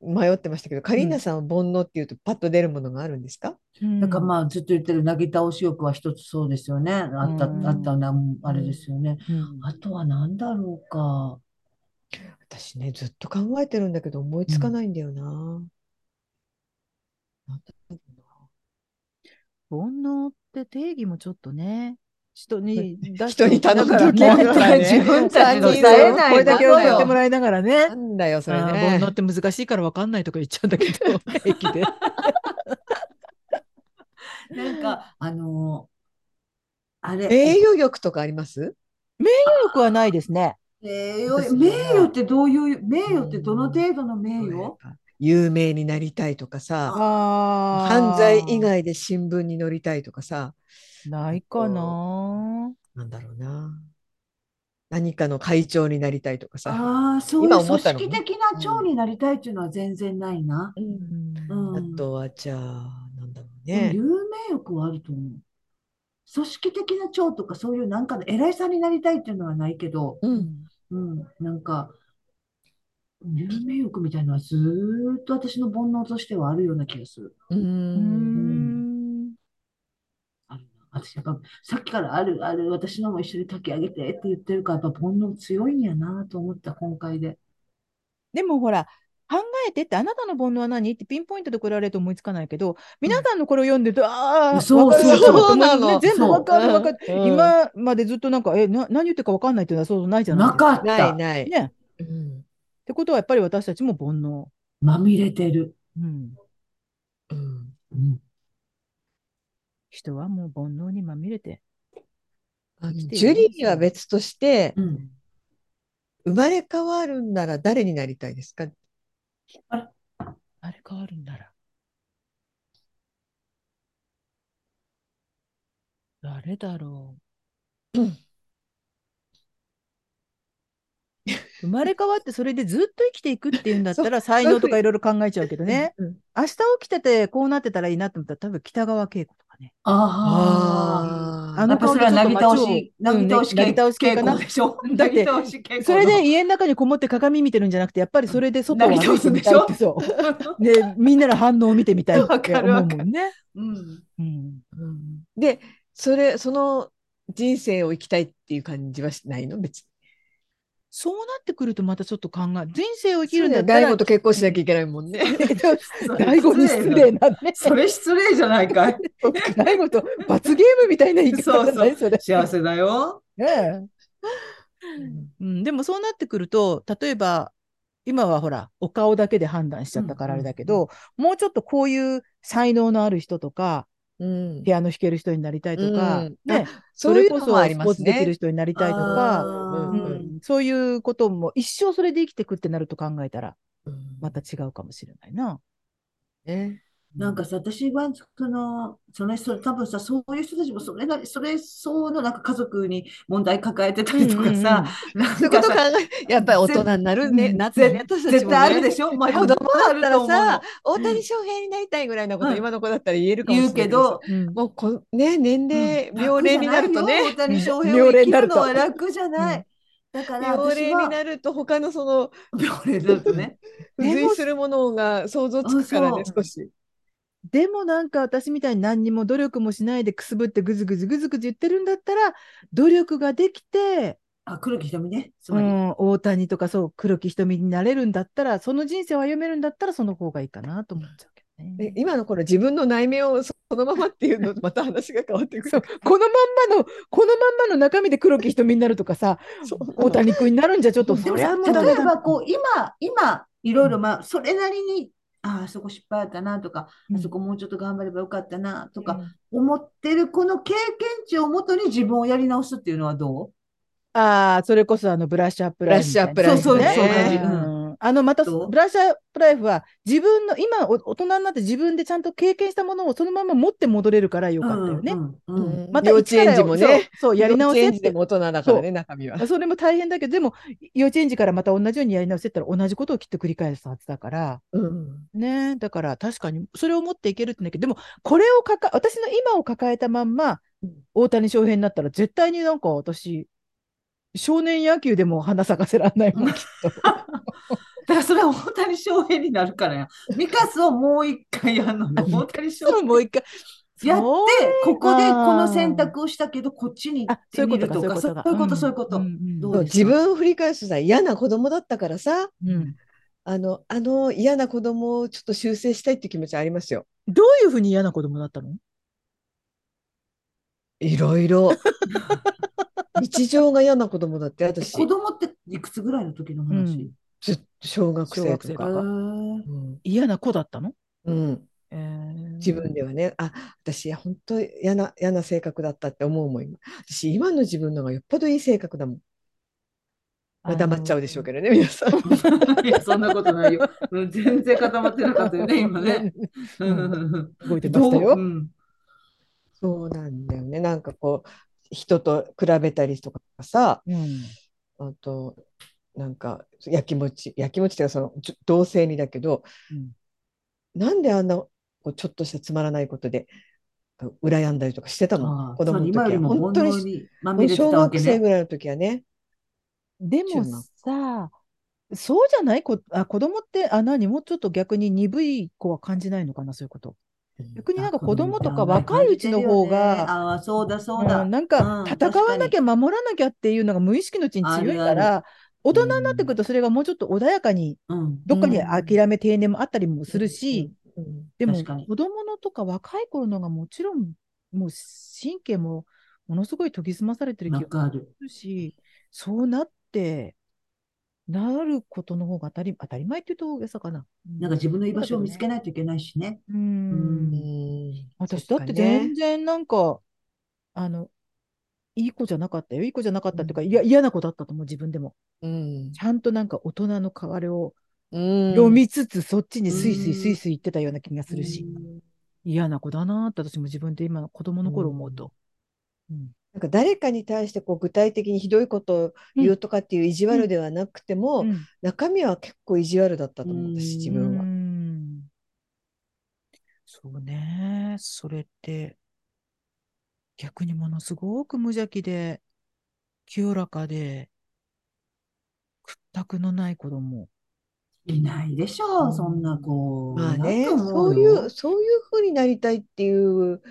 Speaker 2: 迷ってましたけど、カリーナさんは煩悩っていうとパッと出るものがあるんですか？
Speaker 1: うん
Speaker 3: だからまあずっと言ってるなぎ倒し欲は一つそうですよね。あった、
Speaker 1: うん
Speaker 3: あったな、あれですよね。
Speaker 1: うん
Speaker 3: あとは何だろうか。
Speaker 2: 私ねずっと考えてるんだけど思いつかないんだよな。なんだろうな
Speaker 1: 煩悩って定義もちょっとね、人に出し
Speaker 2: 人に頼むとき
Speaker 1: だ
Speaker 2: はね
Speaker 1: から ね
Speaker 3: 自分たち
Speaker 2: の
Speaker 1: 他人
Speaker 2: さえ
Speaker 1: を
Speaker 2: ない
Speaker 1: これだけを
Speaker 2: ものよ
Speaker 1: やってもらいながらね
Speaker 2: な。んだよそ
Speaker 1: あ
Speaker 2: れ
Speaker 1: ー
Speaker 2: ね
Speaker 1: 煩悩。って難しいから分かんないとか言っちゃうんだけど、 平気で。
Speaker 3: なんか、あのーあれ、
Speaker 2: 栄養欲とかあります？
Speaker 1: よくはないですね。
Speaker 3: 名誉、
Speaker 2: 私ね
Speaker 3: 名誉ってどういう、名誉ってどの程度の名誉
Speaker 2: 有名になりたいとかさ、
Speaker 1: あ
Speaker 2: 犯罪以外で新聞に載りたいとかさ、
Speaker 1: ないかな。
Speaker 2: なんだろうな。何かの会長になりたいとかさ。
Speaker 3: ああ、そういう
Speaker 2: 今
Speaker 3: 組
Speaker 2: 思ったの
Speaker 3: 織
Speaker 2: ね
Speaker 3: 的な長になりたいっていうのは全然ないな。うん
Speaker 2: あとはじゃあ、なんだろう
Speaker 3: でも
Speaker 2: ね。
Speaker 3: 有名欲はあると思う。組織的な長とかそういうなんかの偉いさんになりたいっていうのはないけど、
Speaker 2: う。
Speaker 1: うんん
Speaker 3: うん、なんか、有名欲みたいなのはずーっと私の煩悩としてはあるような気がする。
Speaker 2: う。
Speaker 1: うんん
Speaker 3: あるな私やっぱさっきからあるある私のも一緒に炊き上げてって言ってるからやっぱ煩悩強いんやなと思った今回で。
Speaker 1: でもほら、考えてって、あなたの煩悩は何ってピンポイントで来られると思いつかないけど、皆さんのこれを読んでると、ああ、
Speaker 3: そう
Speaker 1: わかるわかる
Speaker 2: そう
Speaker 1: って思
Speaker 2: そう
Speaker 1: ね全部わかるわかる。
Speaker 2: うん
Speaker 1: 今までずっとなんか、え、な何言ってるかわかんないっていうのはそうないじゃない
Speaker 3: な
Speaker 1: ですか。
Speaker 3: かっ
Speaker 2: ない
Speaker 3: た。
Speaker 2: ない。
Speaker 1: ね。
Speaker 2: うん
Speaker 1: ってことはやっぱり私たちも煩悩。
Speaker 3: まみれてる。
Speaker 1: うん。
Speaker 2: うん
Speaker 3: うん
Speaker 1: 人はもう煩悩にまみれて。
Speaker 2: あの
Speaker 1: 生きてい
Speaker 2: ジ
Speaker 1: る
Speaker 2: ュ
Speaker 1: んですよ
Speaker 2: リーは別として
Speaker 3: う、ん。
Speaker 2: 生まれ変わるんなら誰になりたいですか
Speaker 1: あれ変わるんなら。誰だろう。
Speaker 2: うん
Speaker 1: 生まれ変わってそれでずっと生きていくっていうんだったら才能とかいろいろ考えちゃうけどね。。
Speaker 2: うん
Speaker 1: 明日起きててこうなってたらいいなって思ったら多分北川景子とかね。
Speaker 3: ああ。
Speaker 2: あ
Speaker 1: あ
Speaker 2: あ
Speaker 1: の
Speaker 3: やっぱそれはなぎ倒し、
Speaker 1: あ
Speaker 3: な
Speaker 1: の
Speaker 3: ぎ
Speaker 1: 顔の
Speaker 3: 倒
Speaker 1: ち
Speaker 3: し
Speaker 1: ょっとうんねなぎ倒し系
Speaker 3: 傾
Speaker 1: かな
Speaker 3: 向でしょ。
Speaker 1: だって
Speaker 3: なぎ倒し傾向
Speaker 1: それで家の中にこもって鏡見てるんじゃなくてやっぱりそれで外を歩いてみたいってそう。でみんなの反応を見てみたいって思うもんね。
Speaker 3: うん。
Speaker 1: うん
Speaker 2: うんで、それ、その人生を生きたいっていう感じはしないの別に。
Speaker 1: そうなってくるとまたちょっと考え、人生を生きるんだ
Speaker 2: 大
Speaker 1: ったら
Speaker 2: 悟、と結婚しなきゃいけないもんね。
Speaker 1: 大悟に失礼なね。
Speaker 3: それ失礼じゃないかい。
Speaker 1: 大悟と罰ゲームみたいな言い方じゃないそれ。
Speaker 3: 幸せだよ。
Speaker 1: ねえうん、でもそうなってくると、例えば、今はほら、お顔だけで判断しちゃったからあれだけど、もうちょっとこういう才能のある人とか、
Speaker 2: うん
Speaker 1: ピアノ弾ける人になりたいとか、
Speaker 2: うん
Speaker 1: ね、そ
Speaker 2: そ
Speaker 1: う
Speaker 2: い
Speaker 1: れ
Speaker 2: う
Speaker 1: こ
Speaker 2: のもあ
Speaker 1: そ
Speaker 2: り
Speaker 1: ス
Speaker 2: ま
Speaker 1: ポー
Speaker 2: す
Speaker 1: ツできる
Speaker 2: ね。
Speaker 1: 人になりたいと
Speaker 3: あ
Speaker 1: か、
Speaker 3: ー
Speaker 1: う
Speaker 2: うん
Speaker 1: ん、そういうことも一生それで生きてくってなると考えたら、
Speaker 2: うん
Speaker 1: また違うかもしれないな。
Speaker 2: ね
Speaker 3: なんかさ、私は、その、その人、多分さ、そういう人たちも、それなり、それ相応の、なんか家族に問題抱えてた りとかさ、なん
Speaker 2: そういうこと考
Speaker 3: かさ
Speaker 2: え、やっぱり大人になるね、
Speaker 3: ぜ
Speaker 2: なってね、私たち
Speaker 3: 絶
Speaker 2: も
Speaker 3: 対ある
Speaker 2: ね
Speaker 3: でしょまあ、
Speaker 2: 子供だった
Speaker 3: 子供
Speaker 2: ら
Speaker 3: だったら
Speaker 2: さ
Speaker 3: さ、
Speaker 2: 大谷翔平になりたいぐらいのこと、
Speaker 3: うん
Speaker 2: 今の子だったら言えるかもしれな
Speaker 3: 言う
Speaker 2: い
Speaker 3: けど、
Speaker 1: うん
Speaker 2: もうこね年齢、
Speaker 3: うん
Speaker 2: 妙齢になるとね、
Speaker 3: 楽じゃないよ大谷翔
Speaker 2: 妙
Speaker 3: 平を
Speaker 2: 齢に
Speaker 3: 生き
Speaker 2: な
Speaker 3: る
Speaker 2: ると
Speaker 3: のは楽じゃない。だから、
Speaker 2: 妙齢
Speaker 3: 私
Speaker 2: に
Speaker 3: は、
Speaker 2: なると他のその
Speaker 3: 妙齢になるとね。
Speaker 2: 付
Speaker 1: でも
Speaker 2: 随するものが想像つくからね
Speaker 3: あそ
Speaker 2: 少
Speaker 3: う
Speaker 2: し。
Speaker 1: でもなんか私みたいに何にも努力もしないでくすぶってぐずぐずぐずぐず言ってるんだったら努力ができて、
Speaker 3: あ、黒木ひとみね。つ
Speaker 1: う
Speaker 3: まり。
Speaker 1: ん、大谷とかそう黒木瞳になれるんだったらその人生を歩めるんだったらその方がいいかなと思っちゃうけどね。
Speaker 2: で今の頃自分の内面をそのままっていうのとまた話が変わってく
Speaker 1: そう
Speaker 2: る。
Speaker 1: このまんまのこのまんまの中身で黒木瞳になるとかさ大谷君になるんじゃちょっと
Speaker 3: で
Speaker 1: そ
Speaker 3: も
Speaker 1: りゃ
Speaker 3: さ
Speaker 1: もうダメ
Speaker 3: 例え
Speaker 1: だ
Speaker 3: ばこう今、今、いろいろ、まあ、それなりに、ああそこ失敗だったなとか、
Speaker 1: うん
Speaker 3: あそこもうちょっと頑張ればよかったなと
Speaker 2: う
Speaker 3: か、
Speaker 2: ん
Speaker 3: 思ってるこの経験値をもとに自分をやり直すっていうのはどう
Speaker 1: ああ、それこそあのブラッシュアップ
Speaker 2: ブ
Speaker 1: ラ
Speaker 2: ラ
Speaker 1: イ
Speaker 2: ッ
Speaker 1: フみ
Speaker 2: シュ
Speaker 1: た
Speaker 2: ア
Speaker 1: いな。
Speaker 2: ップライフ
Speaker 3: そうそう
Speaker 2: ね。
Speaker 3: そう感じ
Speaker 1: う、
Speaker 3: うん
Speaker 1: あのまた
Speaker 3: どう
Speaker 1: ブラッシュアップライフは自分の今お大人になって自分でちゃんと経験したものをそのまま持って戻れるからよかったよね。
Speaker 3: うんうんうん
Speaker 2: うん
Speaker 1: また
Speaker 2: 幼稚園児も
Speaker 1: 一から
Speaker 2: ね
Speaker 1: よ、そうそうやり直せっ
Speaker 2: 幼稚園児で
Speaker 1: て
Speaker 2: も大人だからね中身は。
Speaker 1: それも大変だけどでも幼稚園児からまた同じようにやり直せったら同じことをきっと繰り返すはずだから
Speaker 2: うん
Speaker 1: ねだから確かにそれを持っていけるってんだけどでもこれを抱え私の今を抱えたまんま大谷翔平になったら絶対になんか私少年野球でも花咲かせらんないもんきっと。
Speaker 3: だからそれは大谷翔平になるからや。ミカスをもう一回やるの。大谷翔
Speaker 1: そう、も
Speaker 3: 平
Speaker 1: う一回。
Speaker 3: やって
Speaker 1: そう、
Speaker 3: ここでこの選択をしたけど、こっちに行
Speaker 1: あ
Speaker 3: っ、
Speaker 1: そう
Speaker 3: て
Speaker 1: いうこ
Speaker 3: み
Speaker 1: と
Speaker 3: る
Speaker 1: か、
Speaker 3: とか、
Speaker 1: そ
Speaker 3: そうう
Speaker 1: いう
Speaker 3: い
Speaker 1: こ
Speaker 3: う
Speaker 1: と
Speaker 3: こ
Speaker 1: か。
Speaker 3: と、そういうこと
Speaker 1: ん。ん
Speaker 3: ど
Speaker 2: そうう
Speaker 3: ですか
Speaker 2: 自分を振り返すとさ嫌な子供だったからさ
Speaker 1: うん
Speaker 2: あのあの嫌な子供をちょっと修正したいって気持ちありますよ。
Speaker 1: どういうふうに嫌な子供だったの
Speaker 2: いろ いろ日常が嫌な子供だって
Speaker 3: え
Speaker 2: 私
Speaker 3: 子供っていくつぐらいの時の話
Speaker 2: ずっと小学生と
Speaker 1: 小学生
Speaker 2: か
Speaker 1: だ。
Speaker 3: へえ
Speaker 2: うん
Speaker 1: 嫌な子だったの
Speaker 2: うん
Speaker 1: えー
Speaker 2: 自分ではね、あ、私、本当嫌な、嫌な性格だったって思うもん、今。私、今の自分のがよっぽどいい性格だもん。まあ、黙っちゃうでしょうけどね、皆さん。
Speaker 3: いや、そんなことないよ。うん全然固まってなかったよね、今ね。うん
Speaker 1: 動いてま
Speaker 3: ど
Speaker 1: した
Speaker 3: うう
Speaker 1: よ。
Speaker 3: ん
Speaker 2: そうなんだよね。なんかこう、人と比べたりとかさ、
Speaker 1: うん
Speaker 2: あと、なんか、やきもち、やきもちっていうか、その、ちょ同性にだけど、
Speaker 1: うん
Speaker 2: なんであんな、こうちょっとしたつまらないことで、羨んだりとかしてたも
Speaker 3: あ
Speaker 2: ん、
Speaker 3: あ
Speaker 2: 子
Speaker 3: つま
Speaker 2: 供の時
Speaker 3: り今より
Speaker 2: は。
Speaker 3: も
Speaker 2: 本当
Speaker 3: 煩悩
Speaker 2: に、
Speaker 3: にまみれてた
Speaker 2: 小
Speaker 3: わけ
Speaker 2: 学生
Speaker 3: ね。
Speaker 2: ぐらいの時はね。
Speaker 1: でも
Speaker 2: 中学
Speaker 1: さ、そうじゃないこあ子供って、あ、何もうちょっと逆に鈍い子は感じないのかな、そういうこと。逆になんか子供とか若いうちの方が、
Speaker 3: ああ、そうだそう
Speaker 1: う
Speaker 3: だ
Speaker 1: ん、。なんか
Speaker 3: うん
Speaker 1: 戦わなきゃ守らなきゃっていうのが無意識のうちに強いか
Speaker 3: ある
Speaker 1: ら、大
Speaker 2: る
Speaker 1: 人になってくるとそれがもうちょっと穏やかに、
Speaker 3: うん、
Speaker 1: どっかに
Speaker 2: うん
Speaker 1: 諦め定年もあったりもするし、
Speaker 2: うん、うん
Speaker 1: でも
Speaker 3: 確かに
Speaker 1: 子供のとか若い頃のがもちろんもう神経もものすごい研ぎ澄まされてる
Speaker 3: わ
Speaker 1: 気が
Speaker 3: かる。
Speaker 1: するし、そうなって、なることの方が当たり当たり前っていうと大げさかな。
Speaker 3: なんか自分の居場所を見つけないといけないしね。
Speaker 1: う
Speaker 3: うん
Speaker 1: ん私だって全
Speaker 2: ね、
Speaker 1: 然なんか、あの、いい子じゃなかったよ。いい子じゃなかったっていうか、
Speaker 2: うん
Speaker 1: いや、嫌な子だったと思う、自分でも。
Speaker 2: うん
Speaker 1: ちゃんとなんか大人の代わりを
Speaker 2: うん
Speaker 1: 読みつつ、そっちにスイス
Speaker 3: う
Speaker 1: イ
Speaker 3: ん
Speaker 1: スイスイ行ってたような気がするし、嫌な子だなーって私も自分で今、子供の頃思うと。うん
Speaker 2: なんか誰かに対してこう具体的にひどいことを言うとかっていう意地悪ではなくても、
Speaker 1: うん
Speaker 2: 中身は結構意地悪だったと思う、
Speaker 3: うん
Speaker 2: 私自
Speaker 1: う
Speaker 2: 分は。
Speaker 1: んそうね。それって、逆にものすごく無邪気で、清らかで、屈託のない子供。
Speaker 3: いないでしょう、そんな子。
Speaker 2: まあ
Speaker 3: いない
Speaker 2: ね、
Speaker 3: と思
Speaker 2: そう
Speaker 3: う
Speaker 2: い
Speaker 3: よ
Speaker 2: う、そういうふうになりたいっていう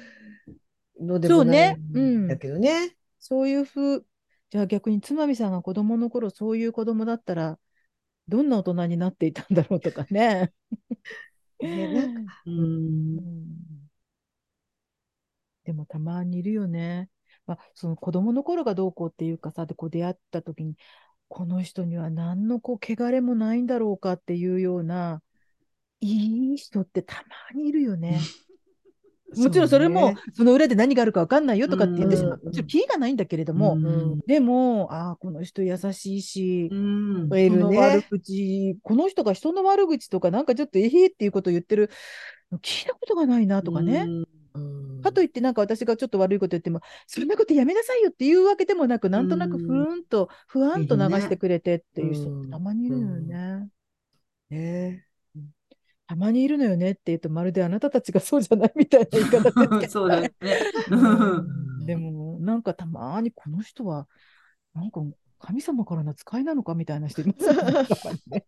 Speaker 2: ので
Speaker 1: そ
Speaker 2: も
Speaker 1: う
Speaker 2: ない
Speaker 1: ね
Speaker 2: んだけどね。
Speaker 1: そういうふう、じゃあ逆につまみさんが子供の頃そういう子供だったら、どんな大人になっていたんだろうとかね。
Speaker 2: ねなんか
Speaker 3: うん
Speaker 1: うんでもたまにいるよね。まあ、その子供の頃がどうこうっていうかさ、でこう出会った時に、この人には何のこう汚れもないんだろうかっていうような、いい人ってたまにいるよ ね。もちろんそれも、その裏で何があるか分かんないよとかって言ってしま
Speaker 2: うん
Speaker 1: う。もちろん気がないんだけれども、
Speaker 3: うん
Speaker 1: でも、ああ、この人優しいし、
Speaker 3: うん。
Speaker 2: そうね、増え
Speaker 1: 人
Speaker 2: る
Speaker 1: の悪
Speaker 2: ね。
Speaker 1: 口、この人が人の悪口とか、なんかちょっとえへっていうことを言ってる聞いたことがないなとかね。
Speaker 2: うん
Speaker 1: かといって、なんか私がちょっと悪いこと言っても、そんなことやめなさいよっていうわけでもなく、なんとなくふーんと、不安と流してくれてっていう人
Speaker 2: うん
Speaker 1: たまにいるのよね。
Speaker 2: ね
Speaker 1: たまにいるのよねって言うと、まるであなたたちがそうじゃないみたいな言い方ですけ ど、ね
Speaker 3: そうだね。
Speaker 2: ん
Speaker 1: でも、なんかたまにこの人は、なんか神様からの使いなのかみたいな人いますよねた まにね。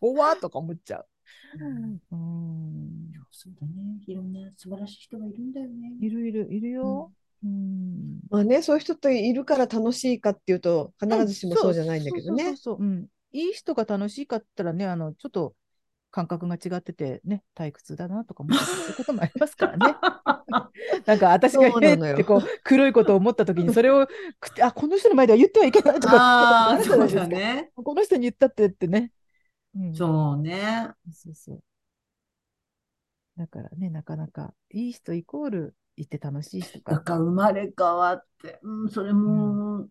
Speaker 1: おわーとか思っちゃう。うん、
Speaker 3: そうだね。いろんな素晴らしい人がいるんだよね。
Speaker 1: いるいるいるよ。うん
Speaker 2: まあね、そういう人といるから楽しいかっていうと、必ずしもそうじゃないんだけど
Speaker 1: そう
Speaker 2: ね。
Speaker 1: そうそうそううん、いい人が楽しいかったらね、あのちょっと感覚が違っててね、退屈だなとかもそういうこともありますからね。なんか私が
Speaker 2: そう
Speaker 1: え
Speaker 2: なの
Speaker 1: ー
Speaker 2: よ
Speaker 1: ってこう黒いことを思った時にそれをくあこの人の前では言ってはいけないとか
Speaker 3: ああ、
Speaker 1: るじゃ
Speaker 3: そ
Speaker 1: ないうです
Speaker 3: だ
Speaker 1: か
Speaker 3: ね。
Speaker 1: この人に言ったってってね。うん
Speaker 3: そうね。
Speaker 1: そうそう。だからね、なかなかいい人イコールいて楽しい人
Speaker 3: だ
Speaker 1: か。
Speaker 3: から生まれ変わって、うん、それも、わ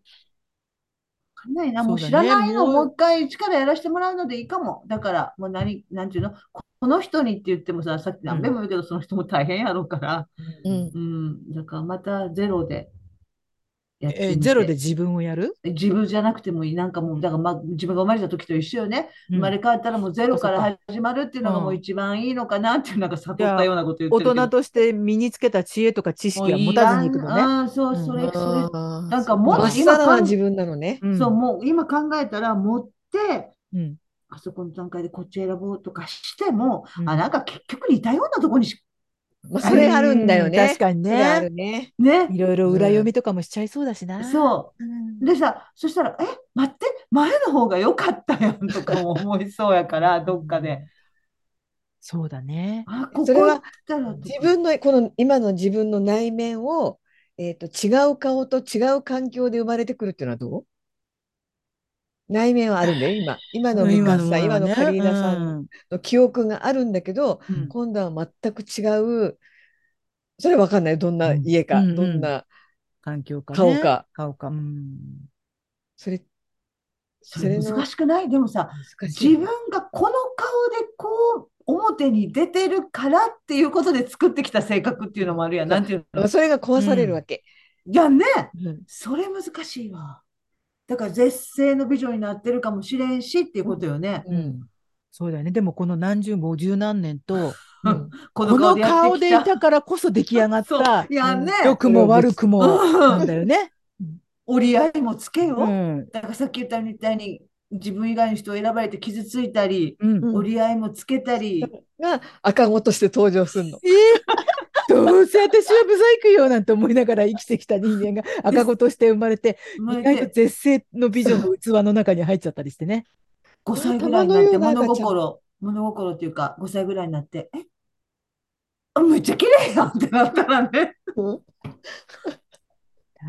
Speaker 3: かんないな、もう
Speaker 1: そう
Speaker 3: 知
Speaker 1: だ
Speaker 3: ら
Speaker 1: ね
Speaker 3: ないの、
Speaker 1: もう
Speaker 3: もう一回一からやらせてもらうのでいいかも。だから、もう何、なんていうの、ここの人にって言ってもさ、さっき何遍も言うけど、その人も大変やろうから、
Speaker 2: う
Speaker 1: うん
Speaker 2: ん
Speaker 3: うん、だからまたゼロでやって
Speaker 1: え
Speaker 3: み
Speaker 1: ゼロで
Speaker 3: て。
Speaker 1: 自分をやる
Speaker 3: 自分じゃなくてもいい、なんかもう、だから、ま、自分が生まれた時と一緒よね。生まれ変わったらもうゼロから始まるっていうのがもう一番いいのかなっていう、なんか悟ったようなこと言っ
Speaker 1: 大
Speaker 3: てるけ
Speaker 1: 人
Speaker 3: ど。
Speaker 1: として身につけた知恵とか知識は持たずにいくのね。
Speaker 3: ああ、そう、それ、それ、な
Speaker 2: なん
Speaker 3: かも
Speaker 1: っと
Speaker 2: まっさらな自分なのね。
Speaker 1: うん
Speaker 3: そう、もう今考えたら持って、
Speaker 1: うん
Speaker 3: あそこの段階でこっち選ぼうとかしても、
Speaker 1: うん
Speaker 3: あ、なんか結局似たようなとこにし、
Speaker 2: まあ、それあるんだよね。
Speaker 1: うん確かに
Speaker 2: それあ
Speaker 1: ね。
Speaker 2: るね。
Speaker 3: ね、
Speaker 1: いろいろ裏読みとかもしちゃいそうだしな。
Speaker 3: そうう。
Speaker 1: ん。
Speaker 3: でさ、そしたら、え、待って、前の方が良かったやんとかも思いそうやから、どっかで。
Speaker 1: そうだね。
Speaker 3: あ、こ
Speaker 2: それ
Speaker 3: こ
Speaker 2: は
Speaker 3: 行ったらとか
Speaker 2: 自分のこの今の自分の内面を、えー、と違う顔と違う環境で生まれてくるっていうのはどう内面はあるんだよ今今の美香さん今のカリーナさん
Speaker 1: ん。
Speaker 2: の記憶があるんだけど、
Speaker 1: うん
Speaker 2: 今度は全く違うそれわかんないどんな家か、
Speaker 1: うんうん
Speaker 2: どんな
Speaker 1: 環境か、ね。
Speaker 2: 顔。か、
Speaker 1: 顔か。うん。
Speaker 2: それ
Speaker 3: それ
Speaker 2: それの
Speaker 3: 難しくないでもさ、
Speaker 2: 難しい
Speaker 3: 自分がこの顔でこう、表に出てるからっていうことで作ってきた性格っていうのもあるやん。なんていうの。
Speaker 2: それが壊されるわけ、
Speaker 3: いやね。
Speaker 2: うん
Speaker 3: それ難しいわ。だから絶世の美女になってるかもしれんしっていうことよね。
Speaker 2: うん
Speaker 1: そうだよね。でもこの何十もう十何年と、
Speaker 3: うん
Speaker 2: うん
Speaker 1: こ
Speaker 3: こ
Speaker 1: の顔でい
Speaker 3: やってき
Speaker 1: たからこそ出来上がっ
Speaker 3: そう
Speaker 1: た、
Speaker 3: いやね。
Speaker 1: 良くも悪くも
Speaker 3: う
Speaker 1: なん
Speaker 3: ん
Speaker 1: だよね。
Speaker 3: 折り合いもつけよ。
Speaker 1: うん。
Speaker 3: だからさっき言ったみたいに自分以外の人を選ばれて傷ついたり、
Speaker 1: うん。
Speaker 2: うん
Speaker 3: 折り合いもつけたり、
Speaker 2: が赤子として登場す るの。
Speaker 1: えー どうせ私はブサイクよなんて思いながら生きてきた人間が赤子として生まれて
Speaker 3: 生ま
Speaker 1: 意
Speaker 3: れ
Speaker 1: 外と
Speaker 3: て
Speaker 1: 絶世の美女の器の中に入っちゃったりして ね。
Speaker 3: 5歳ぐらいになって
Speaker 2: 頭のような
Speaker 3: 物
Speaker 2: 赤ちゃん
Speaker 3: 心、物心っていうか5歳ぐらいになって、えあめっちゃ綺麗やんってなったらね。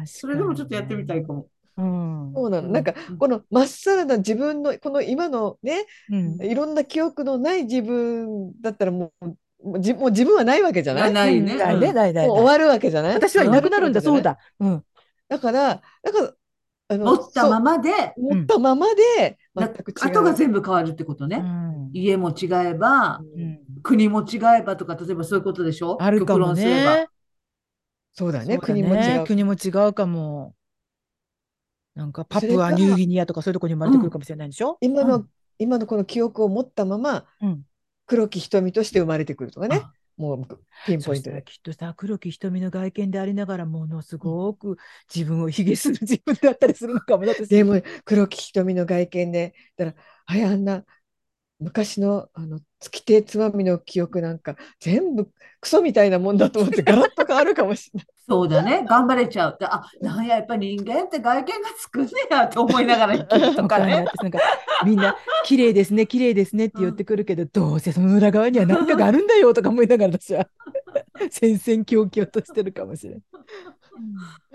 Speaker 3: それでもちょっとやってみたいかも。
Speaker 1: うん。
Speaker 2: そうなの。
Speaker 3: うん
Speaker 2: なんか
Speaker 3: うん
Speaker 2: このまっさらな自分のこの今のね、
Speaker 1: うん
Speaker 2: いろんな記憶のない自分だったらもうもうじもう自分はないわけじゃない。
Speaker 3: ないうね
Speaker 1: ん。ないね、ないない
Speaker 2: もう
Speaker 1: ない
Speaker 2: 終わるわけじゃない。
Speaker 1: 私はいなくなるんだ、そう。だ。うん。
Speaker 2: だからだからあ
Speaker 3: 持ったま
Speaker 2: ま
Speaker 3: まで、
Speaker 2: 持ったままで
Speaker 3: な
Speaker 2: 全く違う。
Speaker 3: 後が全部変わるってことね。
Speaker 1: う
Speaker 3: 家も違えば、
Speaker 1: ん。
Speaker 3: 国も違えばとか、例えばそういうことでしょ
Speaker 1: あるかも
Speaker 3: 極論すれば
Speaker 1: ね。
Speaker 2: そうだ
Speaker 1: そ
Speaker 2: ね。
Speaker 1: うだ
Speaker 2: 国も違う。
Speaker 1: 国も違うかも。なんかパプア
Speaker 2: それか
Speaker 1: ニューギニアとかそういうとこに生まれてくるかもしれないでしょ
Speaker 2: 今
Speaker 1: う
Speaker 2: の
Speaker 1: ん
Speaker 2: 今のこの記憶を持ったまま
Speaker 1: うん
Speaker 2: 黒き瞳として生まれてくるとかね
Speaker 3: あ。
Speaker 2: もうピンポ
Speaker 1: そ
Speaker 2: イ
Speaker 1: し
Speaker 2: ン
Speaker 1: た
Speaker 2: トで
Speaker 1: ら。きっとさ黒き瞳の外見でありながらものすごく自分を卑下する自分だったりするのかもだって
Speaker 2: でも黒木瞳の外見で、だから、あやあんな昔のあの月亭つまみの記憶なんか全部クソみたいなもんだと思ってガラッと変わるかもしれない。
Speaker 3: そうだね。頑張れちゃう。であ、なんや、やっぱ人間って外見がつくねやと思いながら生きると
Speaker 1: わ
Speaker 3: か
Speaker 1: かんない
Speaker 3: ね。
Speaker 1: 私なんかみんな綺麗ですね綺麗ですねって言ってくるけど、どうせその裏側には何かがあるんだよとか思いながら私は戦々恐々としてるかもしれない。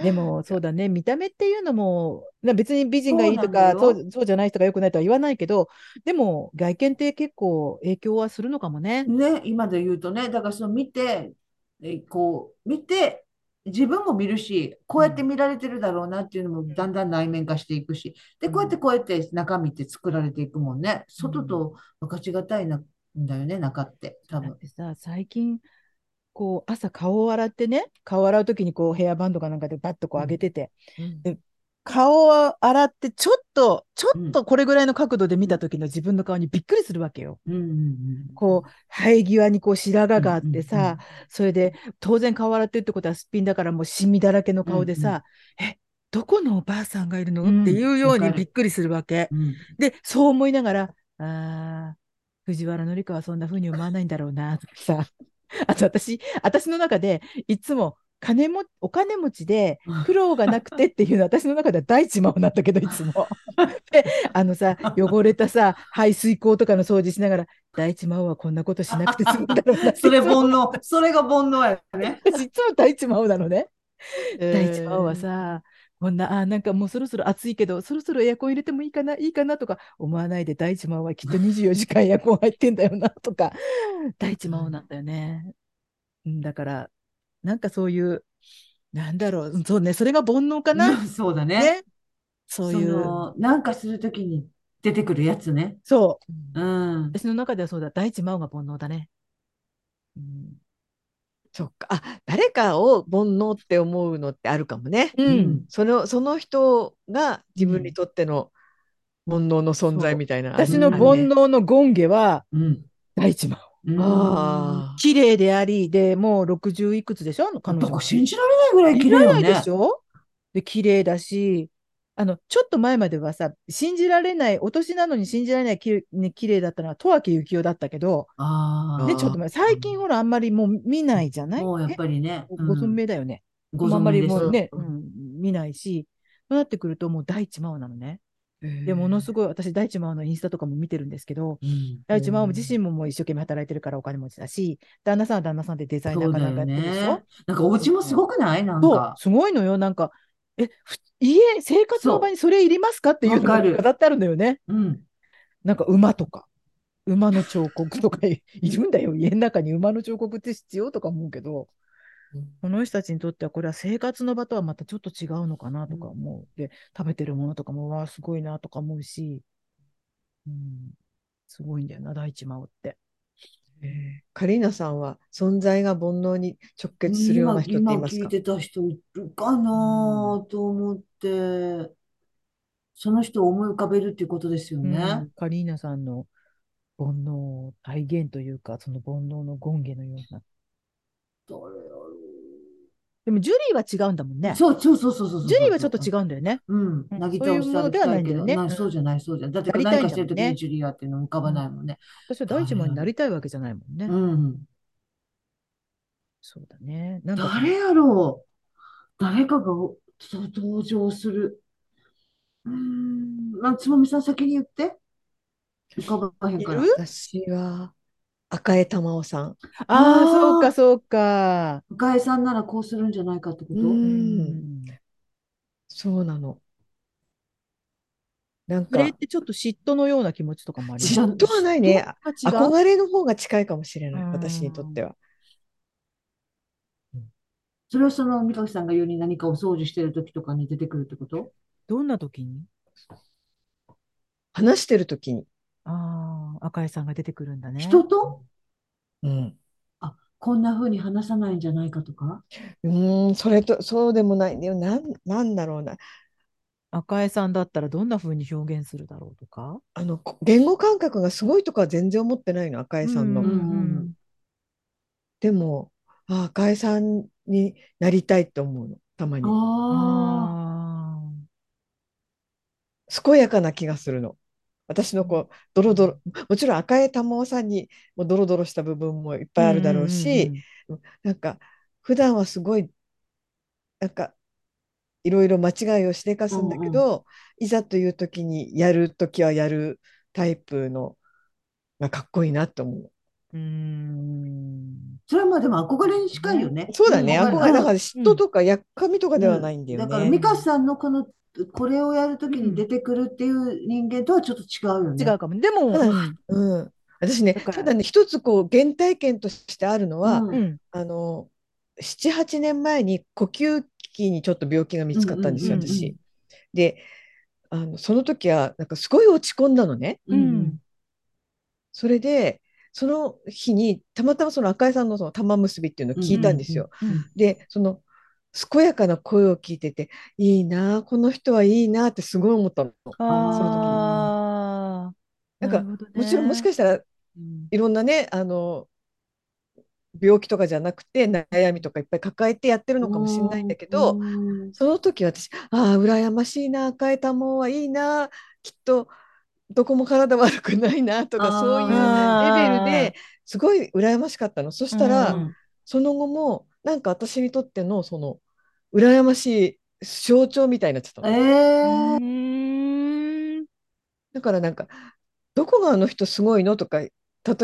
Speaker 1: でもそうだね見た目っていうのもな別に美人がいいとか
Speaker 3: そ
Speaker 1: そうう
Speaker 3: な
Speaker 1: そうじゃない人が良くないとは言わないけどでも外見って結構影響はするのかもね。
Speaker 3: ね、今で言うとね、だからその見て、えこう、見て、自分も見るし、こうやって見られてるだろうなっていうのもだんだん内面化していくし、で、こうやってこうやって中身って作られていくもんね。外と分かちがたいなんだよね、中って、多
Speaker 1: だ
Speaker 3: 分
Speaker 1: っ。てさ、最近、こう、朝顔を洗ってね、顔洗うときにこう、ヘアバンドかなんかでバッとこう上げてて、で顔を洗って、ちょっと、ちょっとこれぐらいの角度で見たときの自分の顔にびっくりするわけよ。
Speaker 3: うんうんうん
Speaker 1: こう、生え際にこう白髪があってさ、
Speaker 3: うんうんうん
Speaker 1: それで、当然顔洗ってるってことはすっぴんだからもうシミだらけの顔でさ、え、どこのおばあさんがいるの、
Speaker 3: うん
Speaker 1: っていうよう
Speaker 3: わ
Speaker 1: に
Speaker 3: かる
Speaker 1: びっくりするわけ。
Speaker 3: うん
Speaker 1: で、そう思いながら、ああ、藤原紀香はそんな風に思わないんだろうな、とかさ。 あと私、私の中で、いつも金も、お金持ちで苦労がなくてっていうのは私の中では第一魔法なんだけど、いつも。で、あのさ、汚れたさ、排水口とかの掃除しながら、第一魔王はこんなことしなくて済むんだろうなって。
Speaker 3: それ
Speaker 1: いつ
Speaker 3: 煩
Speaker 1: も
Speaker 3: 悩、 それが煩悩や ね。
Speaker 1: 私いつも第一魔王なのね。第一話
Speaker 3: 番
Speaker 1: は、さ、こんな、あー、なんかもうそろそろ暑いけど、そろそろエアコン入れてもいいかな、いいかなとか思わないで、第一話はきっと24時間エアコン入ってんだよなと か、第一話なんだよね。うんだから、なんかそういう、なんだろう、うんそうね、それが煩悩かな、
Speaker 3: そうだね。
Speaker 1: ね。そうい、
Speaker 3: そうの、なんかするときに出てくるやつね。
Speaker 1: そう、
Speaker 3: うん。
Speaker 1: 私の中ではそうだ、第一魔王が煩悩だね。うん。
Speaker 2: そっか。あ、誰かを煩悩って思うのってあるかもね。
Speaker 1: う
Speaker 3: うん
Speaker 2: その、その人が自分にとっての煩悩の存在みたいな。
Speaker 1: 私の
Speaker 2: あ
Speaker 1: 煩
Speaker 2: るね
Speaker 1: 悩の権下は、
Speaker 3: うん。
Speaker 1: 第一魔王。
Speaker 3: うん
Speaker 2: あ
Speaker 1: 綺麗であり、でもう60いくつでしょ彼女
Speaker 3: だか
Speaker 1: は
Speaker 3: ら信じられないぐらい綺麗
Speaker 1: いら
Speaker 3: よ
Speaker 1: ないで
Speaker 3: ね
Speaker 1: し。ょで、綺麗だし、あの、ちょっと前まではさ、信じられない、お年なのに信じられないき、ね、綺麗だったのは、十明幸雄だったけど、
Speaker 3: ああ。
Speaker 1: ね、ちょっと前、最近ほら、あんまりもう見ないじゃない
Speaker 3: もうやっ
Speaker 1: え
Speaker 3: ぱりね。
Speaker 1: ご
Speaker 3: うん
Speaker 1: 存命だよね。
Speaker 3: ご
Speaker 1: もうあん
Speaker 3: 存
Speaker 1: ま
Speaker 3: 命
Speaker 1: り
Speaker 3: です
Speaker 1: もうね、
Speaker 3: うん
Speaker 1: うん見ないし、そうなってくると、もう第一魔王なのね。
Speaker 2: あ。
Speaker 1: で、ものす
Speaker 2: ご
Speaker 1: ごい、私、第一魔王のインスタとかも見てるんですけど、
Speaker 3: うん
Speaker 1: 第一魔王自身ももう一生懸命働いてるからお金持ちだし、旦那さんは旦那さんでデザイナ
Speaker 3: そ
Speaker 1: ー
Speaker 3: う
Speaker 1: か
Speaker 3: だ
Speaker 1: なんかや
Speaker 3: よ
Speaker 1: ってるでしょ
Speaker 3: ね。なんかお家もすごくないなん
Speaker 1: そう
Speaker 3: か、。
Speaker 1: すごいのよ。なんか、え、ふ家、生活の場にそれいりますかっていうの
Speaker 3: わ
Speaker 1: が
Speaker 3: かる
Speaker 1: 飾ってあるのよね。
Speaker 3: うん。
Speaker 1: なんか馬とか、馬の彫刻とか いるんだよ。家の中に馬の彫刻って必要とか思うけど、この人たちにとってはこれは生活の場とはまたちょっと違うのかなとか思う。で、食べてるものとかも、わあ、すごいなとか思うし、うん、すごいんだよな、第一魔王って。
Speaker 2: い。カリーナさんは存在が煩悩に直結するような人って
Speaker 3: 今、
Speaker 2: います
Speaker 3: 今
Speaker 2: か
Speaker 3: 聞いてた人いるかなと思って、その人を思い浮かべるっていうことですよ
Speaker 1: う
Speaker 3: ね
Speaker 1: ん。カリーナさんの煩悩を体現というか、その煩悩の権下のような。
Speaker 3: 誰やろ
Speaker 1: でも、ジュリーは違うんだもん
Speaker 3: う
Speaker 1: ね。
Speaker 3: そうそうそうそうそうそう
Speaker 1: ジュリーはちょっと違
Speaker 3: う。
Speaker 1: うんだよね。
Speaker 3: うん。
Speaker 1: うん
Speaker 3: なぎ
Speaker 1: そ
Speaker 3: 倒
Speaker 1: ういう
Speaker 3: し
Speaker 1: ものではないんだよね
Speaker 3: たけどなそうじゃない、そうじゃない。だって
Speaker 1: やりたい
Speaker 3: 何
Speaker 1: んだもんね
Speaker 3: かしてる時にジュリアっていうの浮かばないもんね。
Speaker 1: 私は第一問になりたいわけじゃないもんね。
Speaker 3: うん。
Speaker 1: そうだね。なんか、
Speaker 3: 誰やろう誰かがおそう登場する。うーん。まあ、つぼみさん先に言って。浮かばへん
Speaker 1: い
Speaker 3: から。
Speaker 1: る
Speaker 2: 私は赤江珠緒さん。
Speaker 1: ああー、
Speaker 3: あー
Speaker 1: そうか、そうか。
Speaker 3: 向井さんならこうするんじゃないかってこと
Speaker 2: う
Speaker 1: うんん。
Speaker 2: そうなの。なん
Speaker 1: それっ
Speaker 2: か、
Speaker 1: てちょっと嫉妬のような気持ちとかもあります
Speaker 3: 嫉
Speaker 2: 嫉妬はないね。
Speaker 1: 嫉妬が違う
Speaker 2: 憧れの方が近いかもしれない、
Speaker 1: うん
Speaker 2: 私にとっては。
Speaker 3: それはその三上さんが言うように何かお掃除してる時とかに出てくるってこと
Speaker 1: どんな時に
Speaker 2: 話してる時に。
Speaker 1: ああ、赤井さんが出てくるんだね。
Speaker 3: 人と
Speaker 2: うん。
Speaker 3: あ、こんな風に話さないんじゃないかとか
Speaker 2: うーん、それと、そうでもないんだよ。なん、なんだろうな。
Speaker 1: 赤井さんだったらどんな風に表現するだろうとか。
Speaker 2: あの、こ言語感覚がすごいとかは全然思ってないの、赤江さんの。
Speaker 1: うう
Speaker 2: でも、あ赤江さんになりたいと思うの、たまに。
Speaker 3: ああ、
Speaker 1: ああ。
Speaker 2: 健やかな気がするの。私のこう、ドロドロ、もちろん赤江珠緒さんにもドロドロした部分もいっぱいあるだろうし、なんか普段はすごいなんかいろいろ間違いをしでかすんだけど、いざという時にやる時はやるタイプのがかっこいいなと思う。
Speaker 1: うんうんうん。うーん。
Speaker 3: それはまあでも憧れに近いよね。
Speaker 2: そうだね、
Speaker 3: ん
Speaker 2: 憧れだから嫉妬とかやっかみとかでは
Speaker 3: うん
Speaker 2: ないんだよ
Speaker 3: だから
Speaker 2: ね。
Speaker 3: 三上さんのこの、これをやる時に出てくるっていう人間とはちょっと違うよね。
Speaker 1: 違うかも。でも、
Speaker 2: ただ
Speaker 1: うん
Speaker 2: うん、私ね、
Speaker 1: だから
Speaker 2: ただね、一つこう原体験としてあるのは、
Speaker 3: うん
Speaker 1: うん。
Speaker 2: あの7、8年前に呼吸器にちょっと病気が見つかったんですよ、
Speaker 1: うんうんうんうん
Speaker 2: 私。で、あのその時はなんかすごい落ち込んだのね。
Speaker 1: うん。
Speaker 2: それでその日にたまたまその赤井さんのその玉結びっていうのを聞いたんですよ。でその健やかな声を聞いてていいなあこの人はいいなあってすごい思ったの。その
Speaker 1: あ
Speaker 2: 時
Speaker 1: ー
Speaker 2: なんか、
Speaker 1: なるほどね
Speaker 2: もちろんもしかしたらいろんなねあの病気とかじゃなくて悩みとかいっぱい抱えてやってるのかもしれないんだけど、
Speaker 3: うん
Speaker 2: その時私ああ羨ましいな赤い玉はいいなきっとどこも体悪くないなとか
Speaker 3: あー
Speaker 2: そう
Speaker 1: あ
Speaker 2: いうレベル
Speaker 1: ー
Speaker 2: ですごい羨ましかったのそしたら、その後もなんか私にとってのその羨ましい象徴みたいになっちゃったの。
Speaker 1: う
Speaker 3: ええ
Speaker 1: ん
Speaker 2: だからなんかどこがあの人すごいのとか例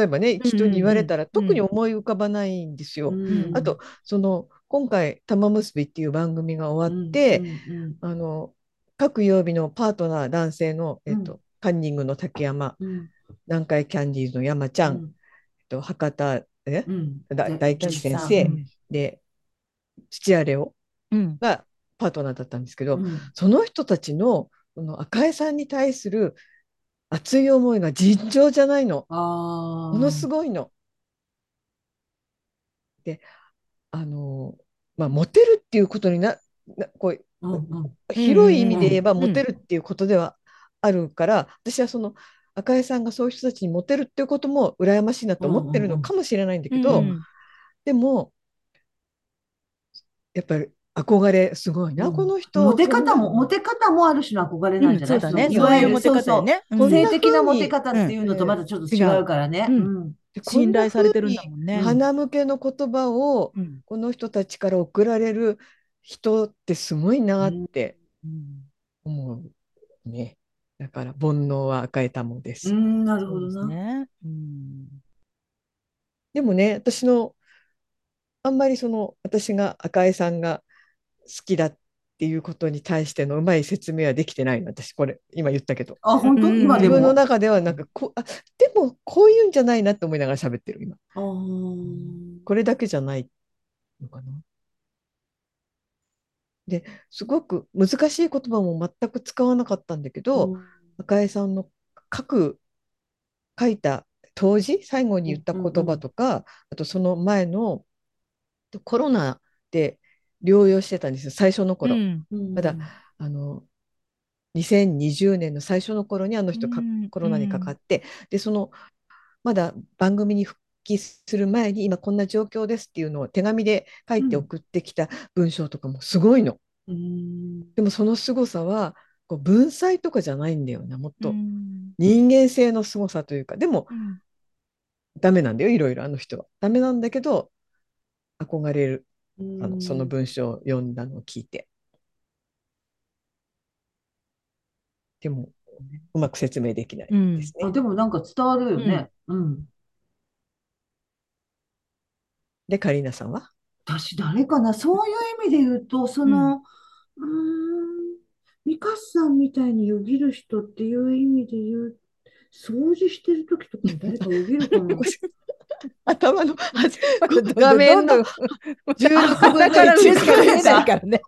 Speaker 2: えばね
Speaker 1: んうん
Speaker 2: 人に言われたら
Speaker 1: うん
Speaker 2: 特に思い浮かばないんですよ。
Speaker 1: ん
Speaker 2: あとその今回「玉結び」っていう番組が終わって、あの各曜日のパートナー男性の、えっとカンニングの竹山南海キャンディーズの山ちゃん、えっと、博多え、だ大吉先生
Speaker 1: うん
Speaker 2: で土屋レオ
Speaker 1: うん
Speaker 2: がパートナーだったんですけど、その人たちのこの赤江さんに対する熱い思いが尋常じゃないの。も
Speaker 3: も
Speaker 2: のす
Speaker 3: ご
Speaker 2: ごいの。であのまあモテるっていうことにななこう広い意味で言えば
Speaker 1: うんうんうん
Speaker 2: モテるっていうことではあるから、私はその赤江さんがそういう人たちにモテるっていうことも羨ましいなと思ってるのかもしれないんだけど、
Speaker 1: うんうん
Speaker 2: でもやっぱり憧れすごいな、
Speaker 3: うん
Speaker 2: この人
Speaker 3: モテ方も、モテ方もある種の憧れなんじゃな
Speaker 1: そ
Speaker 3: いう
Speaker 1: だね。
Speaker 3: のい
Speaker 1: そう
Speaker 3: わゆ
Speaker 1: いう
Speaker 3: る
Speaker 1: モテ
Speaker 3: そう
Speaker 1: 方
Speaker 3: そ
Speaker 1: よ
Speaker 3: う
Speaker 1: ね。うん
Speaker 2: こんな
Speaker 3: 性的なモテ方っていうのとまたちょっと違うからね。
Speaker 1: うん
Speaker 3: うん
Speaker 1: 信頼されてるんだもんね。
Speaker 2: 花向けの言葉を
Speaker 1: うん
Speaker 2: この人たちから送られる人ってすごいなって
Speaker 1: うん
Speaker 2: 思うね。だから煩悩は赤えたもんです。
Speaker 3: うん、なる
Speaker 1: そ
Speaker 3: ほ
Speaker 1: うです
Speaker 3: どな。
Speaker 1: ね。うん
Speaker 2: でもね、私のあんまりその私が赤江さんが好きだっていうことに対してのうまい説明はできてないの。私これ今言ったけど。
Speaker 3: あ、本当
Speaker 1: うん
Speaker 3: 今
Speaker 2: 自
Speaker 3: で
Speaker 2: 分の
Speaker 3: も。
Speaker 2: 中ではなんかこうあでもこういうんじゃないなって思いながら喋ってる今。
Speaker 3: あー
Speaker 2: これだけじゃないのかな。ですごく難しい言葉も全く使わなかったんだけど、赤江さんの書く書いた当時最後に言った言葉とか、あとその前のコロナで療養してたんですよ最初の頃、
Speaker 3: うん
Speaker 2: まだあの2020年の最初の頃にあの人か、
Speaker 1: うん
Speaker 2: コロナにかかって、でそのまだ番組に復帰する前に今こんな状況ですっていうのを手紙で書いて送ってきた文章とかもすごいの。
Speaker 3: うん
Speaker 2: でもその凄さはこう文才とかじゃないんだよねもっと、
Speaker 1: うん
Speaker 2: 人間性の凄さというかでも
Speaker 1: うん
Speaker 2: ダメなんだよいろいろあの人はダメなんだけど憧れるあのその文章を読んだのを聞いてでもうまく説明できないですね、
Speaker 3: あ、でもなんか伝わるよね。うん。
Speaker 2: でカリーナさんは
Speaker 3: 私、誰かなそういう意味で言うと、その、うーん、ミカさんみたいによぎる人っていう意味で言う、掃除してる時とかに誰かよぎるかな
Speaker 2: こし頭の端
Speaker 1: 画
Speaker 2: 画
Speaker 1: 面
Speaker 2: 面
Speaker 1: の
Speaker 2: の
Speaker 1: 16分の1しか見えないからね。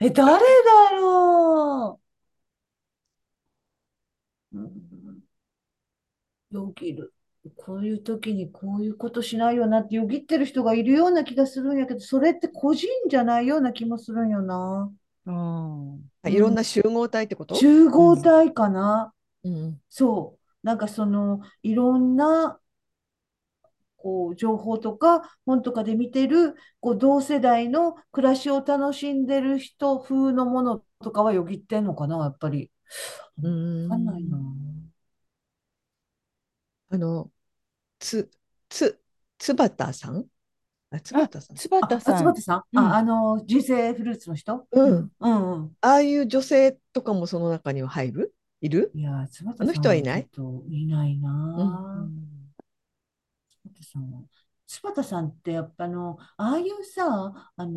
Speaker 3: え、誰だろううんよぎる。こういう時にこういうことしないよなってよぎってる人がいるような気がするんやけど、それって個人じゃないような気もするんよな。
Speaker 1: うん
Speaker 2: あいろんな集合体ってこと、
Speaker 3: 集合体かな。
Speaker 2: うん
Speaker 3: そう。なんかその、いろんな、こう、情報とか本とかで見てる、こう、同世代の暮らしを楽しんでる人風のものとかはよぎってんのかな、やっぱり。わかんないな。
Speaker 2: あの、つ、つ、つばたさんあ、つばたさん
Speaker 1: つば
Speaker 3: あ、
Speaker 1: た
Speaker 3: あ
Speaker 1: さん
Speaker 3: 椿さん
Speaker 1: うん
Speaker 3: あ、あの、人生フルーツの人
Speaker 2: うん。
Speaker 3: うんうん。
Speaker 2: ああいう女性とかもその中には入るいる
Speaker 3: いやー、椿
Speaker 2: あの
Speaker 3: さん
Speaker 2: 人はい
Speaker 3: はち
Speaker 2: ない
Speaker 3: ょっといない
Speaker 1: う
Speaker 3: なー。
Speaker 1: ん
Speaker 3: 柴田さんは、柴田さんってやっぱあの、ああいうさ、あの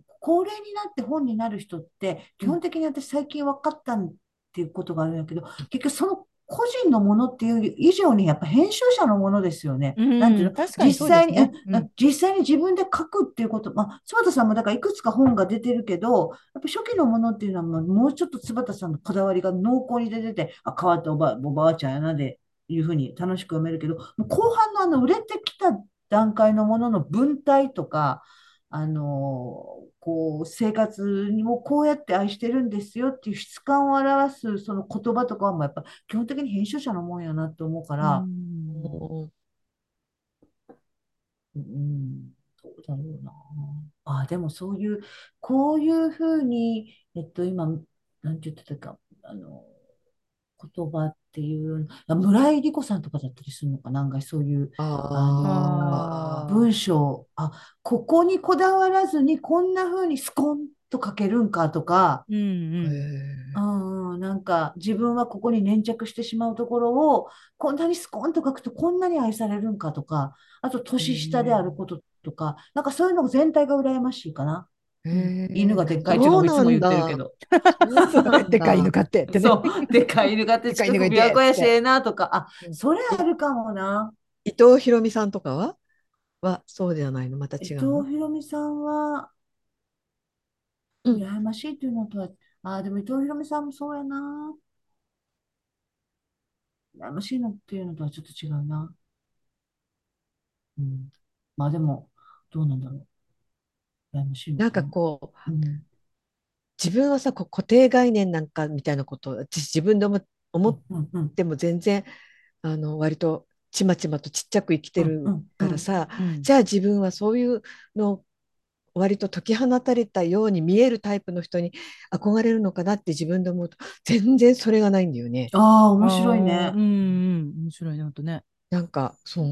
Speaker 3: ー高齢になって本になる人って、基本的に私最近分かったっていうことがあるんだけど、結局その個人のものっていう以上にやっぱ編集者のものですよね。
Speaker 1: うん
Speaker 3: なんていうの、
Speaker 1: 確かにそうです
Speaker 3: 実際
Speaker 1: ね
Speaker 3: に、うん
Speaker 1: うん
Speaker 3: うん実際に自分で書くっていうこと、まあ、柴田さんもだからいくつか本が出てるけど、やっぱ初期のものっていうのはもうもうちょっと柴田さんのこだわりが濃厚に出てて、あ、変わったおば、おばあちゃんやなで、いうふうに楽しく読めるけど、もう後半のあの売れてきた段階のものの文体とか、あのこう生活にもこうやって愛してるんですよっていう質感を表すその言葉とかはもうやっぱ基本的に編集者のもんやなと思うか
Speaker 1: う
Speaker 3: ら、
Speaker 1: ん
Speaker 3: うん、どうだろうな。ああ、でもそういう、こういうふうに、えっと、今、なんて言ってたか、あの、言葉っていう、あ村井理子さんとかだったりするのかな、案外そういう
Speaker 1: あー
Speaker 3: 文章、あ、ここにこだわらずに、こんなふうにスコンと書けるんかとか、
Speaker 1: うんうん
Speaker 3: うんうん、なんか自分はここに粘着してしまうところをこんなにスコーンと書くとこんなに愛されるんかとか、あと年下であることとか、なんかそういうのも全体が羨ましいかな。犬がでっかいっていうのもいつも言ってるけど。
Speaker 1: でかい犬飼ってってね。
Speaker 3: そう、でっかい犬があって
Speaker 1: でかい
Speaker 3: 近
Speaker 1: 犬がい
Speaker 3: く
Speaker 1: て
Speaker 3: 琵琶湖やしええなとか、あ、それあるかもな。
Speaker 2: 伊藤博美さんとかははそうじゃないのまた
Speaker 3: 伊
Speaker 2: 違
Speaker 3: 藤
Speaker 2: うの
Speaker 3: 博美さんは、
Speaker 2: うん
Speaker 3: 羨ましいというのとは、あー、でも伊藤博美さんもそうやな。羨ましいのっていうのとはちょっと違うな。うん。まあでも、どうなんだろう。羨ましいの
Speaker 2: なんか
Speaker 3: な。
Speaker 2: こう
Speaker 3: うん。
Speaker 2: 自分はさこう固定概念なんかみたいなこと私自分でも思っ
Speaker 3: うんうん。
Speaker 2: ても全然あの割とちまちまとちっちゃく生きてる
Speaker 3: うんうん
Speaker 2: からさ、じゃあ自分はそういうのを割と解き放たれたように見えるタイプの人に憧れるのかなって自分で思うと全然それがないんだよね。
Speaker 3: ああ、面白いね
Speaker 1: う。んうん、面白いね、ほんとね。
Speaker 2: なんかそう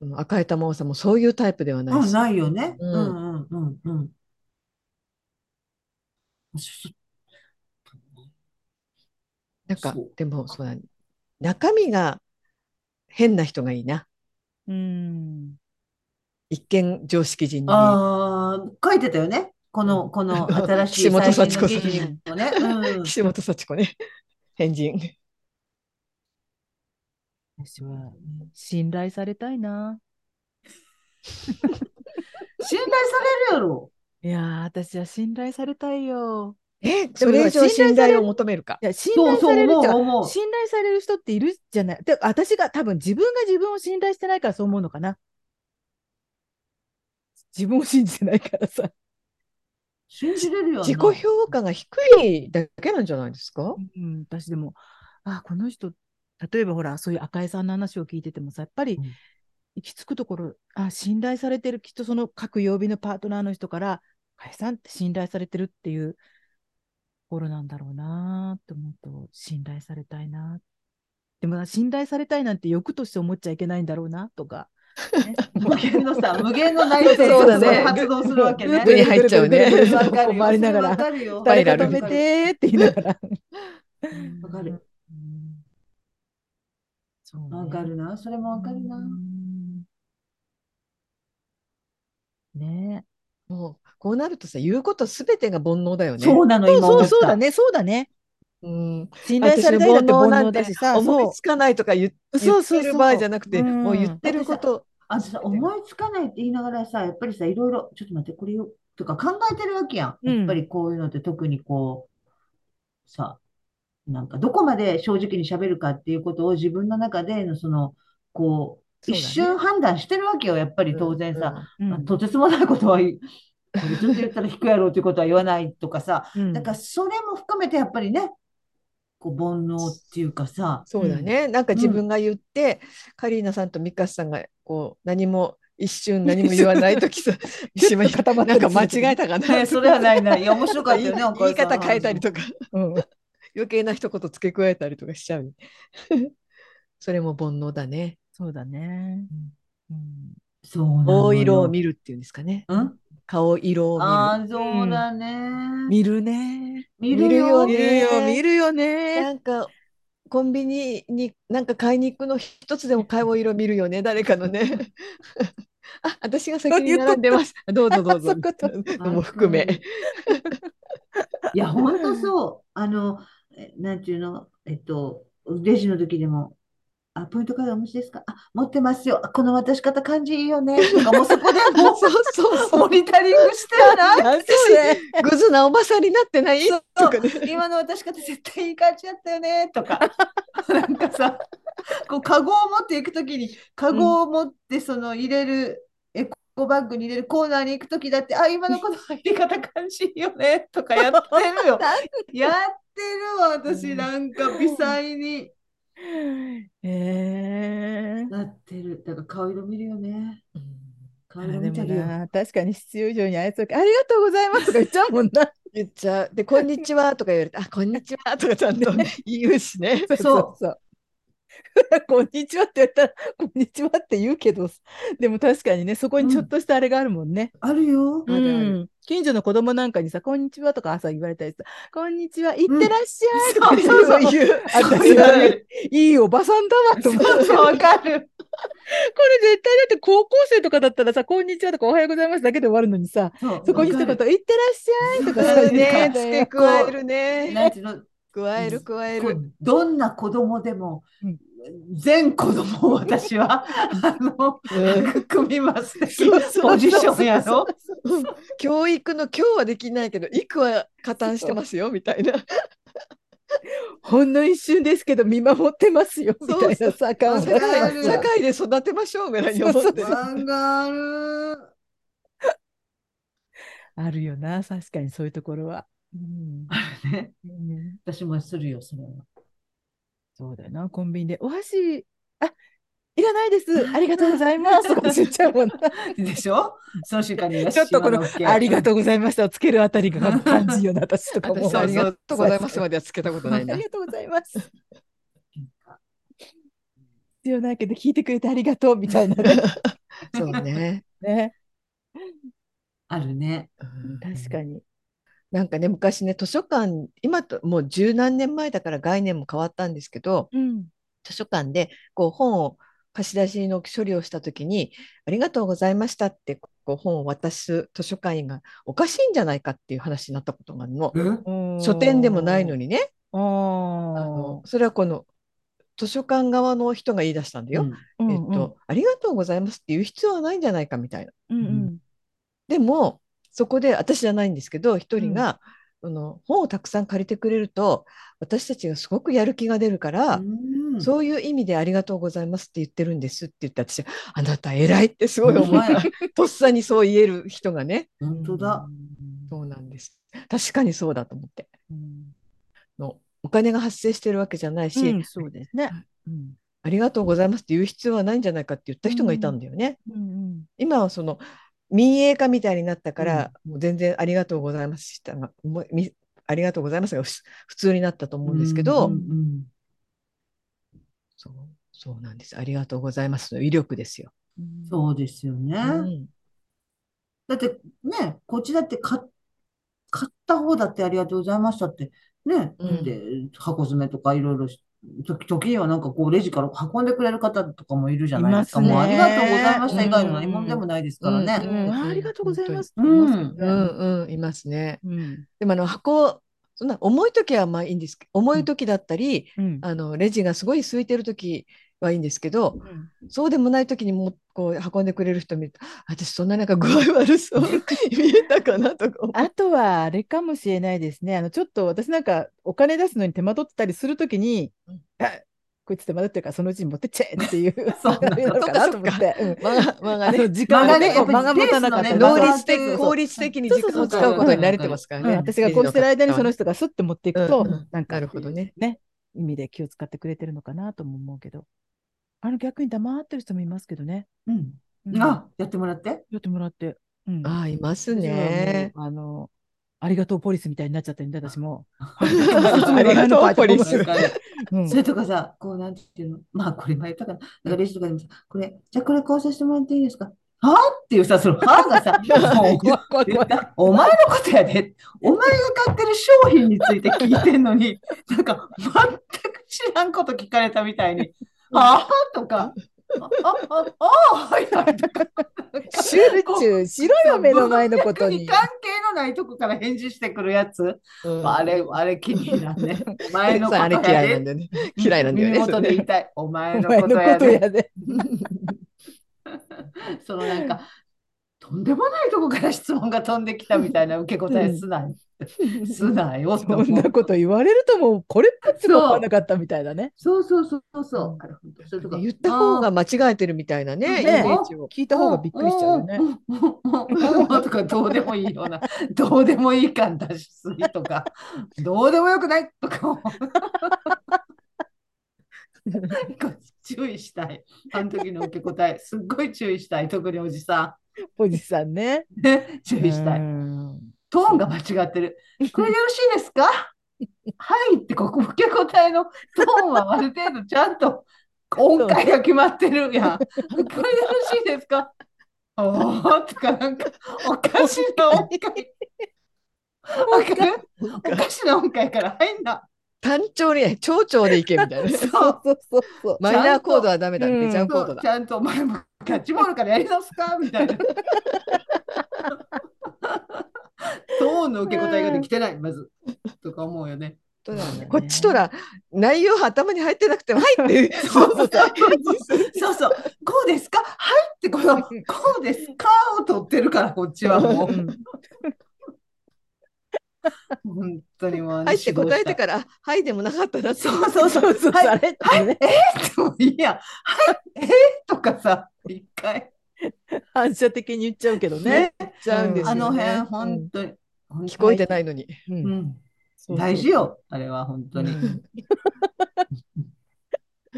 Speaker 2: うん赤江玉緒さんもそういうタイプではない
Speaker 3: うん、
Speaker 2: し、
Speaker 3: ないよね。
Speaker 2: う
Speaker 3: うんんうんうんうん。そ
Speaker 2: なんか
Speaker 3: そう
Speaker 2: でもそうだね中身が変な人がいいな
Speaker 1: うん。
Speaker 2: 一見常識人に見える
Speaker 3: ああ、書いてたよね。この、この新しい
Speaker 2: 岸本
Speaker 3: 最新
Speaker 2: 幸
Speaker 3: の
Speaker 2: 子
Speaker 3: 記
Speaker 2: さん
Speaker 3: 事にもね。うん。
Speaker 2: 岸本幸子ね変人
Speaker 1: 私は信頼されたいな。
Speaker 3: 信頼されるやろ。
Speaker 1: いやー、私は信頼されたいよ。
Speaker 2: え
Speaker 1: も
Speaker 2: それ以
Speaker 1: 信
Speaker 2: 上
Speaker 1: 頼され
Speaker 2: 信頼を求めるか
Speaker 1: いや、信
Speaker 3: そ
Speaker 1: 頼
Speaker 3: うそ
Speaker 1: さ
Speaker 3: う、
Speaker 1: れる
Speaker 3: 思う
Speaker 1: じゃん。
Speaker 3: 思う。
Speaker 1: 信頼される人っているじゃない。で、私が多分自分が自分を信頼してないからそう思うのかな。自分を信じてないからさ。
Speaker 3: 信じれるよな。
Speaker 2: 自己評価が低いだけなんじゃないですか
Speaker 1: うん、私でも、あ、この人、例えばほら、そういう赤井さんの話を聞いててもさ、やっぱり
Speaker 3: うん
Speaker 1: 行き着くところ、あ、信頼されてる、きっとその各曜日のパートナーの人から、赤井さんって信頼されてるっていうところなんだろうなと思うと、信頼されたいな。でもな、信頼されたいなんて欲として思っちゃいけないんだろうなとか、ね
Speaker 3: 無限のさ、無限の内省
Speaker 2: そう
Speaker 1: だね
Speaker 3: が発動するわけね。
Speaker 2: ループに入っちゃうね
Speaker 1: ぐるぐるぐるぐるぐるぐるこう
Speaker 3: わかるよ。
Speaker 1: 回りなが
Speaker 3: わ
Speaker 1: ら、
Speaker 3: かるよ。
Speaker 1: 誰
Speaker 2: 誰
Speaker 1: か
Speaker 2: か
Speaker 1: 止め
Speaker 2: 止め
Speaker 1: てって言いながら。
Speaker 3: わかる。
Speaker 1: うんそうね
Speaker 3: わかるな。それもわかるな
Speaker 1: う。んね
Speaker 2: もうこうなるとさ言うことすべてが煩悩だよね。
Speaker 3: そうな
Speaker 1: え。
Speaker 3: の、
Speaker 1: そう
Speaker 3: 今
Speaker 1: そ
Speaker 3: 思
Speaker 1: う
Speaker 3: った。
Speaker 1: そうだね、そうだね。
Speaker 2: うん、
Speaker 1: 信頼されたいだって煩悩だしさ、
Speaker 2: 思い
Speaker 1: そ
Speaker 2: つかないとか言っ
Speaker 1: そ
Speaker 2: 言
Speaker 1: う
Speaker 2: っ
Speaker 1: そうそう
Speaker 2: てる場合じゃなくて
Speaker 1: うん
Speaker 2: もう言ってること
Speaker 3: あのさ、思いつかないって言いながらさ、やっぱりさ、いろいろ、ちょっと待って、これよ、とか考えてるわけやん。
Speaker 1: うん
Speaker 3: やっぱりこういうのって特にこう、さ、なんかどこまで正直に喋るかっていうことを自分の中でのその、こう、
Speaker 2: そうだね
Speaker 3: 一瞬判断してるわけよ、やっぱり当然さ。
Speaker 1: う。
Speaker 3: まあとてつもないことは言う、これちょっと言ったら引くやろうっていうことは言わないとかさ、
Speaker 1: うん
Speaker 3: だからそれも含めてやっぱりね、こう、煩悩っていう かさ、
Speaker 2: そうだね、なんか自分が言って、カリーナさんとミカさんがこう何も一瞬何も言わない時さ
Speaker 1: ちょっと固まったり
Speaker 2: な
Speaker 1: す
Speaker 2: ん
Speaker 1: る
Speaker 2: か間違えたかな
Speaker 3: ね、 それはないない。いや、面白かったよね、
Speaker 2: 言い
Speaker 3: お母
Speaker 2: 言い
Speaker 3: さん
Speaker 2: 方変えたり
Speaker 3: か
Speaker 2: とか、余計な一言付け加えたりとか しちゃう。それも煩悩だね。
Speaker 1: そうだね。うん
Speaker 3: そうなの
Speaker 2: 顔色を
Speaker 3: よ。
Speaker 2: 見るっていうんですかね。
Speaker 3: うん
Speaker 2: 顔色を見る。
Speaker 3: ああ、そうだね。
Speaker 1: 見るね。
Speaker 3: 見
Speaker 2: 見るよ
Speaker 1: 見
Speaker 2: ね
Speaker 1: るよ、見るよ
Speaker 2: な
Speaker 1: ね。
Speaker 2: んかコンビニになんか買いに行くの一つでも顔色見るよね誰かのね。 あ私が先に並んでます。どうぞどうぞ。
Speaker 1: そういうこと
Speaker 2: のも含
Speaker 3: わか
Speaker 2: め
Speaker 3: る。いや、ほんとそう。あの、えなんていうの、えっと、レジの時でも、あ、あ、ポイントカードお持ちですかあ、持ってますよ。あこの渡し方感じいいよね。とか、もうそこでも う
Speaker 2: そうそうそう。
Speaker 3: モニタリングしてはない
Speaker 1: なんそれ
Speaker 2: グズなおばさんになってない
Speaker 3: そう
Speaker 2: とかね。
Speaker 3: 今の私方絶対いい感じだったよねとか なんかさこうカゴを持っていくときにカゴを持ってその入れるエコバッグに入れるコーナーに行くときだって、あ今のこの入り方感じいいよねとかやってるよやってるわ
Speaker 1: う
Speaker 3: 私
Speaker 1: ん
Speaker 3: なんか微細に
Speaker 1: ええ
Speaker 3: なってるだから顔色見るよね顔
Speaker 1: あ
Speaker 3: 色
Speaker 1: で
Speaker 3: 見て
Speaker 1: も
Speaker 3: るよ
Speaker 1: な、確かに必要以上に愛想ありがとうございますとか言 っちゃうもんな。
Speaker 2: 言っちゃう。で、こんにちはとか言われて、あ、こんにちはとかちゃんと言うしね。
Speaker 1: そうそう。こんにちはって言ったら、こんにちはって言うけど、でも確かにね、そこにちょっとしたあれがあるもんね。
Speaker 3: あるよ
Speaker 2: うんあるある
Speaker 1: うん近所の子供なんかにさ、こんにちはとか朝言われたりさ、こんにちは、いっ
Speaker 3: ん
Speaker 1: てらっしゃいと
Speaker 3: そ
Speaker 1: か
Speaker 3: う
Speaker 1: 言
Speaker 3: そうそう
Speaker 1: 言う。
Speaker 3: そう
Speaker 1: 私
Speaker 3: 言わ
Speaker 1: は
Speaker 3: れ
Speaker 1: ね
Speaker 3: る
Speaker 1: いいおばさんだわと思って。 これ
Speaker 3: そう
Speaker 1: 絶
Speaker 3: そうわかる
Speaker 1: 対だって高校生とかだったらさ、こんにちはとかおはようございますだけで終わるのにさ、
Speaker 3: そう
Speaker 1: そこに一
Speaker 3: わ
Speaker 1: 言、い
Speaker 3: か
Speaker 1: っ
Speaker 3: る
Speaker 1: てらっしゃいとかさ
Speaker 3: そう
Speaker 1: 言う、
Speaker 2: ね
Speaker 1: から
Speaker 2: 付け加えるね。
Speaker 3: なんていうの
Speaker 2: 加える加え
Speaker 3: こ
Speaker 2: る。
Speaker 3: うどんな子供でも、
Speaker 1: うん
Speaker 3: 全子供を私はあの組みます的
Speaker 1: そうそうそう
Speaker 3: ポジションやろ。
Speaker 2: 教育の今日はできないけど、いくは加担してますよみたいな。
Speaker 1: ほんの一瞬ですけど見守ってますよみ
Speaker 2: そう
Speaker 1: たいなさ、感
Speaker 2: 社
Speaker 1: が
Speaker 3: わか
Speaker 2: 会
Speaker 3: る
Speaker 2: 社会で育てましょうぐらいに思ってる。
Speaker 3: 漫画ある。
Speaker 1: あるよな、確かにそういうところは。うん
Speaker 3: ね
Speaker 1: うん
Speaker 3: 私もするよ、それは。
Speaker 1: そうだよな、コンビニで、お箸、あいらないです、ありがとうございますとか言っちゃうもんな
Speaker 3: でしょその瞬間に
Speaker 1: ちょっとこの、ありがと
Speaker 3: と
Speaker 1: うございましたをつけるあたりが感じよな、私とかも。
Speaker 2: 私ありがとうございます
Speaker 1: そう
Speaker 2: まではつけたこと
Speaker 1: そう
Speaker 2: ない な
Speaker 1: あり。がとうございます。必要ないけど、聞いてくれてありがとうみたいなね。
Speaker 2: そうね。
Speaker 1: ね
Speaker 3: あるね。
Speaker 1: 確かに。
Speaker 2: なんかね昔ね図書館今ともう十何年前だから概念も変わったんですけど
Speaker 1: うん。
Speaker 2: 図書館でこう本を貸し出しの処理をした時に「ありがとうございました」ってこう本を渡す図書館員がおかしいんじゃないかっていう話になったことがあるの書店でもないの
Speaker 1: に。
Speaker 2: にね
Speaker 1: あ
Speaker 2: あ
Speaker 1: の
Speaker 2: のそれはこの図書館側の人が言い出したんだよ。えっと、ありがとうございますって言う必要はないんじゃないかみたいな。
Speaker 1: うんうん
Speaker 2: でもそこで私じゃないんですけど
Speaker 1: う
Speaker 2: 一
Speaker 1: ん
Speaker 2: 人が、あの本をたくさん借りてくれると私たちがすごくやる気が出るから、そういう意味で「ありがとうございます」って言ってるんですって言って私あなた偉いってすごい
Speaker 3: お
Speaker 2: 思う
Speaker 3: 前
Speaker 2: とっさにそう言える人がね
Speaker 3: 本当だ。。
Speaker 2: そうなんです確かにそうだと思って
Speaker 1: うん
Speaker 2: のお金が発生してるわけじゃないし、
Speaker 1: うん、そうですね。うん
Speaker 2: ありがとうございますって言う必要はないんじゃないかって言った人がいたんだよね。
Speaker 1: うん
Speaker 2: 今はその民営化みたいになったから、もう全然ありがとうございますしたがもうみありがとうございますがふつ普通になったと思うんですけど、
Speaker 3: うんうん
Speaker 2: そうそうなんですありがとうございますの威力ですよ。
Speaker 1: うん
Speaker 3: そうですよね。
Speaker 2: うん
Speaker 3: だってね、こっちだって買っ、買った方だってありがとうございましたって、ね、
Speaker 2: うん
Speaker 3: で、箱詰めとかいろいろし、時時にはなんかこうレジから運んでくれる方とかもいるじゃないですか。
Speaker 1: いますね
Speaker 3: もうありがとうございました以外の何
Speaker 1: う
Speaker 3: 者
Speaker 1: ん
Speaker 3: でもないですからね。
Speaker 1: うんあありがとうございます。
Speaker 3: うん
Speaker 2: うんうんいますね。
Speaker 1: うん。
Speaker 2: でもあの箱そんな重い時はまあいいんですけど重い時だったり、
Speaker 1: うん。
Speaker 2: あのレジがすごい空いてる時はいいんですけど
Speaker 1: うん
Speaker 2: そうでもない時にもうこう運んでくれる人見ると私そんななんか具合悪そう見えたかなとか思って
Speaker 1: あとはあれかもしれないですね。あのちょっと私なんかお金出すのに手間取ってたりするときに
Speaker 2: うん、
Speaker 1: あこいつ手間取ってるからそのうちに持ってっちゃえっていう
Speaker 3: そうなの
Speaker 1: あれなのかなと思って。 うん
Speaker 2: 間が間が
Speaker 1: あ
Speaker 2: ね
Speaker 1: の時間
Speaker 3: 間
Speaker 1: が
Speaker 3: がね
Speaker 1: ね、
Speaker 3: やっぱり
Speaker 1: 間が持たなかっ
Speaker 3: ペ
Speaker 1: た
Speaker 3: ース
Speaker 2: 能
Speaker 3: のね間が
Speaker 2: 率的
Speaker 3: そうそう
Speaker 2: 効率的に時間を使うことに慣れてますから
Speaker 1: うん
Speaker 2: ね。
Speaker 1: 私がこうしてる間にその人がスッて持っていくと、
Speaker 2: うんうん
Speaker 1: なんか
Speaker 2: なるほどね。
Speaker 1: ね、意味で気を使ってくれてるのかなとも思うけど、あの逆に黙ってる人もいますけどね。
Speaker 3: うん。
Speaker 1: うん
Speaker 3: あ、やってもらって。
Speaker 1: やってもらって。うん、
Speaker 2: ああいます
Speaker 1: 私はもう
Speaker 2: ね。
Speaker 1: あの、ありがとうポリスみたいになっちゃってるんで、私 も。
Speaker 2: ありがとうポリス
Speaker 3: なんかね
Speaker 1: うん
Speaker 3: それとかさ、こうなんていうの、まあこれ前言ったかな、なんかレジとかでもさ、これ、じゃあこれこうさせてもらっていいですかはあっていうさ、そのはあがさ、もう
Speaker 1: 怖い怖い 怖い
Speaker 3: だお前のことやで。お前が買ってる商品について聞いてんのに、なんか全く知らんこと聞かれたみたいに、ああとか、あ、あ、あ、あ、みたいな
Speaker 1: 集中しろよ、目の前のことに。
Speaker 3: 関係のないとこから返事してくるやつ。まあ、あれ、あれ気に入らんね。お前のこと
Speaker 2: あれ
Speaker 3: や
Speaker 2: 嫌いなん
Speaker 3: で。
Speaker 2: だよね。 嫌いなんだよ
Speaker 3: 耳
Speaker 2: ね。
Speaker 3: 元で言いたい。お前のこと
Speaker 1: お前
Speaker 3: やで。
Speaker 1: で。
Speaker 3: そのなんか、とんでもないとこから質問が飛んできたみたいな受け答えすなよ。すなよって
Speaker 1: そ
Speaker 3: 思
Speaker 1: んな
Speaker 3: う。
Speaker 1: こと言われるともうこれっぽっちも思わなかったみたいなね。
Speaker 3: そうそうそうそう。あれ本当そういうとこ
Speaker 2: 言った方が間違えてるみたいなね、
Speaker 3: ね
Speaker 2: イメージを。
Speaker 1: 聞いた方がびっくりしちゃうよね。
Speaker 3: うん。うんうんうんとかどうでもいいような、どうでもいい感出しすぎとか、どうで もよくないとか思う注意したい。あの時の受け答え、すっごい注意したい。特におじさ
Speaker 1: おじさんね。
Speaker 3: ん。ね注意した
Speaker 1: う
Speaker 3: い。
Speaker 1: ん
Speaker 3: トーンが間違ってる。これでよろしいですかはいって、ここ受け答えのトーンはある程度ちゃんと音階が決まってるやん。これでよろしいですかおーとか、なんか、おかしな音階。わかるおかしな音階から入んな。
Speaker 2: 単調にね、長調でいけみたいな。
Speaker 1: そうそうそうそう。
Speaker 2: マイナーコードはダメだ、
Speaker 1: ちゃんと
Speaker 2: メジャーコ
Speaker 3: そ
Speaker 2: ード
Speaker 3: う
Speaker 2: だ
Speaker 3: ち。ゃんとお前もキャッチボールからやり直すかみ たいな。トーンの受け答えができてない、まず。とか思うよね。
Speaker 2: そうだね
Speaker 1: ね
Speaker 2: こっちとら、内容は頭に入ってなくても、はいって言う。そうそう
Speaker 3: そうそう、こうですか、はいってこの、こうですかを取ってるから、こっちはも
Speaker 1: うん
Speaker 3: う、本当にもう、
Speaker 2: はいって答えてから、あはいでもなかったな。そう
Speaker 3: そう
Speaker 1: そ
Speaker 3: そう
Speaker 1: うそう、
Speaker 3: はい
Speaker 1: あれってね、
Speaker 3: ら。もういいや、はい、えー、とかさ、一回、
Speaker 1: 反射的に言っちゃうけどね。
Speaker 3: ね
Speaker 1: 言っちゃうんですよ、
Speaker 3: あ
Speaker 1: ね。
Speaker 3: の辺、
Speaker 1: う
Speaker 3: 本
Speaker 1: ん
Speaker 3: 当に、
Speaker 2: 聞こえて
Speaker 3: い。
Speaker 2: ないの
Speaker 1: う
Speaker 2: に。
Speaker 3: うんん、
Speaker 1: そうそう
Speaker 3: 大事よ、あれは本当に。トー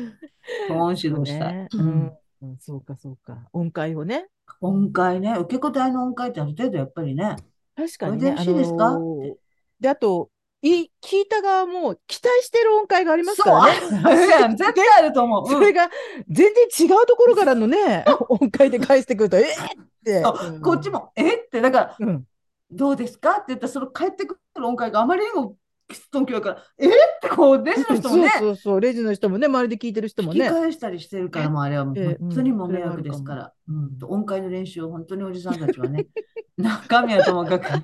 Speaker 3: ン指導したい。
Speaker 1: ね
Speaker 3: う
Speaker 1: うんんうんそうかそうか。音階をね。
Speaker 3: 音階ね、受け答えの音階ってある程度やっぱりね、
Speaker 1: 確か
Speaker 3: これ
Speaker 1: に
Speaker 3: で
Speaker 1: ね。
Speaker 3: よろしいですか
Speaker 1: あのーで、あと、い聞いた側も期待してる音階がありますからね。
Speaker 3: そう、あるやん絶対あると思 う。
Speaker 1: そ
Speaker 3: うん
Speaker 1: れが全然違うところからのね、音階で返してくると、えーって。
Speaker 3: そう
Speaker 2: うん
Speaker 3: こっちも、えって、だから、
Speaker 1: うん、
Speaker 3: どうですかって言ったら、その帰ってくる音階があまりにもきつとんきょいから、えってこう、レジの人もね、
Speaker 1: そうそうそう、レジの人もね、周りで聞いてる人も
Speaker 3: 引き
Speaker 1: ね。
Speaker 3: 返したりしてるから、もうあれはもう
Speaker 1: ええ
Speaker 3: 本当にもう迷惑ですから、うん、音階の練習を本当におじさんたちはね、 中身はともかく、
Speaker 1: 確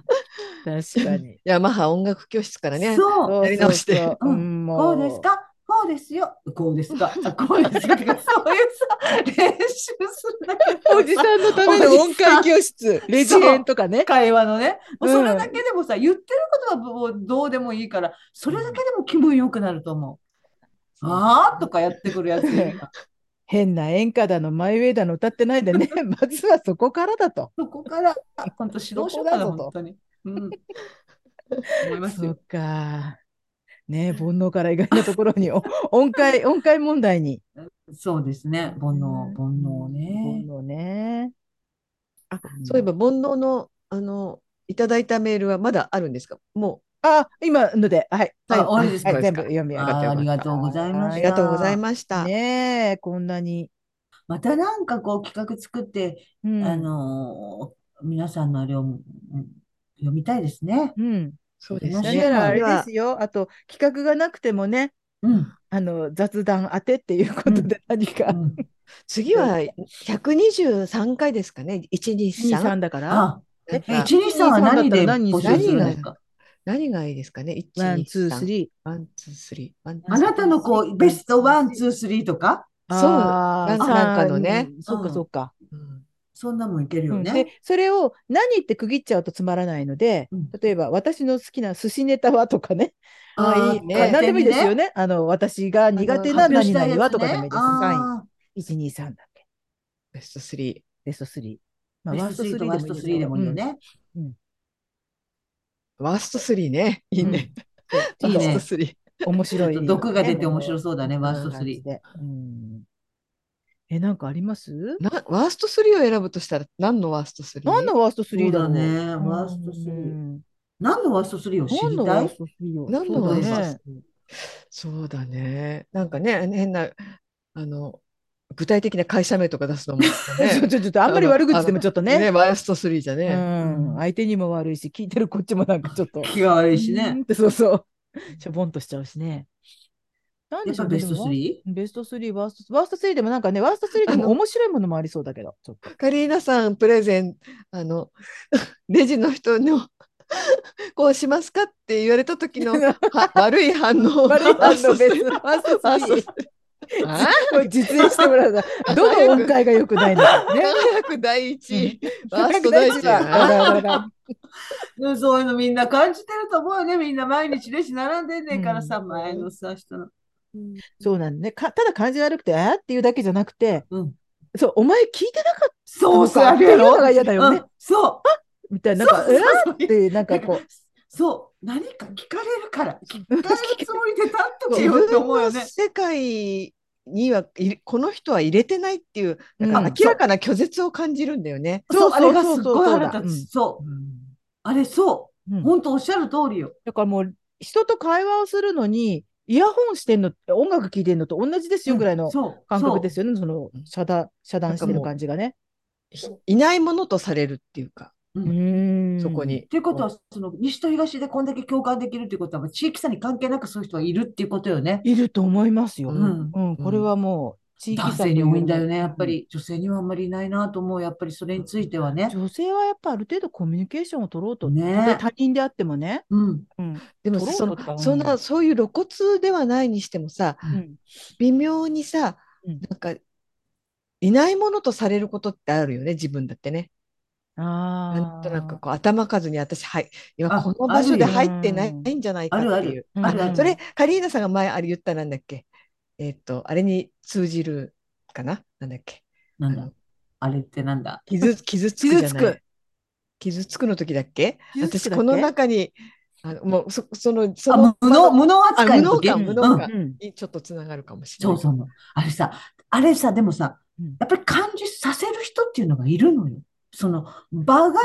Speaker 1: かに。
Speaker 2: ヤマハ音楽教室からね。
Speaker 3: そう、
Speaker 2: やり直して
Speaker 1: そうそうそう
Speaker 3: うん
Speaker 1: んも
Speaker 3: こうですかこうですよ、こ うですか、あこうですよ、そういうさ、練習するだけで
Speaker 1: おじさんのための音階教室、レジ編とかね。
Speaker 3: 会話のね、もう
Speaker 1: うん
Speaker 3: それだけでもさ、言ってることはもうどうでもいいから、それだけでも気分良くなると思う。あーとかやってくるやついるな
Speaker 1: 変な演歌だの、マイウェイだの歌ってないでね、 まずはそこからだと。
Speaker 3: そこから、本当指導者かな、
Speaker 1: そこだぞと
Speaker 3: 本当に。 うん。思います
Speaker 1: そう
Speaker 3: よ。
Speaker 1: か。ねえ煩悩から意外なところ にお音階、音階問題に。
Speaker 3: そうですね。煩悩、煩悩ね。
Speaker 1: 煩悩ね。
Speaker 2: あそういえば、煩悩の、あの、いただいたメールはまだあるんですかも
Speaker 1: あ、今ので、はい。
Speaker 3: あ終わりですか
Speaker 1: はい全部読み上が
Speaker 2: よ
Speaker 1: っ
Speaker 2: かった
Speaker 3: あーありが
Speaker 2: よかった
Speaker 3: とうございま
Speaker 1: はい
Speaker 2: う。あ
Speaker 3: し
Speaker 2: りがとうござい
Speaker 3: す。
Speaker 2: ました。
Speaker 1: ねえ、こんなに。
Speaker 3: またなんかこう企画作って、
Speaker 1: うん
Speaker 3: あのー皆さんのあれをうん読みたいですね。
Speaker 1: うん。
Speaker 2: そう
Speaker 3: で
Speaker 2: ですす
Speaker 1: な
Speaker 3: ね
Speaker 1: ん
Speaker 2: ね。
Speaker 1: ならあれ
Speaker 2: では
Speaker 1: ですよ。あと、企画がなくてもね、
Speaker 3: うん。
Speaker 1: あの、雑談当てっていうことで何か、
Speaker 3: うん
Speaker 2: 次は123回ですかね。
Speaker 1: 2、
Speaker 2: 123。
Speaker 1: 3だから、
Speaker 3: あ、
Speaker 2: なん
Speaker 3: 1、
Speaker 2: か
Speaker 1: 一
Speaker 3: 2、3は何で募集するんですか
Speaker 2: 何がいいですかね。
Speaker 1: ワン、ツー、ス
Speaker 2: 123。
Speaker 1: リ
Speaker 2: ワン、ツー、スリー。ワン、ツー
Speaker 3: あなたのこう、ベストワン、ツー、スリーとか、
Speaker 1: ー。
Speaker 2: そう
Speaker 1: あー
Speaker 2: なんかなんかのね。
Speaker 1: 三そうか、そうか。
Speaker 2: うん
Speaker 3: そんなもんいける
Speaker 1: う
Speaker 3: よ
Speaker 1: ん
Speaker 3: ね
Speaker 1: で。、それを何って区切っちゃうとつまらないので
Speaker 3: うん、
Speaker 1: 例えば、私の好きな寿司ネタはとかね、
Speaker 2: あいいね
Speaker 1: まあ何でもいいですよ
Speaker 3: ね。
Speaker 1: ね。あの、私が苦手な
Speaker 3: 発表
Speaker 1: 何
Speaker 3: したい
Speaker 1: 々
Speaker 3: や
Speaker 1: は
Speaker 3: つ
Speaker 1: とかで
Speaker 3: ね
Speaker 1: もいい。です。は
Speaker 3: あ
Speaker 1: い。1、2、3だっけ。
Speaker 2: ベストスリー。
Speaker 1: ベスト3。ま
Speaker 3: ー
Speaker 1: あ、
Speaker 3: ベ
Speaker 1: ワー
Speaker 3: ス
Speaker 1: スト
Speaker 3: ト3
Speaker 1: 3で
Speaker 3: と
Speaker 1: も
Speaker 3: ワー
Speaker 1: い
Speaker 3: ス
Speaker 1: い
Speaker 3: ト
Speaker 1: です
Speaker 3: 3
Speaker 1: よ
Speaker 3: でもいいよ。ね。
Speaker 2: ワーストスリーね。いいね。
Speaker 1: うん
Speaker 3: いい
Speaker 2: ワース
Speaker 3: ね
Speaker 2: トスリー。
Speaker 1: 面白い、
Speaker 3: ちょっと毒が出て面白
Speaker 1: そ
Speaker 3: そうだね、
Speaker 1: う
Speaker 3: ワースト3。
Speaker 1: で。うん。え、なんかあります
Speaker 2: なワーストスリーを選ぶとしたら何のワーストスリー
Speaker 1: 何のワースト
Speaker 3: そう
Speaker 1: 3だろ
Speaker 3: だ
Speaker 1: う
Speaker 3: ね、ワースト3。
Speaker 1: 3。
Speaker 3: 何のワースト3を知
Speaker 1: 何
Speaker 3: り
Speaker 1: の
Speaker 3: た
Speaker 1: ワー
Speaker 3: い
Speaker 1: スト3を
Speaker 2: 何の
Speaker 3: ワースト
Speaker 1: そうだ
Speaker 2: スそうだね。なんかね、変な、あの、具体的な会社名とか出すのも、ね
Speaker 1: ねちょちょちょっとあんまり悪口でもちょっと
Speaker 2: ね
Speaker 1: ね。
Speaker 2: ワーストスリーじゃ
Speaker 1: う
Speaker 2: ね。
Speaker 1: ん。相手にも悪いし、聞いてるこ っちもなんかちょっと。
Speaker 3: 気が悪いし
Speaker 1: うーん
Speaker 3: ね
Speaker 1: っ。てそうそう。しょぼんとしちゃうしね。なん
Speaker 3: や
Speaker 1: で
Speaker 3: っ
Speaker 1: しょ
Speaker 3: ぱ
Speaker 1: う
Speaker 3: ベ
Speaker 1: ね
Speaker 3: スト
Speaker 1: でも
Speaker 3: 3?
Speaker 1: ベスト3、ワースト、ワースト3でもなんかね、ワースト3で
Speaker 2: あ
Speaker 1: も
Speaker 2: の
Speaker 1: 面白いものもありそうだけど、ちょっと。
Speaker 2: カリーナさんプレゼンあの レジの人の こうしますかって言われた時 のは悪い反応
Speaker 1: 悪い反応ベス
Speaker 2: ト
Speaker 1: ト、ワースト
Speaker 2: あそう
Speaker 1: 3。これ実演してもらうな。 どの音階が良くないんだろ うね。
Speaker 2: 輝く第一ワースト
Speaker 1: 大
Speaker 2: 第一
Speaker 1: 事だ。わかるわか
Speaker 3: うんそういうのみんな感じてると思うよね。みんな毎日レジ並んでんねんからさ、前のさ、人の。
Speaker 1: るそうなんね。かただ感じ悪くて、えーっていうだけじゃなくて、
Speaker 3: うん
Speaker 1: そう、お前聞いてなかっ
Speaker 3: そうそう、
Speaker 1: あ
Speaker 3: あ
Speaker 1: って
Speaker 3: れ
Speaker 1: い
Speaker 3: や
Speaker 1: うの
Speaker 3: ろ。
Speaker 1: が嫌だよ
Speaker 3: う
Speaker 1: ね
Speaker 3: ん。、そ
Speaker 1: みたいな、
Speaker 3: う。
Speaker 1: なんか、
Speaker 3: そう
Speaker 1: えー
Speaker 3: そうそう
Speaker 1: って、なんかこう。
Speaker 3: そう、何か聞かれるから、聞かれるつもりで立っとけ
Speaker 2: 自
Speaker 3: よって
Speaker 2: 分
Speaker 3: 思うよ
Speaker 2: の
Speaker 3: ね。
Speaker 2: 世界にはいるこの人は入れてないっていう
Speaker 1: うん
Speaker 2: なんか明らかな拒絶を感じるんだよね。
Speaker 1: そ
Speaker 3: そうう、あれが
Speaker 1: そう
Speaker 3: す
Speaker 1: そ
Speaker 3: っ
Speaker 1: う
Speaker 3: ごい
Speaker 1: そうだ
Speaker 3: 腹立
Speaker 1: うん
Speaker 3: つ。そう、あれそ
Speaker 1: うん
Speaker 3: う、本当おっしゃる通りよ。
Speaker 1: だからもう、人と会話をするのに、イヤホンしてんの、音楽聴いてんのと同じですよぐらいの
Speaker 3: そう、。
Speaker 1: 感覚ですすよね。その遮断、遮断してる感じがね。
Speaker 2: いないものとされるっていうか
Speaker 3: う
Speaker 2: そ
Speaker 1: そ
Speaker 2: こ。に
Speaker 3: っていうことは、その西と東でこんだけ共感できるっていうことは、まあ地域差に関係なくそういう人はいるっていうことよね。
Speaker 1: いると思いますよ。
Speaker 2: う
Speaker 1: うんん、これはもう、地域
Speaker 3: 男
Speaker 1: 差
Speaker 3: 性に
Speaker 1: よ
Speaker 3: 多
Speaker 1: り
Speaker 3: いん
Speaker 1: も
Speaker 3: だよね、やっぱり。女性にはあんまりいないなと思う、やっぱりそれについてはね。
Speaker 1: 女性はやっぱある程度コミュニケーションを取ろうと。で
Speaker 3: ね。
Speaker 1: 他人であってもね。
Speaker 3: うん。
Speaker 1: うん。
Speaker 2: で
Speaker 1: 取
Speaker 2: も
Speaker 1: ろう
Speaker 2: そ
Speaker 1: とか思
Speaker 2: の
Speaker 1: う
Speaker 2: そん
Speaker 1: んだよ
Speaker 2: なそういう露骨ではないにしてもさ
Speaker 1: うん
Speaker 2: 微妙にさ
Speaker 1: うん
Speaker 2: なんかいないものとされることってあるよね自分だってね。
Speaker 1: ああ。
Speaker 2: なんとなくこう頭数に私はい今
Speaker 3: あ
Speaker 2: この場所で
Speaker 3: あるよ
Speaker 2: 入ってな
Speaker 1: う
Speaker 2: い
Speaker 1: ん
Speaker 2: ないんじゃないかっていう。
Speaker 3: あるる
Speaker 1: うん
Speaker 3: あるあ
Speaker 1: うん
Speaker 3: る。
Speaker 2: それ、カリーナさんが前あれ言ったなんだっけえっ、と、あれに通じるかななんだっけ
Speaker 3: なん
Speaker 2: あ
Speaker 3: だ
Speaker 2: の
Speaker 3: あれってなんだ
Speaker 2: 傷傷つくじゃ
Speaker 1: 傷つ
Speaker 2: ない
Speaker 1: く
Speaker 2: 傷つくの時だっけ
Speaker 1: 傷つくだっけ
Speaker 2: 私、この中に、あのもうそその、そ
Speaker 3: あ、
Speaker 2: の
Speaker 3: 無能、無能扱いの時
Speaker 2: あ無能感無能
Speaker 3: うん
Speaker 2: 感
Speaker 1: うん。
Speaker 2: にちょっとつながるかもしれ
Speaker 3: そ
Speaker 2: な
Speaker 3: う
Speaker 2: い。
Speaker 3: そうの。あれさ、あれさ、でもさ
Speaker 1: うん、
Speaker 3: やっぱり感じさせる人っていうのがいるのよ。その場が、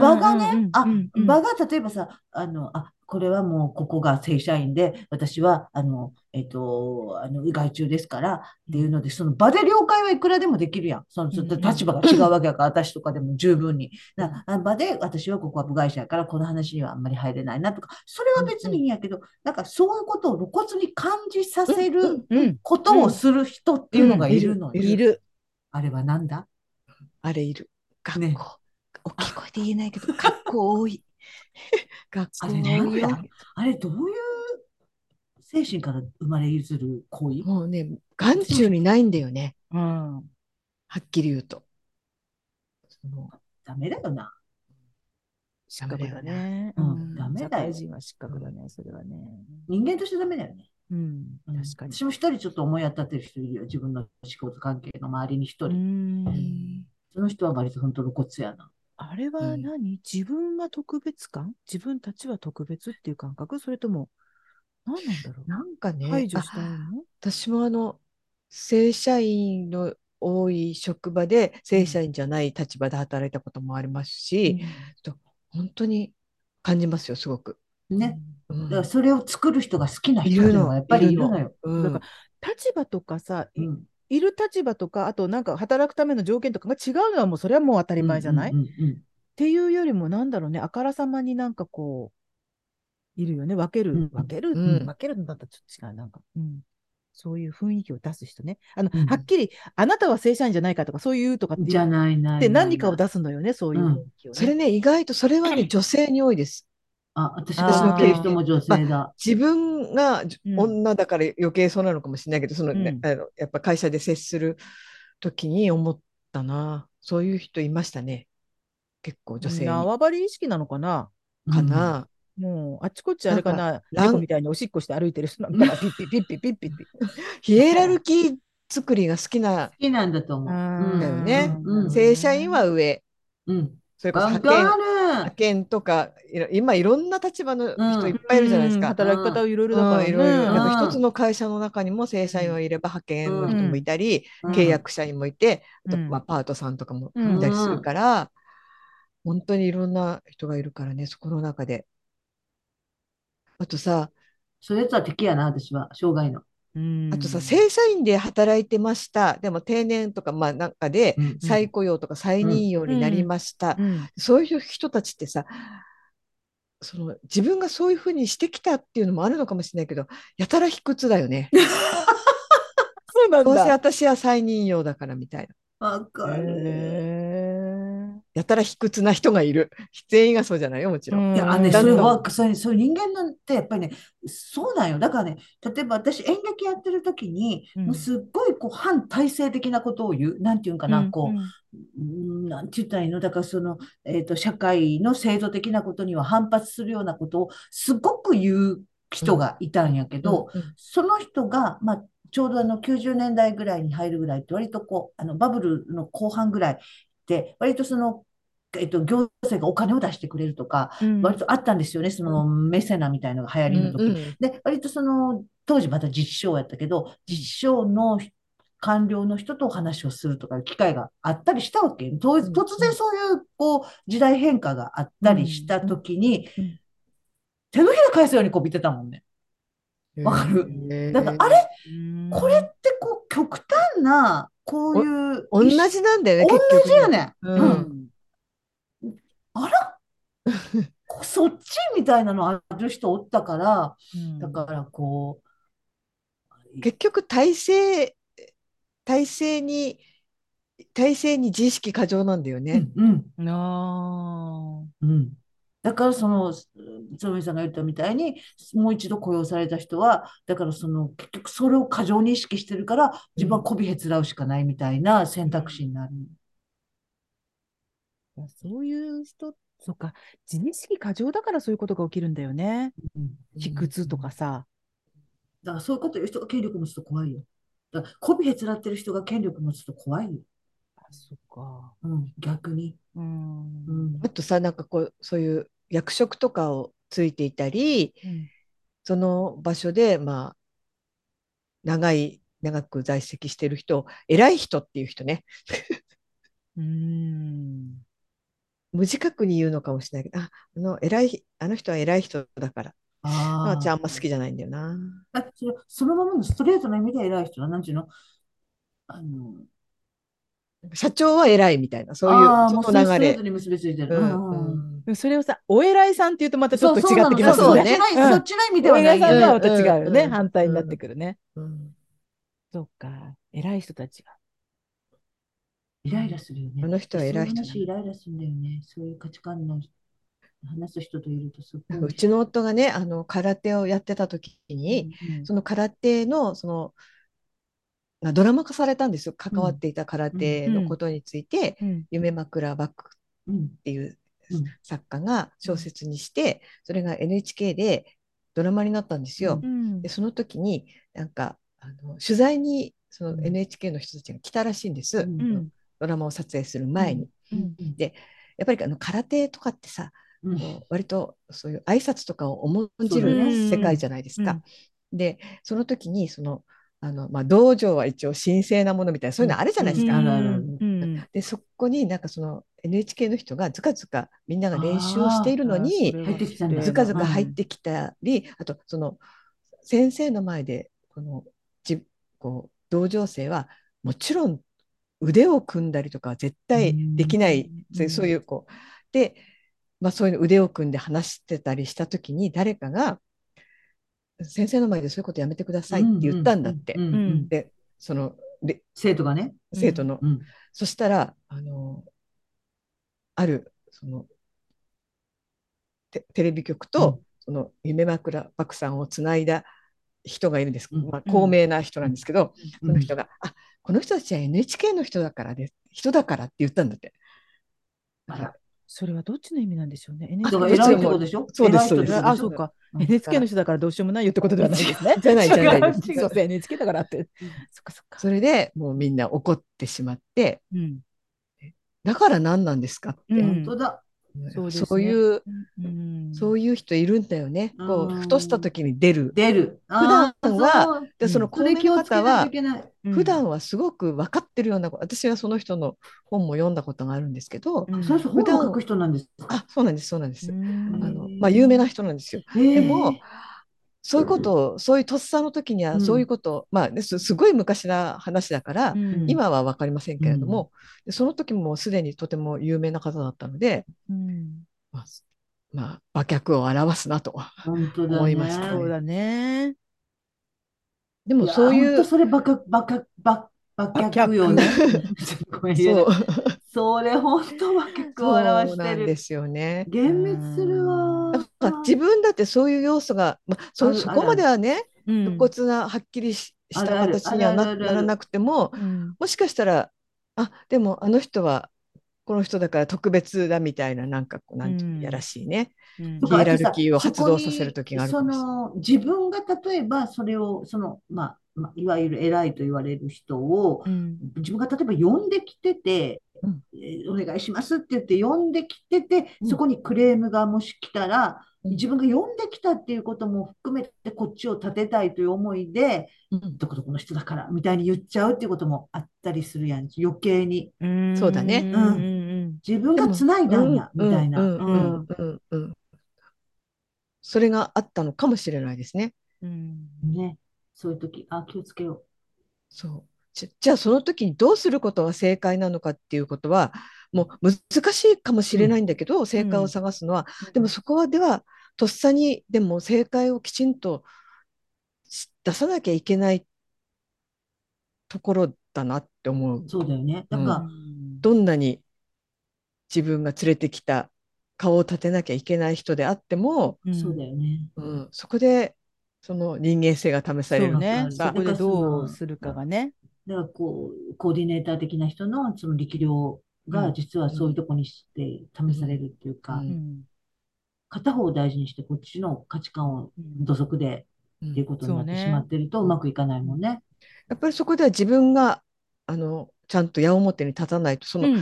Speaker 1: 場
Speaker 3: 場がね、あ、場
Speaker 1: が。
Speaker 3: が例えばさ、あの、あ、これはもうここが正社員で、私は、あの、えっと、あの、外注ですからっていうので、その場で了解はいくらでもできるやん。その、ずっと
Speaker 1: うんうん
Speaker 3: 立場が違うわけやから、私とかでも十分に。なあ場で、私はここは部外者やから、この話にはあんまり入れないなとか、それは別にいいんやけど、なんかそういうことを露骨に感じさせる。
Speaker 1: うん。
Speaker 3: ことをする人っていうのがいるのよ。
Speaker 1: いる。
Speaker 3: あれはなんだ
Speaker 2: あれいる。学校。
Speaker 3: ね
Speaker 2: 大きい声で言えないけど、学校多い。学校
Speaker 3: あ
Speaker 2: 多
Speaker 3: れ
Speaker 2: い
Speaker 3: ね
Speaker 2: よ。
Speaker 3: あれどういう精神から生まれ譲る行為
Speaker 2: もうね、眼中にないんだよね。
Speaker 1: うん。
Speaker 2: はっきり言うと。その
Speaker 3: ダメだよな。
Speaker 1: 失格だね。
Speaker 3: ダメだよなうんダメだよ
Speaker 1: 社会人は失格だね、それはね。
Speaker 3: 人間としてダメだよね。
Speaker 1: うん。
Speaker 3: うん
Speaker 1: 確かに。
Speaker 3: 私も一人ちょっと思い当たってる人いるよ。自分の仕事関係の周りに一人。
Speaker 1: うん
Speaker 3: その人は割と本当露骨やな。
Speaker 1: あれは
Speaker 2: うん
Speaker 1: 何、自分は特別感自分たちは特別っていう感覚それとも、何なんだろう
Speaker 2: なんかね、
Speaker 1: 排除
Speaker 2: あ
Speaker 1: したいの
Speaker 2: 私もあの正社員の多い職場で正社員じゃない立場で働いたこともありますし、本当に感じますよすごく。
Speaker 3: ね。
Speaker 2: う
Speaker 3: だ
Speaker 2: ん
Speaker 3: からそれを作る人が好きな人っていうのがやっぱりいるのよ。
Speaker 2: うん
Speaker 1: だから立場とかさ、い
Speaker 3: うん
Speaker 1: いる立場とか、あとなんか働くための条件とかが違うのはもうそれはもう当たり前じゃない、
Speaker 3: うん
Speaker 1: っ
Speaker 3: うんうん
Speaker 1: ていうよりもなんだろうね、あからさまになんかこう、いるよね。分ける、
Speaker 3: うん
Speaker 1: 分ける、
Speaker 2: うん
Speaker 1: 分けるのだったらちょっと違う。なんか、うん。そういう雰囲気を出す人ね。あの、
Speaker 3: うん
Speaker 1: はっきり、あなたは正社員じゃないかとか、そういうとかって
Speaker 3: うん
Speaker 1: いう
Speaker 3: じゃないない
Speaker 1: で
Speaker 3: ない
Speaker 1: 何かを
Speaker 3: ない
Speaker 1: 出すのよね、そういう
Speaker 3: うん
Speaker 1: 雰囲気をね。
Speaker 2: それね意外とそれはね女性に多いです。
Speaker 3: あ、私
Speaker 1: 私の
Speaker 3: の経人も女性だ。
Speaker 2: 自分がじ
Speaker 1: うん
Speaker 2: 女だから余計そうなのかもしれないけど、そのね
Speaker 1: うん
Speaker 2: あのやっぱ会社で接する時に思ったなそういう人いましたね結構女性に
Speaker 1: 縄張り意識なのかな
Speaker 2: かな。
Speaker 1: もう、あちこちあれかな、
Speaker 2: なんか
Speaker 1: 猫みたいにおしっこして歩いてる人なんか、ピッピピッピピッピピ。
Speaker 2: ヒエラルキー作りが好きな
Speaker 3: 好きなんだと思う。
Speaker 2: だよね
Speaker 3: うん
Speaker 2: 正社員は上、
Speaker 3: うん。
Speaker 2: それこそ
Speaker 3: わ
Speaker 2: 派遣
Speaker 3: か
Speaker 2: 派
Speaker 3: る。
Speaker 2: 遣とかいろ今いろんな立場の人いっぱいいるじゃないです
Speaker 1: うん
Speaker 2: か。
Speaker 1: 働き方いろいろだから
Speaker 2: うん
Speaker 1: ね。
Speaker 2: いろいろや
Speaker 3: ん
Speaker 2: っぱ
Speaker 3: うん
Speaker 2: 一つの会社の中にも正社員はいれば派遣の人もいたり、
Speaker 3: うん
Speaker 2: 契約社員もいて、
Speaker 1: うん
Speaker 2: あとまあパートさんとかも
Speaker 1: うん
Speaker 2: いたりするから、本当にいろんな人がいるからねそこの中で。あとさ
Speaker 3: それとは敵やな、私は。障害の。
Speaker 1: うん
Speaker 2: あとさ正社員で働いてましたでも定年とかまあなんかで
Speaker 3: うん
Speaker 2: 再雇用とか再任用になりました
Speaker 1: うん
Speaker 2: そういう人たちってさ、その自分がそういうふうにしてきたっていうのもあるのかもしれないけど、やたら卑屈だよね。
Speaker 1: そうなん
Speaker 2: どうせ
Speaker 1: だ。
Speaker 2: 私は再任用だからみたいな。
Speaker 3: わかる。
Speaker 1: へー
Speaker 2: やたら卑屈な人がいる。 全員がそうじゃないよ、もちろん。
Speaker 3: いや、あのね、
Speaker 2: だ
Speaker 3: そ
Speaker 2: んだ
Speaker 3: れ
Speaker 2: ん
Speaker 3: は、それ、そういう人間なんて、やっぱりね、そうなんよ。だからね、例えば私、演劇やってる時に、
Speaker 1: うん
Speaker 3: もうすっごい、こう、反体制的なことを言う。なんていうんかな、こう、うんなんて言ったらいいのだからその、えっと、社会の制度的なことには反発するようなことをすごく言う人がいたんやけど、
Speaker 2: うんうん
Speaker 3: その人が、まあ、ちょうどあの90年代ぐらいに入るぐらいって割とこう、あのバブルの後半ぐらいで、割とその、えっと、行政がお金を出してくれるとか、
Speaker 1: うん
Speaker 3: 割とあったんですよね、そのメセナみたいなのが流行りの時
Speaker 2: うんうん
Speaker 3: で、割とその、当時また自治省やったけど、自治省の官僚の人とお話をするとかいう機会があったりしたわけ。当
Speaker 2: うん
Speaker 3: 突然そういう、こう、時代変化があったりした時に
Speaker 1: うんうん、
Speaker 3: 手のひら返すようにこびてたもんね。わかる
Speaker 2: へー
Speaker 3: なんか、あれ
Speaker 1: うん
Speaker 3: これってこう、極端な、こういう、
Speaker 2: 同じなんだよね、
Speaker 3: 同
Speaker 2: 結局
Speaker 3: じやねん。
Speaker 2: う
Speaker 1: うんん
Speaker 3: あらそっちみたいなのある人おったから、
Speaker 1: うん
Speaker 3: だからこ う、
Speaker 2: 結局体制体制に体制に自意識過剰なんだよね。
Speaker 3: うんうん。
Speaker 1: なあ
Speaker 3: うん。だからその、つむぎさんが言ったみたいに、もう一度雇用された人は、だからその、結局それを過剰に意識してるから、自分はこびへつらうしかないみたいな選択肢になる。
Speaker 1: いやそういう人、そうか、自意識過剰だからそういうことが起きるんだよね。
Speaker 3: うん
Speaker 1: 卑屈とかさ。
Speaker 3: だからそういうこと言う人が権力持つと怖いよ。だから、こびへつらってる人が権力持つと怖いよ。
Speaker 1: あ、そっか。
Speaker 3: うん、逆に。
Speaker 1: う。
Speaker 3: うんん。
Speaker 2: あとさなんかこうそういう役職とかをついていたりその場所でまあ長い長く在籍してる人を偉い人っていう人ね
Speaker 1: うん。
Speaker 2: 無自覚に言うのかもしれないけどああの偉いあの人は偉い人だからあ
Speaker 3: あ
Speaker 2: ー
Speaker 3: あ。
Speaker 2: ちゃんあんま好きじゃないんだよな。
Speaker 3: あ、それ、そのままのストレートな意味で偉い人は、なんていうのあの、
Speaker 2: 社長は偉いみたいなそう
Speaker 3: ああ、
Speaker 2: い
Speaker 3: も
Speaker 2: う
Speaker 3: う
Speaker 2: そ
Speaker 3: それス
Speaker 2: の
Speaker 3: ト
Speaker 2: 流
Speaker 3: レ
Speaker 2: れ
Speaker 3: ート。に結びついてる。
Speaker 2: う
Speaker 3: うんんうん。
Speaker 1: でもそれをさ、お偉いさんって言うとまたちょっと
Speaker 3: そうそう
Speaker 1: 違
Speaker 3: な
Speaker 1: って
Speaker 3: の
Speaker 1: きます
Speaker 2: そ
Speaker 1: よ
Speaker 2: う
Speaker 1: ね。
Speaker 2: ね
Speaker 3: そうそっちの意味で
Speaker 1: お
Speaker 3: はな
Speaker 1: 偉い
Speaker 3: い
Speaker 1: さん
Speaker 2: ね
Speaker 1: とは
Speaker 3: よ。
Speaker 1: また違うよ
Speaker 2: うんう
Speaker 1: ね。
Speaker 2: ん
Speaker 1: 反対になってくるね。
Speaker 2: うん
Speaker 1: そうか。偉い人たちが。
Speaker 3: イライラするよね。
Speaker 2: あの人は偉い人だな
Speaker 3: そういう話イライラするんだよね。そういう価値観の話す人といるとすっご
Speaker 2: う
Speaker 3: い。
Speaker 2: ちの夫がねあの空手をやってた時に、
Speaker 1: うん
Speaker 2: その空手のそのまあドラマ化されたんですよ関わっていた空手のことについて、
Speaker 1: うん
Speaker 2: 夢枕バック
Speaker 3: うん。
Speaker 2: っていう
Speaker 3: うん
Speaker 2: 作家が小説にして、それが NHK でドラマになったんですよ。
Speaker 3: う
Speaker 1: うん
Speaker 2: でその時になんかあの取材にそうの
Speaker 3: ん
Speaker 2: NHK の人たちが来たらしいんです、
Speaker 3: うん
Speaker 1: うん
Speaker 2: ドラマを撮影する前に。
Speaker 1: うん
Speaker 3: で、
Speaker 2: でやっぱりあの空手とかってさ
Speaker 3: うん
Speaker 2: こう割とそういう挨拶とかを重んじ
Speaker 1: そうだ
Speaker 2: る
Speaker 1: ね
Speaker 2: 世界じゃないですか。でその時にそのあの、まあ、道場は一応神聖なものみたいなそういうのあるじゃないですか。
Speaker 3: うん
Speaker 2: あの
Speaker 1: うん
Speaker 2: でそこになんかその NHK の人がずかずかみんなが練習をしているのに
Speaker 3: 入ってきたんだよ
Speaker 2: ずかずか入っ
Speaker 1: き
Speaker 2: てきたりあとその先生の前でこのじこう同情生はもちろん腕を組んだりとかは絶対できない、
Speaker 3: うん
Speaker 2: そうそういうこうで、まあ、そういうの腕を組んで話してたりした時に誰かが「先生の前でそういうことやめてください」って言ったんだって、
Speaker 3: うんうんうんうん
Speaker 2: でそので
Speaker 3: 生徒がね。
Speaker 2: 生徒の。
Speaker 3: うん
Speaker 2: そしたら、あの、ある、その、テテレビ局と、その、夢枕漠さんをつないだ人がいるんです。
Speaker 3: うん
Speaker 2: まあ、
Speaker 1: うん
Speaker 2: 高名な人なんですけど、
Speaker 3: う
Speaker 2: そ
Speaker 3: ん
Speaker 2: の人が、あ、この人たちは NHK の人だからで、人だからって言ったんだって。
Speaker 3: あら
Speaker 1: それはどっちの意味なんでしょうね。
Speaker 3: だ
Speaker 1: NHK
Speaker 3: か
Speaker 2: どっちで
Speaker 3: ら偉いっ
Speaker 2: も
Speaker 3: てことでしょ
Speaker 2: そうです
Speaker 3: 偉い人ってことでしょ
Speaker 1: あ、そうか。
Speaker 3: うん
Speaker 1: NHK の人だからどうしようもないよってことではないですね。
Speaker 2: じゃないじゃないです
Speaker 1: 違う違うそう NHK だからって。そっかそっか。
Speaker 2: それでもうみんな怒ってしまって、
Speaker 1: うん。
Speaker 2: だから何なんですかって、
Speaker 1: うん
Speaker 3: 本当だ。
Speaker 1: そうですね
Speaker 2: そういう、
Speaker 1: うん
Speaker 2: そういう人いるんだよね。こ
Speaker 3: う
Speaker 2: う、
Speaker 3: ん
Speaker 2: ふとした時に出る。
Speaker 3: 出る。あー
Speaker 2: 普段は
Speaker 3: そう
Speaker 2: で、その
Speaker 3: そ
Speaker 2: 高
Speaker 3: れ
Speaker 2: 名
Speaker 3: 気を
Speaker 2: の
Speaker 3: つけ
Speaker 2: 方
Speaker 3: ないと
Speaker 2: は、
Speaker 3: いけない。
Speaker 1: うん
Speaker 2: 普段はすごく分かってるようなこと私はその人の本も読んだことがあるんですけど、
Speaker 1: うん
Speaker 3: その人本を書く人なんですか。
Speaker 2: あそうなんですそうなんです、
Speaker 1: うん
Speaker 2: あの
Speaker 3: へー
Speaker 2: まあ、有名な人なんですよで
Speaker 3: で
Speaker 2: もそういうことをそういうとっさの時に
Speaker 3: う
Speaker 2: は
Speaker 3: ん
Speaker 2: そういうことを、まあですすごい昔な話だから、
Speaker 1: うん
Speaker 2: 今は分かりませんけれども、でその時ももうすでにとても有名な方だったので、
Speaker 1: うん
Speaker 2: まあまあ、馬脚を表すなと。
Speaker 3: 本当だ
Speaker 2: 思い
Speaker 3: ね。
Speaker 2: ました
Speaker 1: そうだね。
Speaker 2: でもそう
Speaker 3: いや
Speaker 2: い
Speaker 3: 本当
Speaker 2: う、
Speaker 3: それバカ、バカ、バ、バ
Speaker 1: バ
Speaker 3: カよね。ごめん言
Speaker 2: そ
Speaker 3: えな
Speaker 2: う
Speaker 3: い。それ本当バカを表
Speaker 2: そう
Speaker 3: し
Speaker 2: な
Speaker 3: て
Speaker 2: ん
Speaker 3: る
Speaker 2: で。すよね。
Speaker 3: 幻滅するわ
Speaker 1: う
Speaker 2: だ。から自分だってそういう要素が、まあ、
Speaker 3: あ
Speaker 2: そ
Speaker 3: る
Speaker 2: そ
Speaker 3: ある
Speaker 2: こまではね、
Speaker 1: うん
Speaker 2: 露骨なはっきりしし
Speaker 3: あ
Speaker 2: た
Speaker 3: るある
Speaker 2: 形には
Speaker 3: ある
Speaker 2: な
Speaker 3: あるある
Speaker 2: ならなくても、
Speaker 1: うん
Speaker 2: もしかしたら、あでもあの人はこの人だから特別だみたいな、なんかこう、なんていう
Speaker 1: うん
Speaker 2: やらしいね、
Speaker 1: うん
Speaker 3: とか
Speaker 2: ヒエラルキーを
Speaker 3: あとさ
Speaker 2: 発動させる時があるかもしれない
Speaker 3: そこにその自分が例えばそれをその、まあまあ、いわゆる偉いと言われる人を
Speaker 1: うん
Speaker 3: 自分が例えば呼んできてて、
Speaker 1: うん
Speaker 3: えーお願いしますって言って呼んできてて
Speaker 1: うん
Speaker 3: そこにクレームがもし来たら、
Speaker 2: うん
Speaker 3: 自分が呼んできたっていうことも含めてこっちを立てたいという思いで
Speaker 2: うん
Speaker 3: どこどこの人だからみたいに言っちゃうっていうこともあったりするやん余計に
Speaker 1: うん
Speaker 2: そうだね
Speaker 1: うんうん
Speaker 3: 自分がつないだんやみたいな。
Speaker 2: うんう
Speaker 3: うん
Speaker 2: んうんうんそれがあったのかもしれないですね。
Speaker 1: うんうん
Speaker 3: ね、そういう時、あ、気をつけよ
Speaker 2: そうじゃじゃあその時にどうすることが正解なのかっていうことはもう難しいかもしれないんだけど、正解を探すのは、でもそこはではとっさにでも正解をきちんとし出さなきゃいけないところだなって思う
Speaker 3: う。。そうだよね。だ
Speaker 2: うん
Speaker 3: から、
Speaker 2: どんなに自分が連れてきた顔を立てなきゃいけない人であっても、
Speaker 1: うん
Speaker 3: そうだよね。
Speaker 2: うん、そこでその人間性が試され
Speaker 1: そう
Speaker 2: る
Speaker 1: ね。
Speaker 2: さ
Speaker 1: そこでどうするかがね。
Speaker 3: だから、こう、コーディネーター的な人のその力量
Speaker 2: う
Speaker 3: が、
Speaker 2: ん
Speaker 3: 実はそういうとこにして試されるっていうか
Speaker 2: う、ん
Speaker 1: うん
Speaker 3: 片方を大事にして、こっちの価値観を
Speaker 1: うん
Speaker 3: 土足で
Speaker 2: う
Speaker 3: っ
Speaker 2: ん
Speaker 3: ていうことになっ
Speaker 1: そう
Speaker 3: て
Speaker 1: ね
Speaker 3: しまってると、うまくいかないもんね。
Speaker 2: やっぱりそこでは自分があのちゃんと矢面に立たないとその、
Speaker 1: うん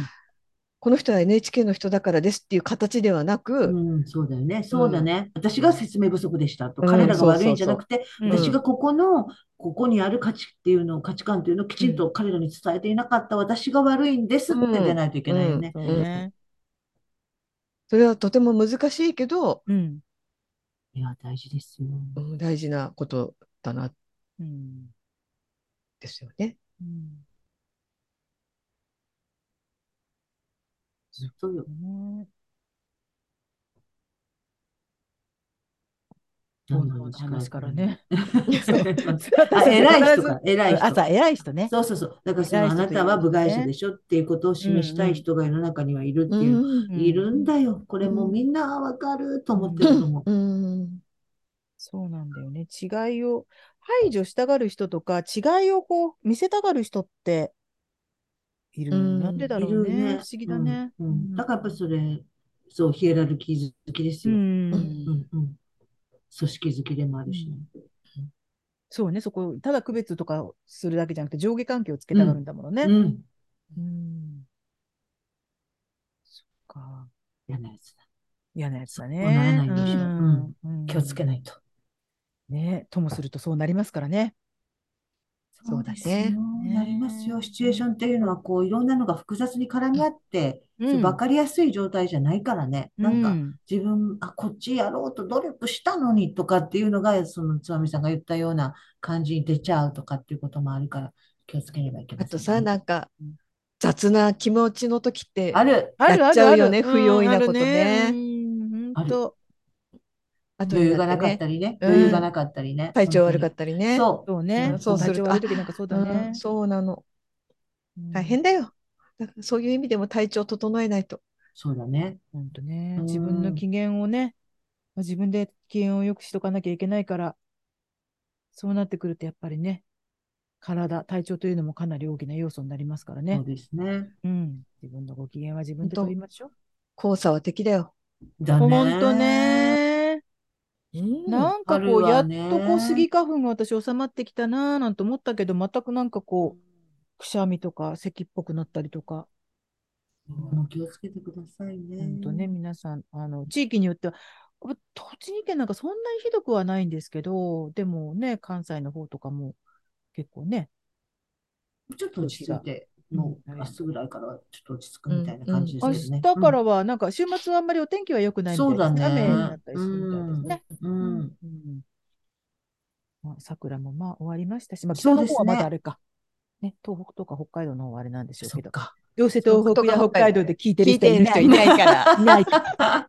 Speaker 2: この人は NHK の人だからですっていう形ではなく、
Speaker 3: うん、そうだよね。そうだね。私が説明不足でしたと。
Speaker 2: うん
Speaker 3: 彼らが悪いんじゃ
Speaker 2: そうそうそう
Speaker 3: なくて、
Speaker 1: うん
Speaker 3: 私がここの、ここにある価値っていうのを、価値観っていうのをきちんと彼らに伝えていなかった私が悪いんですって出ないといけないよね。
Speaker 1: そうね。
Speaker 2: それはとても難しいけど、
Speaker 1: うん
Speaker 3: いや、大事ですよ。
Speaker 2: うん大事なことだな
Speaker 1: うん
Speaker 2: ですよね。
Speaker 1: うん
Speaker 3: そうよ。
Speaker 1: ね
Speaker 3: 何の
Speaker 1: 話からね。
Speaker 3: あ、偉い人か、偉い人。
Speaker 1: 朝偉い人ね。
Speaker 3: そうそうそう。だからその
Speaker 1: 偉い
Speaker 3: あ
Speaker 1: 人
Speaker 3: な
Speaker 1: という
Speaker 3: たは部外
Speaker 1: こと
Speaker 3: 者
Speaker 1: ね
Speaker 3: でしょっていうことを示したい人が世の中にはいるっていう。
Speaker 1: うん
Speaker 3: いるんだよ。これもうみんなわかると思ってるのも。
Speaker 2: うん
Speaker 1: そうなんだよね。違いを排除したがる人とか、違いをこう見せたがる人っている。
Speaker 2: うん
Speaker 1: なんでだろ
Speaker 3: いうる
Speaker 1: ね。
Speaker 3: ね。
Speaker 1: 不思議だね。
Speaker 3: うんうんだからやっぱりそれ、そう、ヒエラルキー好きです
Speaker 1: う
Speaker 3: よ。
Speaker 1: ん
Speaker 2: うん
Speaker 3: うんうん組織好きでもあるしね。
Speaker 1: そうね、そこ、ただ区別とかするだけじゃなくて、上下関係をつけたがるんだものね。
Speaker 3: うん。い
Speaker 1: うんそっか。
Speaker 3: やなやつだ。
Speaker 1: 嫌なやつだ
Speaker 3: そうなら
Speaker 1: ね
Speaker 3: ない。ようにしよう
Speaker 1: うん
Speaker 3: 気をつけないと。
Speaker 1: ね。ともするとそうなりますからね。
Speaker 2: そうだね
Speaker 3: そうですよなりますよ。シチュエーションっていうのは、こう、いろんなのが複雑に絡み合って、
Speaker 1: うん
Speaker 3: 分かりやすい状態じゃないからね。なん
Speaker 1: う
Speaker 3: か、
Speaker 1: ん
Speaker 3: 自分、あ、こっちやろうと努力したのにとかっていうのが、その、つわみさんが言ったような感じに出ちゃうとかっていうこともあるから、気をつければいけ
Speaker 2: あ
Speaker 3: ませ
Speaker 2: と
Speaker 3: ん
Speaker 2: さ、
Speaker 3: ね。
Speaker 2: なんか雑な気持ちの時って
Speaker 3: ある。
Speaker 1: ある
Speaker 2: や
Speaker 1: あ
Speaker 2: っち
Speaker 1: る
Speaker 2: ゃ
Speaker 1: あ
Speaker 2: うよ
Speaker 1: る
Speaker 2: ね
Speaker 1: うん
Speaker 2: 不用意なこと
Speaker 1: あ
Speaker 2: ね
Speaker 1: るうんほ
Speaker 3: あ
Speaker 1: ん
Speaker 3: る
Speaker 1: と。
Speaker 2: 後
Speaker 3: 余
Speaker 2: に
Speaker 3: 裕が
Speaker 2: なっ
Speaker 3: なか
Speaker 2: て
Speaker 3: っ
Speaker 2: ね
Speaker 3: たりね。
Speaker 1: うん
Speaker 3: 余裕がなかったりね。
Speaker 2: 体調悪かったたり
Speaker 3: り
Speaker 2: ね。
Speaker 3: そう。
Speaker 1: そうね
Speaker 2: う。んそうする
Speaker 1: 体調
Speaker 2: と
Speaker 1: 悪い時なんかそうだ
Speaker 2: う
Speaker 1: ね
Speaker 2: ん。そうなの。
Speaker 1: うん
Speaker 2: 大変だよ。だからそういう意味でも体調整えないと。
Speaker 3: そうだね。
Speaker 1: ほんとね。
Speaker 3: うん
Speaker 1: 自分の機嫌をね、まあ自分で機嫌を良くしとかなきゃいけないから、そうなってくるとやっぱりね、体、体調というのもかなり大きな要素になりますから
Speaker 3: そ
Speaker 1: ね
Speaker 3: う。ですね。
Speaker 1: うん。自分のご機嫌は自分で取りましょう。
Speaker 2: 交差は敵だよ。
Speaker 3: だね。
Speaker 1: ほんと。ね。なんかこう、や
Speaker 3: あ
Speaker 1: っ
Speaker 3: るわね
Speaker 1: とこう、スギ花粉が私収まってきたなぁなんて思ったけど、全くなんかこう、くしゃみとか、咳っぽくなったりとか、
Speaker 3: もう気をつけてくださいね。
Speaker 1: 本当ね、皆さん、あの、地域によっては、あ栃木県なんかそんなにひどくはないんですけど、でもね、関西の方とかも結構ね、
Speaker 3: ちょっと落ち着いて、
Speaker 1: うん
Speaker 3: もう
Speaker 1: うん
Speaker 3: 明日ぐらいからちょっと落ち着くみたいな感じで
Speaker 1: 明
Speaker 3: すけどね。
Speaker 1: 日からはなんか週末はあんまりお天気は良くないみたいですね。
Speaker 3: そうだね
Speaker 1: 雨になったりするみたいですね。
Speaker 3: うん、
Speaker 1: う
Speaker 3: うん
Speaker 1: んまあ、桜もまあ終わりましたし、まあ、北
Speaker 3: そう
Speaker 1: の
Speaker 3: ですね
Speaker 1: 方はまだあれか。ね、東北とか北海道の方はあれなんでしょう
Speaker 3: そ
Speaker 1: け
Speaker 3: っ
Speaker 1: ど。
Speaker 3: か。
Speaker 1: どうせ東北や北海道で聞いてる人いない
Speaker 2: 聞いてる人いないから
Speaker 1: いないから。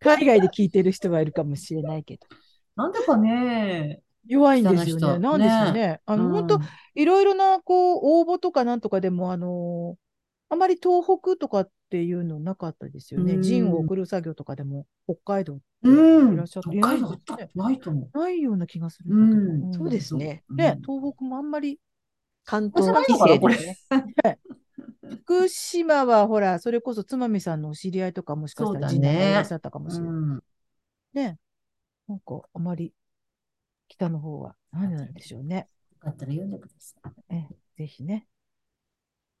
Speaker 1: 海外で聞いてる人はいるかもしれないけど。
Speaker 3: なんだかね。
Speaker 1: 弱いんですよね。
Speaker 3: 下の人
Speaker 1: なんでしょうね。あの、本当
Speaker 3: うん
Speaker 1: いろいろな、こう、応募とかなんとかでも、あのーあまり東北とかっていうのなかったですよ
Speaker 2: う
Speaker 1: ね。
Speaker 2: ん
Speaker 1: 陣を送る作業とかでも、北海道って
Speaker 3: うん
Speaker 1: いらっしゃって、
Speaker 3: 北海道あった
Speaker 1: ね
Speaker 3: ないと思
Speaker 1: ないような気がするんだけど。
Speaker 3: うん
Speaker 1: ん
Speaker 2: そうですね。
Speaker 3: う。
Speaker 1: ね、東北もあんまり、
Speaker 2: 関
Speaker 3: 少
Speaker 2: 東
Speaker 3: ない
Speaker 2: 帰
Speaker 3: のかな
Speaker 2: 省
Speaker 3: こ
Speaker 2: で
Speaker 3: れ
Speaker 2: すね。
Speaker 1: 福島はほら、それこそつまみさんのお知り合いとかもしかしたら
Speaker 3: そうだ
Speaker 1: 陣内
Speaker 3: ね
Speaker 1: がいらっしゃったかもしれ
Speaker 3: う
Speaker 1: ない。
Speaker 3: ん。
Speaker 1: ね。なんか、あまり、北の方は、なんでなんでしょうね。
Speaker 3: よかったら読んでください。
Speaker 1: ぜひね。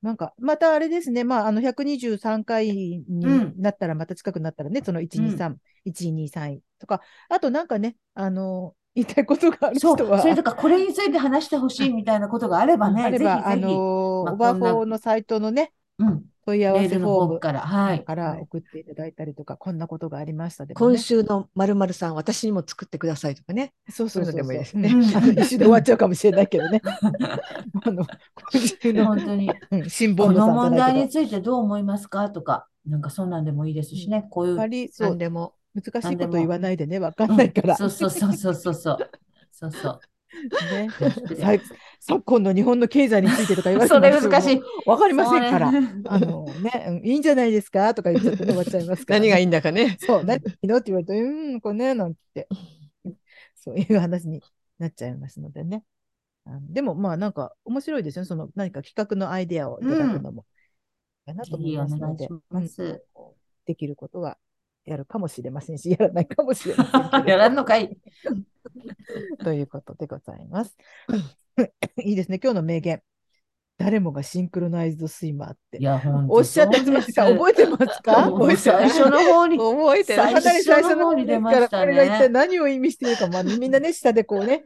Speaker 1: なんか、またあれですね、まあ、あの、123回に
Speaker 3: うん
Speaker 1: なったら、また近くなったらね、その
Speaker 3: うん
Speaker 1: 123、123とか、あとなんかね、あの、言いたいことがある
Speaker 3: そ
Speaker 1: 人
Speaker 3: う、
Speaker 1: は、
Speaker 3: それとか、これについて話してほしいみたいなことがあればね、
Speaker 1: あれ
Speaker 3: ぜ
Speaker 1: ば、あ
Speaker 3: ひぜひ、
Speaker 1: の、
Speaker 3: まあ
Speaker 1: オバ
Speaker 3: こ
Speaker 1: フ
Speaker 3: んな
Speaker 1: ォーのサイトのね、
Speaker 3: うん、
Speaker 1: 問い合
Speaker 3: メ
Speaker 1: わ
Speaker 3: ー
Speaker 1: せ
Speaker 3: ル
Speaker 1: フ
Speaker 3: の
Speaker 1: ォー
Speaker 3: 方
Speaker 1: ム
Speaker 3: から、はい。
Speaker 1: から
Speaker 3: はい
Speaker 1: 送っていただいたりとか、こんなことがありましたでもね
Speaker 2: 今週のまるまるさん、私にも作ってくださいとかね。
Speaker 1: そうそうそうそう。
Speaker 2: そういうのでもいいです
Speaker 1: うん
Speaker 2: ね
Speaker 1: あの一瞬で終わっちゃうかもしれないけどね。あの、今週の、
Speaker 3: 本当に、
Speaker 1: うん辛
Speaker 3: こ
Speaker 1: 抱
Speaker 3: の
Speaker 1: のさん
Speaker 3: 問
Speaker 1: じゃないけど
Speaker 3: 題についてどう思いますかとか、なんかそんなんでもいいですしね、こうい
Speaker 1: あ
Speaker 3: う
Speaker 1: ま。り、そ
Speaker 2: 何
Speaker 1: う、
Speaker 2: でも。
Speaker 1: 難し
Speaker 3: ない
Speaker 1: こ
Speaker 3: んで
Speaker 1: と
Speaker 3: も
Speaker 1: 言わないでね、わかんないから。
Speaker 3: うんそうそうそうそうそうそう。そうそう。
Speaker 1: ね、
Speaker 3: そう
Speaker 1: さ昨今の日本の経済についてとか言われて
Speaker 3: そ
Speaker 1: も
Speaker 3: れ難しい。
Speaker 1: わかりませんから
Speaker 3: そ。
Speaker 1: あのね、うんいいんじゃないですかとか言っちゃって終わっちゃいますから、
Speaker 2: 何がい
Speaker 1: い
Speaker 2: いんだかね。
Speaker 1: そう、何がいいのって言われて、うん、これね、なんて、そういう話になっちゃいますのでね。あのでも、まあ、なんか面白いですよね。その何か企画のアイデアをいただくのも、かなと
Speaker 3: ぜ
Speaker 1: 思い
Speaker 3: ひ
Speaker 1: ま
Speaker 3: お
Speaker 1: すの
Speaker 3: 願い
Speaker 1: で
Speaker 3: し、
Speaker 1: う
Speaker 3: ま
Speaker 1: ん
Speaker 3: す。
Speaker 1: できることはやるかもしれませんし、やらないかもしれませんけれど
Speaker 3: やらんのかい。
Speaker 1: ということでございます。いいですね、今日の名言。誰もがシンクロナイズドスイマーって
Speaker 3: い。や、本当
Speaker 1: おっしゃったつもりさん、覚えてますか
Speaker 3: もう最初の方に、
Speaker 1: 覚えてない。
Speaker 3: 最初の方に出ましたね
Speaker 1: これが一体何を意味しているか、まあ、みんなね、下でこうね、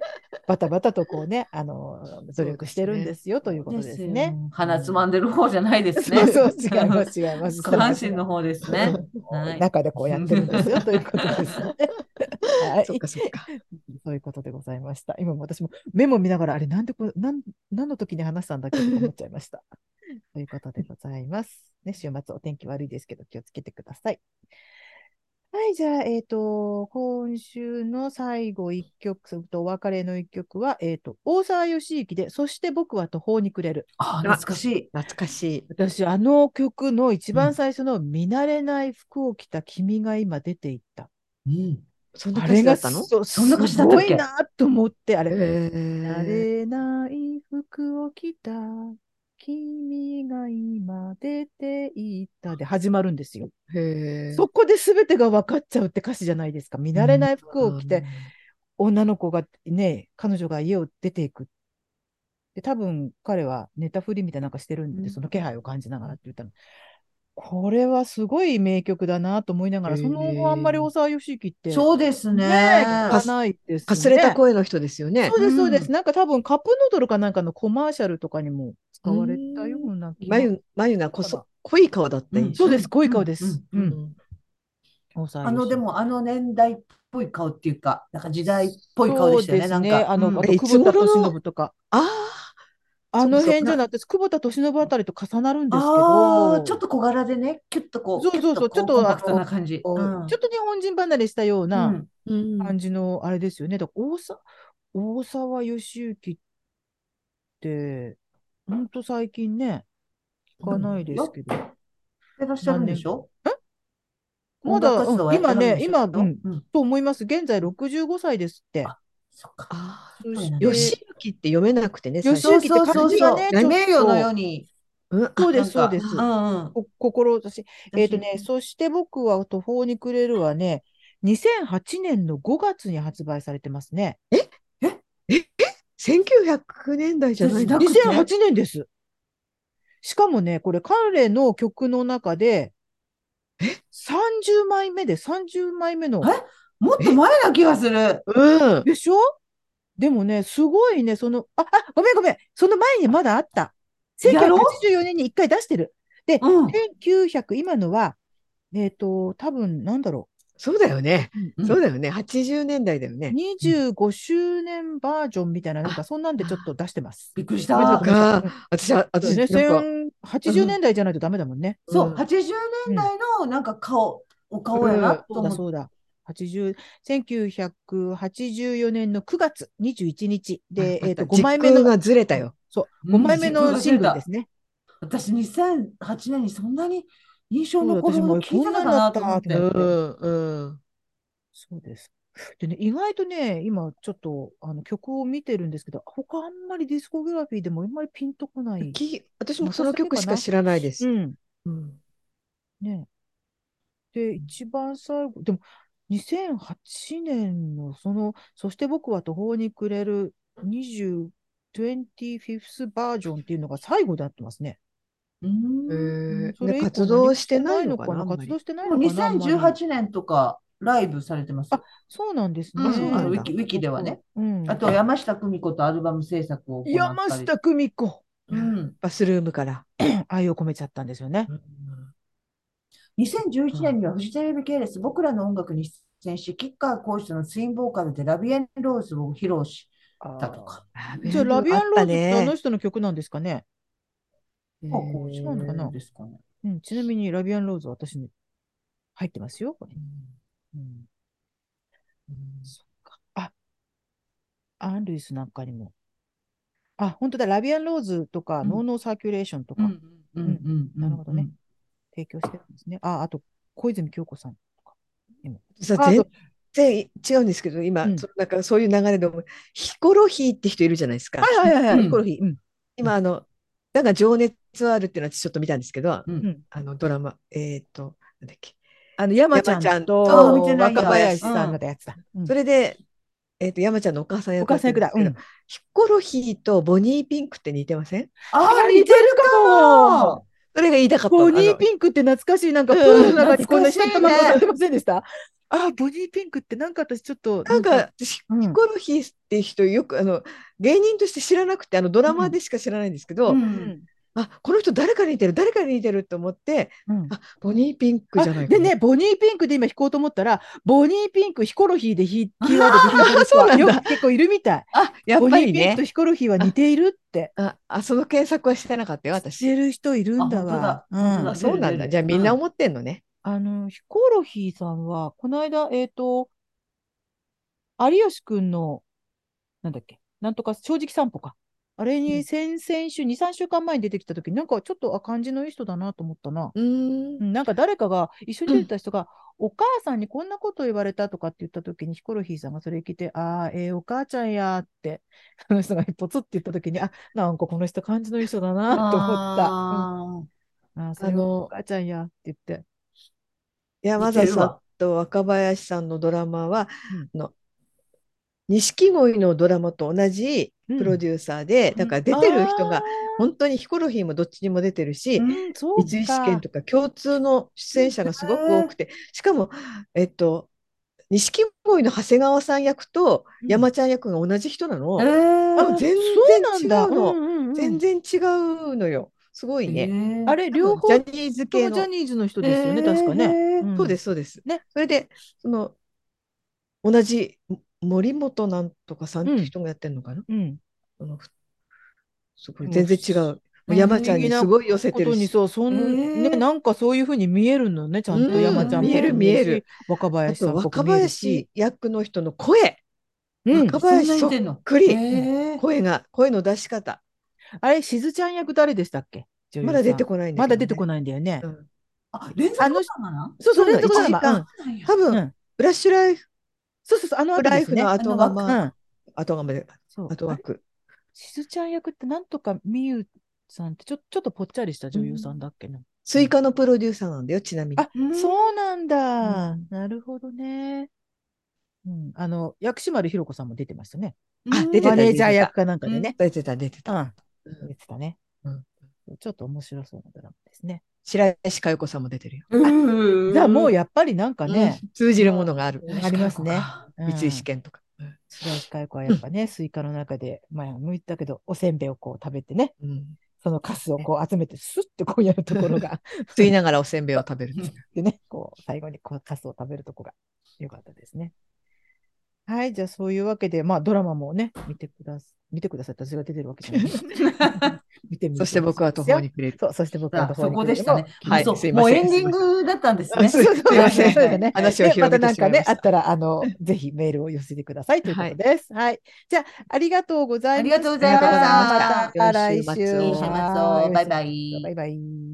Speaker 1: バタバタとこうね、あの、努力してるんですよということです
Speaker 3: です
Speaker 1: ね。
Speaker 3: よ鼻つまんでる方じゃないです
Speaker 1: そ
Speaker 3: ね。
Speaker 1: うそう、違いま。す、違います。
Speaker 3: 下半身の方ですね。はい。
Speaker 1: 中でこうやってるんですよということですね。はい
Speaker 2: そっかそっか。
Speaker 1: そういうことでございました。今も私もメモ見ながら、あれ、なんでこれ、なん、何の時に話したんだっけとか思っちゃいま した。ということでございます。ね、週末お天気悪いですけど、気をつけてください。はい、じゃあ、えっ、と、今週の最後一曲、それとお別れの一曲は、えっ、と、大沢義之で、そして僕は途方に暮れる。
Speaker 3: あ、懐かしい。
Speaker 2: 懐かしい。
Speaker 1: 私、あの曲の一
Speaker 3: う
Speaker 1: 番
Speaker 3: ん
Speaker 1: 最初の、見慣れない服を着た君が今出ていった。
Speaker 3: うん。
Speaker 2: そんな
Speaker 1: あ
Speaker 2: 感
Speaker 1: れ
Speaker 2: じだ
Speaker 1: が
Speaker 2: ったの
Speaker 1: そ、
Speaker 3: そんな歌詞だったっけ
Speaker 1: すごいなと思って、あれ、慣
Speaker 2: え
Speaker 1: れない服を着た君が今出ていたで始まるんですよ。
Speaker 2: ー、へー
Speaker 1: そこで全てが分かっちゃうって歌詞じゃないですか。見慣れない服を着て、女の子がね、彼女が家を出ていく。で、多分彼は寝たふりみたいななんかしてるん
Speaker 3: う
Speaker 1: で、
Speaker 3: ん
Speaker 1: その気配を感じながらって言ったの。これはすごい名曲だなと思いながら、その後あんまり大沢良之って、う
Speaker 3: そうですね。
Speaker 1: 聞かないですね。
Speaker 2: かすれた声の人ですよね
Speaker 1: そう。です、そうで
Speaker 3: う
Speaker 1: す。なんか多分カップヌードルかなんかのコマーシャルとかにも使われたような気が。
Speaker 2: 眉眉がこそ濃い顔だった印象。
Speaker 1: そうです濃い顔です
Speaker 3: うん
Speaker 1: う
Speaker 3: うんん
Speaker 1: 大沢
Speaker 3: あの、
Speaker 1: 良
Speaker 3: で
Speaker 1: 一
Speaker 3: も、あの年代っぽい顔っていうか、なんか時代っぽい顔でしたよね。
Speaker 1: そうです
Speaker 3: なんか、
Speaker 1: あの、
Speaker 3: うん
Speaker 1: あ
Speaker 2: え
Speaker 1: と
Speaker 2: いつ
Speaker 1: 久保
Speaker 2: 頃
Speaker 1: 田
Speaker 2: の
Speaker 1: 敏信とか。
Speaker 2: あ
Speaker 1: あの辺じ
Speaker 3: そ
Speaker 1: ゃ
Speaker 3: う
Speaker 1: なくて、久保田敏信あたりと重なるんですけ
Speaker 3: ああ
Speaker 1: ど、
Speaker 3: ー、ちょっと小柄でね、キュッとこう、
Speaker 1: そうそうそう
Speaker 3: キュッ
Speaker 1: ちょっと
Speaker 3: とこうコンパクトな感じ。
Speaker 1: こう
Speaker 3: うん
Speaker 1: ちょっと日本人離れしたよう
Speaker 3: う
Speaker 1: なん
Speaker 2: ー、うん
Speaker 1: 感じの、あれですよね。だから大沢、大沢義之って、ほんと最近ね、聞かないですけど。
Speaker 3: いらっしゃるんでしょ
Speaker 1: まだ、
Speaker 3: 音楽活動
Speaker 1: うん
Speaker 3: はやって
Speaker 1: 今
Speaker 3: るんで
Speaker 1: ね、今、う
Speaker 3: しょきっと
Speaker 1: ん、
Speaker 3: うん
Speaker 1: と思います。現在65歳ですって。
Speaker 3: そっか。
Speaker 2: あー
Speaker 1: そ
Speaker 3: そう
Speaker 1: して
Speaker 3: で
Speaker 2: 義行って読めなくてね、
Speaker 1: 義
Speaker 2: 最
Speaker 3: そう
Speaker 1: 行
Speaker 2: 初
Speaker 1: き
Speaker 3: そうそう
Speaker 1: って感じがね
Speaker 3: そう。名誉の
Speaker 1: ちょ
Speaker 3: よ
Speaker 1: っ
Speaker 3: うに。
Speaker 2: うん
Speaker 1: そうで
Speaker 3: なん
Speaker 1: す、そう
Speaker 3: か
Speaker 1: です
Speaker 3: う。んうん。
Speaker 1: こ心とし、えっ、とね、そして僕は途方に暮れるはね、2008年の5月に発売されてますね。
Speaker 2: 1900年代じゃない
Speaker 3: だ
Speaker 2: の
Speaker 3: っくて
Speaker 1: 2008年です。しかもね、これ彼の曲の中で、30枚目で30枚目の。
Speaker 3: えもっと前な気がする。
Speaker 2: うん。
Speaker 1: でしょでもね、すごいね、その、あ、あ、ごめんごめん。その前にまだあった。
Speaker 3: やろ
Speaker 1: 1984年に1回出してる。
Speaker 3: うん。
Speaker 1: 1900、今のは、えっ、と、多分なんだろ
Speaker 2: そうだよね。
Speaker 3: うん
Speaker 2: そうだよね。80年代だよ
Speaker 1: う。
Speaker 2: ね。
Speaker 1: 25周年バージョンみたいな、なんか
Speaker 2: あ
Speaker 1: そんなんでちょっと出してます。
Speaker 3: びっくりし
Speaker 1: ごめんな
Speaker 3: た
Speaker 1: さい。
Speaker 2: あー私は、
Speaker 1: そうね、
Speaker 2: 私、なんか、
Speaker 1: 1080年代じゃないとダメだもんね。
Speaker 3: そうう、
Speaker 2: ん
Speaker 3: 80年代のなんか顔、お顔やなと
Speaker 1: そう
Speaker 3: 思
Speaker 1: だ
Speaker 3: って。
Speaker 1: そうだ。80 1984年の9月21日で、えっ、と、5枚目
Speaker 2: 時空
Speaker 1: の、
Speaker 2: がずれたよ。
Speaker 1: そう、5枚目のシングルですね。
Speaker 3: 私、2008年にそんなに印象
Speaker 1: そうだ
Speaker 3: 残る
Speaker 1: 私
Speaker 3: ほど
Speaker 1: も
Speaker 3: 聞い
Speaker 1: こ
Speaker 3: た
Speaker 1: んな
Speaker 3: のか
Speaker 1: んだ
Speaker 3: な
Speaker 1: っ
Speaker 3: と思
Speaker 1: た
Speaker 3: っ
Speaker 1: って。
Speaker 3: て。
Speaker 1: うんうん。そうです。でね、意外とね、今ちょっとあの曲を見てるんですけど、他あんまりディスコグラフィーでもあんまりピンとこない。
Speaker 2: き私もその曲しか知らないです。
Speaker 1: うん。
Speaker 2: うん
Speaker 1: ね。で、一番最後、でも、2008年のその、そして僕は途方に暮れる20、25th バージョンっていうのが最後でなってますね。
Speaker 3: うーん
Speaker 2: へー
Speaker 1: それ以
Speaker 2: ね
Speaker 1: 降
Speaker 2: 活動してないの
Speaker 1: 何
Speaker 2: か
Speaker 1: も
Speaker 2: な。あんま
Speaker 1: 活
Speaker 2: り
Speaker 1: 動してない
Speaker 3: で
Speaker 1: の
Speaker 3: も
Speaker 1: かなあんまり
Speaker 3: 2018年とかライブされてます。
Speaker 1: あそうなんですね。
Speaker 3: うん
Speaker 2: そうなんだウィ
Speaker 3: キウィキではね。
Speaker 1: うん。
Speaker 3: あと、山下久美子とアルバム制作を行ったり。
Speaker 1: 山下久美子。
Speaker 3: うん。
Speaker 2: バスルームから。
Speaker 1: 愛を込めちゃったんですよね。
Speaker 3: 2011年にはフジテレビ系列僕らの音楽に出演し、キッカー講師とのツインボーカルでラビエンローズを披露したとか。
Speaker 1: じゃあ、ラビアンローズってあ
Speaker 2: あ
Speaker 1: の
Speaker 2: っ
Speaker 1: 人の曲なんですかね。
Speaker 2: たね
Speaker 3: あこう
Speaker 1: 違うのかな
Speaker 3: ですかね。
Speaker 1: うん、ちなみにラビアンローズは私に入ってますよ、これ。うんそっか。あ、アン・ルイスなんかにも。あ、本当だ、ラビアン・ローズとか、
Speaker 3: うん
Speaker 1: ノーノー・サーキュレーションと
Speaker 3: う
Speaker 1: か
Speaker 3: んうんうんうんうん。
Speaker 1: なるほどね提供してるんですね。あ、あと、小泉今日子さんとか。
Speaker 2: さ
Speaker 1: あ
Speaker 2: 全
Speaker 1: と
Speaker 2: 然違うんですけど、今、
Speaker 1: うん
Speaker 2: そのなんかそういう流れで思いヒコロヒーって人いるじゃないですか。
Speaker 1: はいはいはい
Speaker 3: うん
Speaker 1: ヒコロヒー。うん。
Speaker 2: 今、あの、なんか情熱あるっていうのは私ちょっと見たんですけど、
Speaker 3: うん
Speaker 1: うん。
Speaker 2: あのドラマ、えっ、と、なんだっけ。
Speaker 1: あの、山ちゃん
Speaker 2: 山ちゃん
Speaker 1: と
Speaker 3: あ見てないや
Speaker 1: 若林さんのやつだ。うん
Speaker 2: それで、えっ、と、山ちゃんのお母さん
Speaker 1: お
Speaker 2: 役
Speaker 1: 母さん役だ。
Speaker 2: や
Speaker 1: う
Speaker 2: ってる
Speaker 1: ん
Speaker 2: んですけど。ヒコロヒーとボニーピンクって似てません
Speaker 3: あー、似てるかも
Speaker 2: それが言いたかったの
Speaker 1: ボニーピンクって懐かしい。なんか、プールの中にこんな下っ玉
Speaker 3: 懐かしいね
Speaker 1: が立ってませんでしたあ、ボニーピンクってなんか私ちょっと。
Speaker 2: あのなんか、ヒ
Speaker 1: うん、
Speaker 2: コロヒーって人、よくあの芸人として知らなくて、あのドラマでしか知らないんですけど、
Speaker 3: う
Speaker 1: うんん。
Speaker 2: あこの人、誰かに似てる、誰かに似てると思って、
Speaker 1: うん
Speaker 2: あボニーピンクじゃない
Speaker 1: あ
Speaker 2: かな
Speaker 1: でね、ボニーピンクで今弾こうと思ったら、ボニーピンク、ヒコロヒーで弾キーワードで弾い てる人
Speaker 2: そうな
Speaker 1: は
Speaker 2: んだ
Speaker 1: よく結構いるみたい。
Speaker 2: あやっ
Speaker 1: ボニ
Speaker 2: ぱ
Speaker 1: ー
Speaker 2: り
Speaker 1: ピン
Speaker 2: ね
Speaker 1: クと、ヒコロヒーは似ているって。
Speaker 2: ああその検索はしてなかったよ、
Speaker 1: 知
Speaker 2: 私。
Speaker 1: てる人いるんだわ。
Speaker 3: あ本当だ
Speaker 1: うん
Speaker 3: 本当
Speaker 2: あ
Speaker 3: だ
Speaker 2: そうなん
Speaker 3: 出る出
Speaker 2: だ、
Speaker 3: る
Speaker 2: じゃあみんな思ってんのね。
Speaker 1: あの、ヒコロヒーさんは、この間、えっ、と、有吉くんの、なんだっけ、なんとか、正直散歩か。あれ
Speaker 2: う
Speaker 1: に
Speaker 2: ん
Speaker 1: 先々週、2、3週間前に出てきた時に、なんかちょっと、あ、感じのいい人だなと思ったな。
Speaker 2: うー
Speaker 1: うんんなんか誰かが、一緒に出てた人が、お母さんにこんなこと言われたとかって言った時に、ヒコロヒーさんがそれ聞いて、ああ、ええお母ちゃんやーって、 その人がポツって言った時に、あ、なんかこの人感じのいい人だなと思った。うん
Speaker 3: あ
Speaker 1: あーそれ
Speaker 2: あ
Speaker 1: は
Speaker 2: の
Speaker 1: お母ちゃんやって言って。
Speaker 2: 山
Speaker 3: 似て
Speaker 2: 田
Speaker 3: る
Speaker 2: さ
Speaker 3: わ
Speaker 2: んと若林さんのドラマは、あの錦鯉のドラマと同じプロデューサーで、
Speaker 3: うん
Speaker 2: だから出てる人
Speaker 1: あ
Speaker 2: が
Speaker 1: ー、
Speaker 2: 本当にヒコロヒーもどっちにも出てるし、
Speaker 1: うん、そう
Speaker 2: 三井試験とか共通の出演者がすごく多くて、しかも、えっと、錦鯉の長谷川さん役と
Speaker 1: うん
Speaker 2: 山ちゃん役が同じ人なの。
Speaker 3: ーえー
Speaker 2: あの全然違
Speaker 1: そうなん
Speaker 2: う
Speaker 1: だ。
Speaker 2: の。
Speaker 1: うんうんうん
Speaker 2: 全然違うのよ。すごいね。
Speaker 3: えー
Speaker 1: あれ、両方
Speaker 2: ジ
Speaker 1: とも
Speaker 2: ャニーズ
Speaker 1: ジ
Speaker 2: 系の。
Speaker 1: ャニーズの人ですよね、
Speaker 3: えー
Speaker 1: 確かね。ん
Speaker 2: そうです、そうです。
Speaker 1: ね
Speaker 2: それで、その、同じも森本なんとかさんっ
Speaker 1: う
Speaker 2: て
Speaker 1: ん
Speaker 2: 人がやってるのかな。
Speaker 1: うん。
Speaker 2: そのふすご
Speaker 1: う
Speaker 2: い
Speaker 1: ん
Speaker 2: 全然違う。もう山ちゃんにすごい寄せ
Speaker 1: こ
Speaker 2: て
Speaker 1: と
Speaker 2: る
Speaker 1: に
Speaker 2: し。
Speaker 1: そう、そん、
Speaker 3: え
Speaker 1: ね、
Speaker 3: ー
Speaker 1: なんかそういうふうに見えるのね、ちゃんと
Speaker 2: うん
Speaker 1: 山ちゃんっぽく
Speaker 3: 見える
Speaker 2: 見える
Speaker 1: し。若
Speaker 2: あ
Speaker 1: 林さ
Speaker 2: と
Speaker 1: んっぽく
Speaker 2: 若
Speaker 1: 見えるし。
Speaker 2: 林役の人の声、
Speaker 1: うん
Speaker 2: 若。
Speaker 3: そんな
Speaker 2: 林
Speaker 3: 似
Speaker 2: そって
Speaker 3: んの
Speaker 2: くり、
Speaker 3: えー
Speaker 2: 声が声の出し方、
Speaker 1: あれ、しずちゃん役誰でしたっけ
Speaker 2: まだ出て
Speaker 1: こ
Speaker 2: こないん
Speaker 1: ない。
Speaker 2: だ
Speaker 1: まだ
Speaker 2: けどね、
Speaker 1: 出てこないんだよね
Speaker 2: うん。
Speaker 3: あ、連続
Speaker 1: あの
Speaker 3: ドラマなの
Speaker 1: そうそう、
Speaker 2: そうな
Speaker 1: 連
Speaker 2: の
Speaker 1: 続ドラマ
Speaker 2: 一時間
Speaker 3: なんや
Speaker 2: 多
Speaker 1: うん
Speaker 2: 分、
Speaker 1: うん
Speaker 2: ブラッシュライフ
Speaker 1: そうそうそう、あの後
Speaker 2: ラ
Speaker 1: で
Speaker 2: イ
Speaker 1: す
Speaker 2: フ
Speaker 1: ね。
Speaker 2: の後が、
Speaker 3: あ
Speaker 1: う
Speaker 2: ま
Speaker 1: ん。
Speaker 2: 後がまで、
Speaker 1: そう。
Speaker 2: 後
Speaker 1: あれ
Speaker 2: 枠。
Speaker 1: しずちゃん役ってなんとかみゆさんってちょちょっとぽっちゃりした女優さんだっけな。
Speaker 2: スイカのプロデューサーなんだよ、ちなみに。
Speaker 1: あ、
Speaker 3: うん
Speaker 1: そうなんだ。
Speaker 2: うん
Speaker 1: なるほどね。うん、あの薬師丸ひろ子さんも出てましたね。
Speaker 2: あ
Speaker 3: うん
Speaker 2: 出て
Speaker 1: マ
Speaker 2: た
Speaker 1: ネージャー役かなんかでね。
Speaker 2: 出てた、出て
Speaker 1: う
Speaker 2: た。
Speaker 1: ん、
Speaker 2: うん
Speaker 1: 出てたね。
Speaker 2: うん
Speaker 1: ちょっと面白そうなドラマですね。
Speaker 2: 白石佳代子さんも出てるよ。
Speaker 3: うん
Speaker 1: じゃあもうやっぱりなんかね、
Speaker 2: うん通じるものがある。
Speaker 1: うんありますねうん
Speaker 2: 三井試験とか。うん
Speaker 1: 白石佳代子はやっぱね、スイカの中で前向いたけど、おせんべいをこう食べてね、
Speaker 2: うん
Speaker 1: そのカスをこう集めてスッてこうやるところが、
Speaker 2: 吸いながらおせんべいを食べる。
Speaker 1: でね、こう、最後にこう、カスを食べるとこが良かったですね。はい、じゃあそういうわけで、まあドラマもね、見てくだす、見てください。私が出てるわけじゃない。見てみる
Speaker 2: そして僕は途方に。暮れる。
Speaker 1: そう、そして僕は
Speaker 3: あ
Speaker 1: 途
Speaker 3: そ
Speaker 1: 方に
Speaker 3: こ
Speaker 1: 暮
Speaker 3: で
Speaker 1: れ
Speaker 3: したね。
Speaker 2: はい
Speaker 3: そう
Speaker 2: すいま
Speaker 3: もう
Speaker 2: せん
Speaker 3: エンディングだったんです ね。
Speaker 2: そうそう
Speaker 1: そう
Speaker 2: すいま
Speaker 1: ですね。
Speaker 2: せん
Speaker 1: そうですね。
Speaker 2: 話を
Speaker 1: で
Speaker 2: 広
Speaker 1: また
Speaker 2: げて
Speaker 1: なん
Speaker 2: しま
Speaker 1: か
Speaker 2: い
Speaker 1: ね
Speaker 2: まし、
Speaker 1: あ
Speaker 2: た。
Speaker 1: ったら、あの、ぜひメールを寄せてくださいということです。はい。じゃあ、ありがとうございました。
Speaker 3: ありがとうございました
Speaker 1: また来週。
Speaker 2: 良い週末を
Speaker 3: いい週末を。バイバイ
Speaker 1: バイバイ。